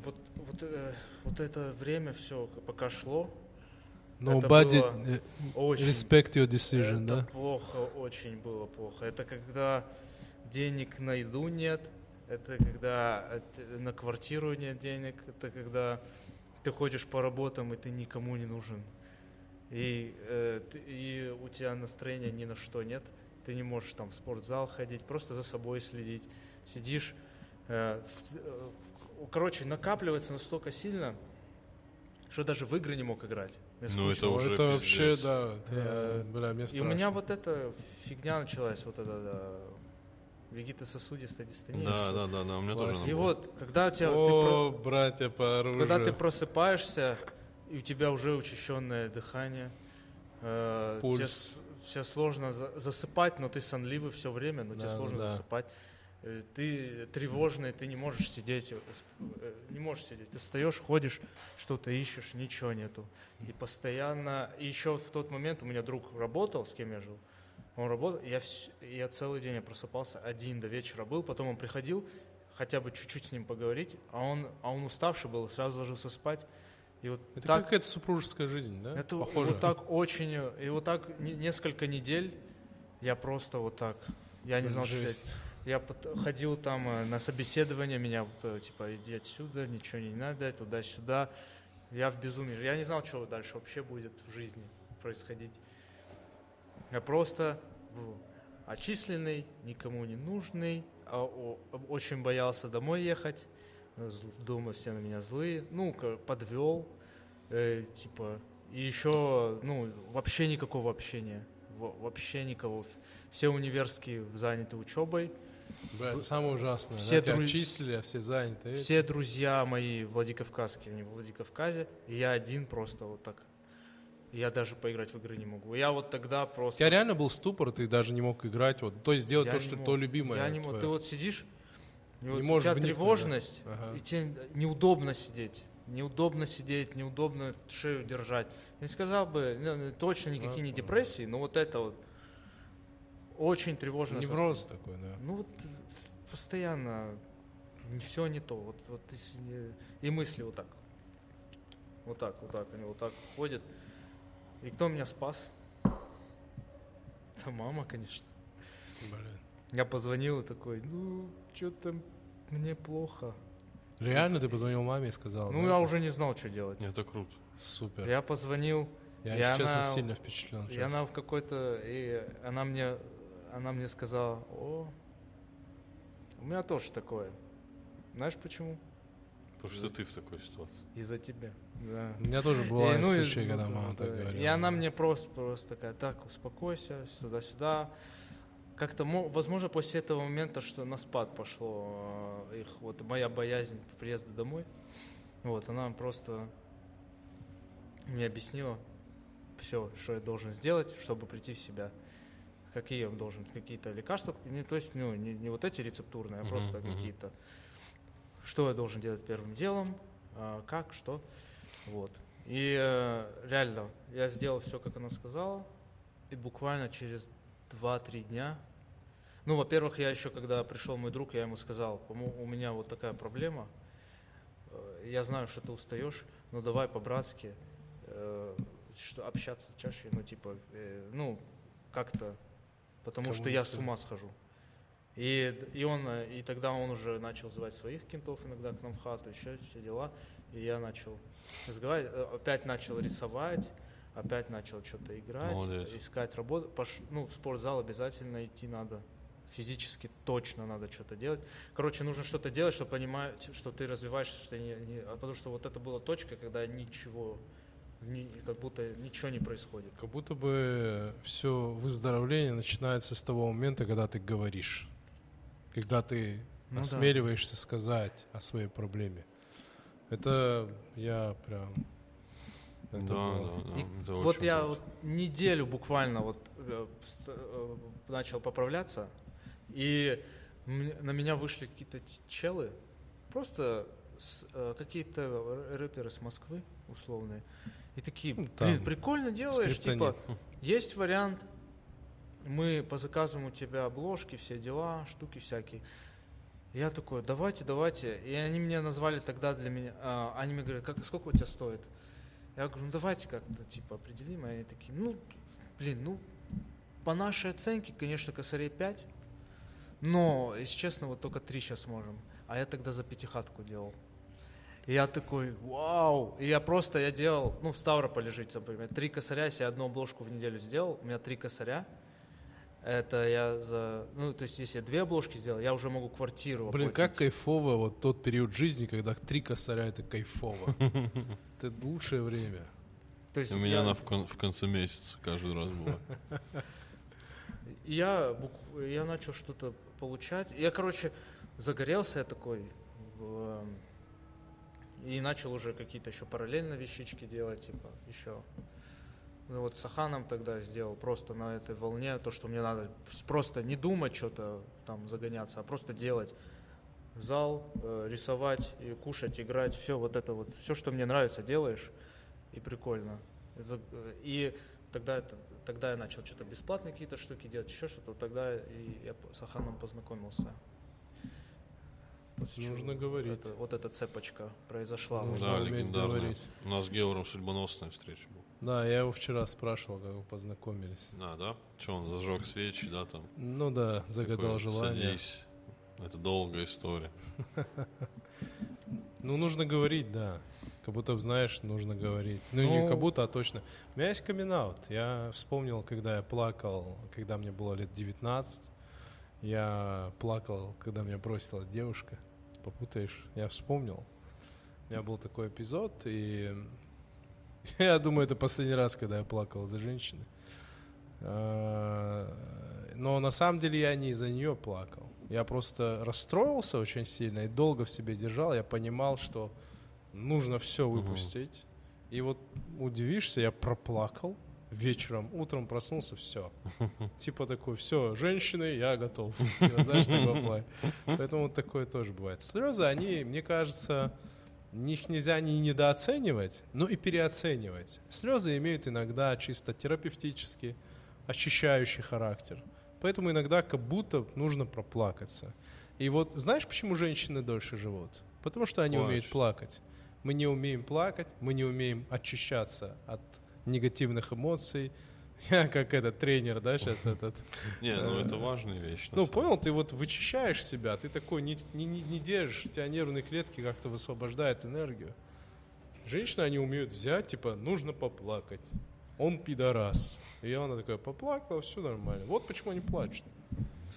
D: вот вот э, вот это время все пока шло,
E: No
D: Это
E: body,
D: было
E: э,
D: очень
E: respect your decision,
D: это
E: да?
D: плохо, очень было плохо. Это когда денег на еду нет, это когда э, т- на квартиру нет денег, это когда ты ходишь по работам и ты никому не нужен. И, э, ты- и у тебя настроения ни на что нет. Ты не можешь там в спортзал ходить, просто за собой следить. Сидишь. э, в- э, в- короче, накапливается настолько сильно, что даже в игры не мог играть. Мне
C: Ну,
E: О,
C: это уже
E: это вообще,
C: пиздец.
E: да, это,
D: Э,
E: бля, мне
D: и у меня
E: страшно.
D: вот эта фигня началась, вот эта да, вегетососудистая дистония.
C: Да, да, да, да, у меня тоже.
E: Класс.
C: она
D: И
C: была.
D: вот, когда у тебя, ты
E: О, братья по
D: про-
E: оружию.
D: когда ты просыпаешься, и у тебя уже учащенное дыхание, э,
E: Пульс.
D: тебе, с- тебе сложно за- засыпать, но ты сонливый все время, но тебе
E: Да,
D: сложно
E: да.
D: засыпать. Э, Ты тревожный, ты не можешь сидеть, э, усп- э, не можешь сидеть. Ты встаешь, ходишь, что-то ищешь, ничего нету. И постоянно, и еще в тот момент у меня друг работал, с кем я жил, он работал, я, вс- я целый день я просыпался, один до вечера был, потом он приходил, хотя бы чуть-чуть с ним поговорить, а он, а он уставший был, сразу ложился спать. И вот
E: Это
D: так,
E: какая-то супружеская жизнь, да?
D: это
E: Похоже.
D: вот так очень, э, и вот так не- несколько недель я просто вот так, я не знал, что делать.
E: Жесть.
D: Я пот- ходил там э, на собеседование, меня э, типа иди отсюда, ничего не надо, туда-сюда. Я в безумии. Я не знал, что дальше вообще будет в жизни происходить. Я просто был отчисленный, никому не нужный, а о- очень боялся домой ехать. э, зл- Дома все на меня злые. Ну, ка- подвел. э, типа, и еще, ну, вообще никакого общения. вообще никого. Все универские заняты учебой.
E: Бля, это самое ужасное.
D: Все
E: Все тебя
D: друз-
E: отчислили, а все заняты. Э,
D: Все друзья мои владикавказские, они в Владикавказе. и Я один просто вот так. Я даже поиграть в игры не могу. Я вот тогда
E: У
D: просто...
E: тебя реально был ступор, ты даже не мог играть, вот, то есть делать
D: Я
E: то,
D: не
E: что
D: мог.
E: то любимое.
D: Я не мог.
E: твое.
D: Ты вот сидишь, и вот у
E: можешь
D: тебя
E: вникнуть, да.
D: тревожность,
E: Ага.
D: и тебе неудобно сидеть. Неудобно сидеть, неудобно шею держать. Я не сказал бы, ну, ну, точно никакие не депрессии, но вот это вот очень тревожно.
E: Невроз такой, да.
D: Ну вот э, постоянно все не то. Вот, вот ты с- не- и мысли вот так. Вот так, вот так, они вот так ходят. И кто меня спас? Да мама, конечно.
E: Блин.
D: Я позвонил и такой, ну, что-то мне плохо.
E: Реально ты позвонил маме и сказал?
D: Ну,
E: А, да,
D: я
E: это
D: уже не знал, что делать.
C: Это круто.
E: Супер. Я,
D: Я позвонил, и
E: если честно,
D: она-
E: сильно впечатлен.
D: и
E: сейчас.
D: она в какой-то... И она мне, она мне сказала, о, у меня тоже такое. Знаешь почему?
C: Потому что ты в такой ситуации.
D: Из-за тебя. Да.
E: У меня тоже
D: И,
E: бывали
D: ну, и-
E: случаи,
D: ну,
E: когда
D: да,
E: мама
D: да.
E: так говорила.
D: И она мне просто, просто такая, так, успокойся, сюда-сюда. Как-то, мо- возможно, после этого момента, что на спад пошло э, их, вот моя боязнь приезда домой, вот, она просто мне объяснила все, что я должен сделать, чтобы прийти в себя. Какие я должен, какие-то лекарства, не, то есть, ну, не, не вот эти рецептурные, а
C: Мгм,
D: просто
C: мгм.
D: какие-то. Что я должен делать первым делом, а, как, что. Вот. И э, реально, я сделал все, как она сказала, и буквально через 2-3 дня, ну, во-первых, я еще, когда пришел мой друг, я ему сказал, «По-мо- у меня вот такая проблема, Э, я знаю, что ты устаешь, но давай по-братски э, что, общаться чаще, ну, типа, э, ну, как-то, потому что я с
E: Коммуницировать.
D: ума схожу. И, д- и он, э, и тогда он уже начал звать своих кентов иногда к нам в хату, еще все дела. И я начал разговаривать, э, опять начал рисовать, опять начал что-то играть,
C: Молодец.
D: искать работу. Пош- Ну, в спортзал обязательно идти надо. Физически точно надо что-то делать. Короче, нужно что-то делать, чтобы понимать, что ты развиваешься, что ты не, не- а потому что вот это была точка, когда ничего, ни- как будто ничего не происходит.
E: Как будто бы все выздоровление начинается с того момента, когда ты говоришь. Когда ты
D: Ну да.
E: осмеливаешься сказать о своей проблеме. Это я прям...
C: Да,
E: это
C: да,
E: было.
C: да.
D: И
C: это
D: вот
C: очень
D: я
C: круто.
D: вот неделю буквально вот э, ст- э, начал поправляться, и м- на меня вышли какие-то т- челы, просто с- э, какие-то р- рэперы с Москвы условные, и такие,
E: Ну,
D: блин,
E: там
D: прикольно делаешь,
E: скриптонит.
D: типа, есть вариант, мы по заказам у тебя обложки, все дела, штуки всякие. Я такой, давайте, давайте. И они меня назвали тогда для меня. а, они мне говорят, как, сколько у тебя стоит? Я говорю, ну давайте как-то типа определим. И они такие, ну, блин, ну, по нашей оценке, конечно, косарей 5. Но, если честно, вот только 3 сейчас можем. А я тогда за пятихатку делал. И я такой, вау. И я просто, я делал, ну, в Ставрополе жить, например, три косаря, если я одну обложку в неделю сделал, у меня три косаря. Это я за... Ну, то есть, если я две обложки сделал, я уже могу квартиру
E: Блин, как
D: оплатить.
E: кайфово вот тот период жизни, когда три косаря — это кайфово. Это лучшее время.
D: То есть
C: У меня
D: я-
C: она в, кон- в конце месяца каждый раз была.
D: И Я, бук- я начал что-то получать. Я, короче, загорелся я такой. в- И начал уже какие-то еще параллельно вещички делать, типа, еще. Ну вот с Саханом тогда сделал, просто на этой волне, то, что мне надо с- просто не думать что-то там загоняться, а просто делать. Зал, э, рисовать, и кушать, играть, все вот это вот, все, что мне нравится, делаешь, и прикольно. Это, э, и тогда, это, тогда я начал что-то бесплатные какие-то штуки делать, еще что-то, тогда и я п- с Аханом познакомился. После чего
E: Нужно говорить.
D: это- вот эта цепочка произошла.
E: Нужно
C: Ну Да,
E: уметь
C: легендарная.
E: говорить.
C: У нас с Геором судьбоносная встреча была.
E: Да, я его вчера спрашивал, как вы познакомились.
C: А, да? Че, он зажег свечи, да, там?
E: Ну да, загадал
C: Такой,
E: желание.
C: Садись. Это долгая история.
E: Ну, нужно говорить, да. Как будто, б, знаешь, нужно говорить. Ну,
D: Ну.
E: не как будто, а точно. У меня есть камин Я вспомнил, когда я плакал, когда мне было лет 19. Я плакал, когда меня бросила девушка. Попутаешь? Я вспомнил. У меня был такой эпизод, и я думаю, это последний раз, когда я плакал за женщины. Э, Но на самом деле я не из-за нее плакал. Я просто расстроился очень сильно и долго в себе держал. Я понимал, что нужно все выпустить. И вот удивишься, я проплакал вечером, утром проснулся, все. Типа такой, все, женщины, я готов. Знаешь, такой плай. Поэтому вот такое тоже бывает. Слезы, они, мне кажется, их нельзя ни недооценивать, но и переоценивать. Слезы имеют иногда чисто терапевтический, очищающий характер. Поэтому иногда как будто нужно проплакаться. И вот знаешь, почему женщины дольше живут? Потому что они
C: Плачут.
E: умеют плакать. Мы не умеем плакать, мы не умеем очищаться от негативных эмоций. Я как этот тренер, да, сейчас этот.
C: Не, ну это важная вещь. на
E: Ну,
C: самом
E: понял, ты вот вычищаешь себя, ты такой не, не, не- не держишь, у тебя нервные клетки как-то высвобождают энергию. Женщины, они умеют взять, типа, нужно поплакать. Он пидорас. И она такая, поплакала, все нормально. Вот почему они плачут.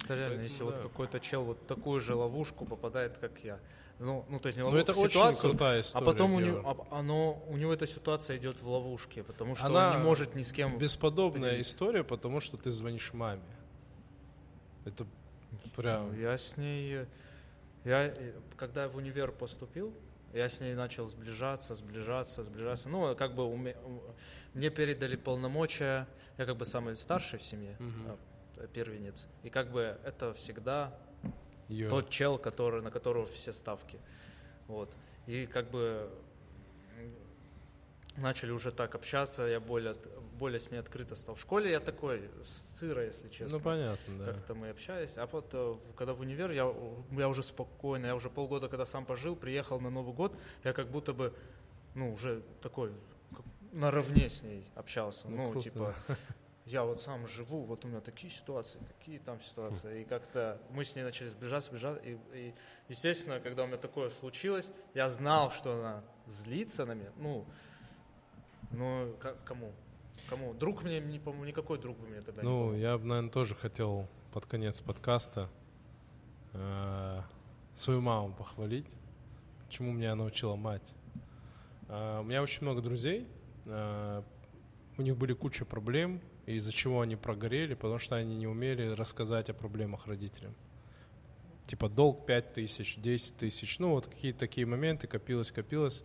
D: Что реально,
E: Поэтому
D: если
E: да.
D: вот какой-то чел вот в такую же ловушку попадает, как я. Ну, ну то есть не
E: Ну,
D: ловушку,
E: это
D: в
E: очень
D: ситуацию,
E: крутая история,
D: А потом у
E: Гео.
D: него, а- оно, у него эта ситуация идет в ловушке, потому что
E: Она
D: он не может ни с кем...
E: Бесподобная
D: поделись.
E: история, потому что ты звонишь маме. Это прям...
D: Ну, Я с ней... Я, э, когда в универ поступил, я с ней начал сближаться, сближаться, сближаться. Ну, как бы уме- у- мне передали полномочия, я как бы самый старший в семье, а, первенец. И как бы это всегда
E: её.
D: тот чел, который, на которого все ставки. Вот. И как бы м, начали уже так общаться, я более, от- более с ней открыто стал. В школе я такой, сыро, если честно.
E: Ну, понятно, да.
D: Как-то мы общались. А вот э, в- когда в универ, я, у- я уже спокойно, я уже полгода, когда сам пожил, приехал на Новый год, я как будто бы, ну, уже такой, как наравне с ней общался.
E: Ну,
D: Ну,
E: круто,
D: типа, я вот сам живу, вот у меня такие ситуации, такие там ситуации. И как-то мы с ней начали сближаться, сближаться. И, и, естественно, когда у меня такое случилось, я знал, что она злится на меня. Ну, ну, ка- кому? Кому? Друг мне, не, по никакой друг бы мне тогда не
E: Ну, я бы, наверное, тоже хотел под конец подкаста э, свою маму похвалить, чему меня научила мать. Э, у меня очень много друзей, э, у них были куча проблем, и из-за чего они прогорели, потому что они не умели рассказать о проблемах родителям. Типа долг 5 тысяч, 10 тысяч, ну вот какие-то такие моменты, копилось, копилось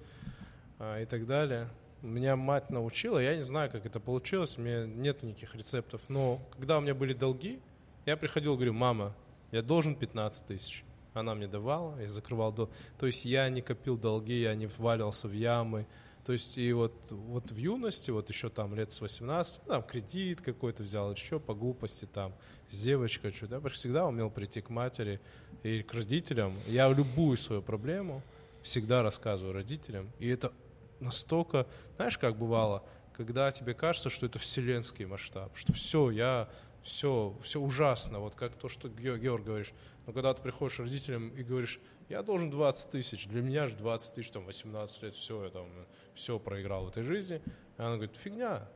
E: а, и так далее. Меня мать научила, я не знаю, как это получилось, у меня нет никаких рецептов, но когда у меня были долги, я приходил и говорю, мама, я должен 15 тысяч. Она мне давала, я закрывал долг. То есть я не копил долги, я не вваливался в ямы. То есть и вот, вот в юности, вот еще там лет с 18, ну, там кредит какой-то взял, еще по глупости там, с девочкой что-то. Я почти всегда умел прийти к матери и к родителям. Я любую свою проблему всегда рассказываю родителям. И это настолько, знаешь, как бывало, когда тебе кажется, что это вселенский масштаб, что все, я, все, все ужасно, вот как то, что Ге- Георг говоришь. Но когда ты приходишь к родителям и говоришь, я должен 20 тысяч, для меня же 20 тысяч, там, 18 лет, все, я там, все проиграл в этой жизни. И она говорит, фигня,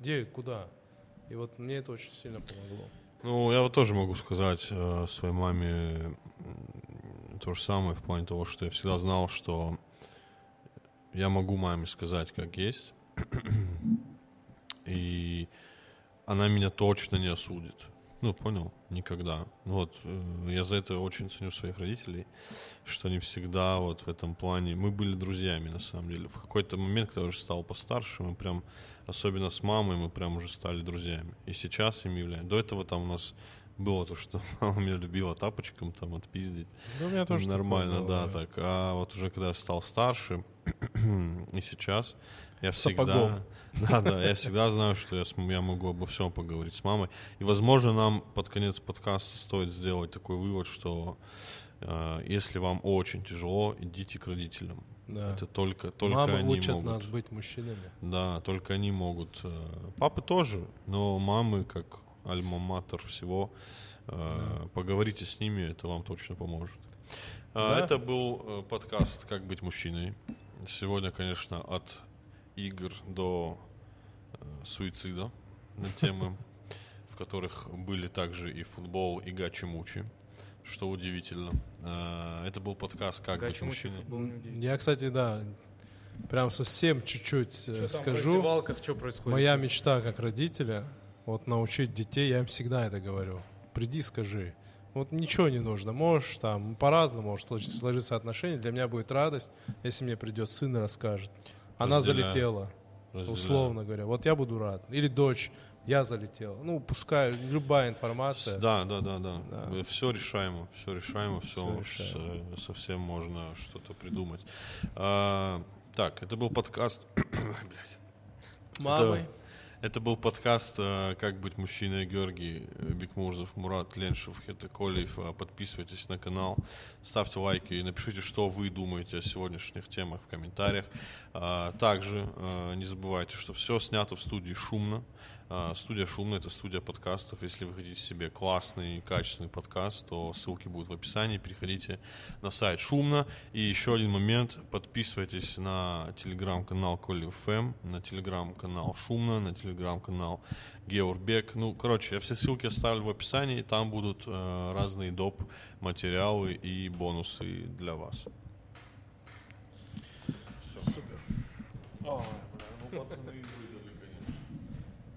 E: где, куда? И вот мне это очень сильно помогло.
C: Ну, я вот тоже могу сказать э, своей маме м, то же самое в плане того, что я всегда знал, что я могу маме сказать, как есть, и она меня точно не осудит. Ну, понял? Никогда. Ну Вот, э, я за это очень ценю своих родителей, что они всегда вот в этом плане... Мы были друзьями, на самом деле. В какой-то момент, когда я уже стал постарше, мы прям особенно с мамой, мы прям уже стали друзьями. И сейчас им являемся. До этого там у нас было то, что мама меня любила тапочком там отпиздить.
E: Да, у меня
C: Нормально, да, так. А вот уже когда я стал старше, и сейчас, я всегда...
E: Сапогом.
C: Да, да, я всегда знаю, что я, см- я могу обо всем поговорить с мамой. И, возможно, нам под конец подкаста стоит сделать такой вывод, что э, если вам очень тяжело, идите к родителям.
E: Да.
C: Это только, только
E: Мамы
C: они
E: учат
C: могут.
E: нас быть мужчинами.
C: Да, только они могут. э, Папы тоже, но мамы, как альма-матер всего, э, поговорите с ними, это вам точно поможет. А,
E: Да.
C: Это был э, подкаст «Как быть мужчиной». Сегодня, конечно, от игр до э, суицида на темы, в которых были также и футбол, и гачи-мучи, что удивительно. Э, Это был подкаст «Как быть
D: Гачи-мучи
C: мужчиной».
D: футбол не удивительно.
E: Я, кстати, да, прям совсем чуть-чуть э,
D: Чё там в
E: скажу.
D: раздевалках, что происходит?
E: Моя мечта как родителя Вот научить детей, я им всегда это говорю. Приди, скажи. Вот ничего не нужно. Можешь там, по-разному может сложиться, сложиться отношения. Для меня будет радость, если мне придет сын и расскажет. Она
C: Разделяю.
E: залетела.
C: Разделяю.
E: Условно говоря. Вот я буду рад. Или дочь, я залетел. Ну, пускай любая информация.
C: Да, да, да, да. Все решаемо, все решаемо, все,
E: Всё решаемо.
C: э, совсем можно что-то придумать. А, так, это был подкаст. Блядь.
E: Мамой.
C: Это, это был подкаст э, «Как быть мужчиной» Георгий э, Бекмурзов, Мурат Леншев, Хета Колев. Э, Подписывайтесь на канал, ставьте лайки и напишите, что вы думаете о сегодняшних темах в комментариях. А, Также э, не забывайте, что все снято в студии «Шумно». А, Студия «Шумно» — это студия подкастов. Если вы хотите себе классный, качественный подкаст, то ссылки будут в описании. Переходите на сайт «Шумно». И еще один момент. Подписывайтесь на телеграм-канал «Коли ФМ», на телеграм-канал «Шумно», на телеграм-канал «Георбек». Ну, короче, я все ссылки оставлю в описании. Там будут э, разные доп. материалы и бонусы для вас.
E: Супер.
A: А, бля, ну пацаны,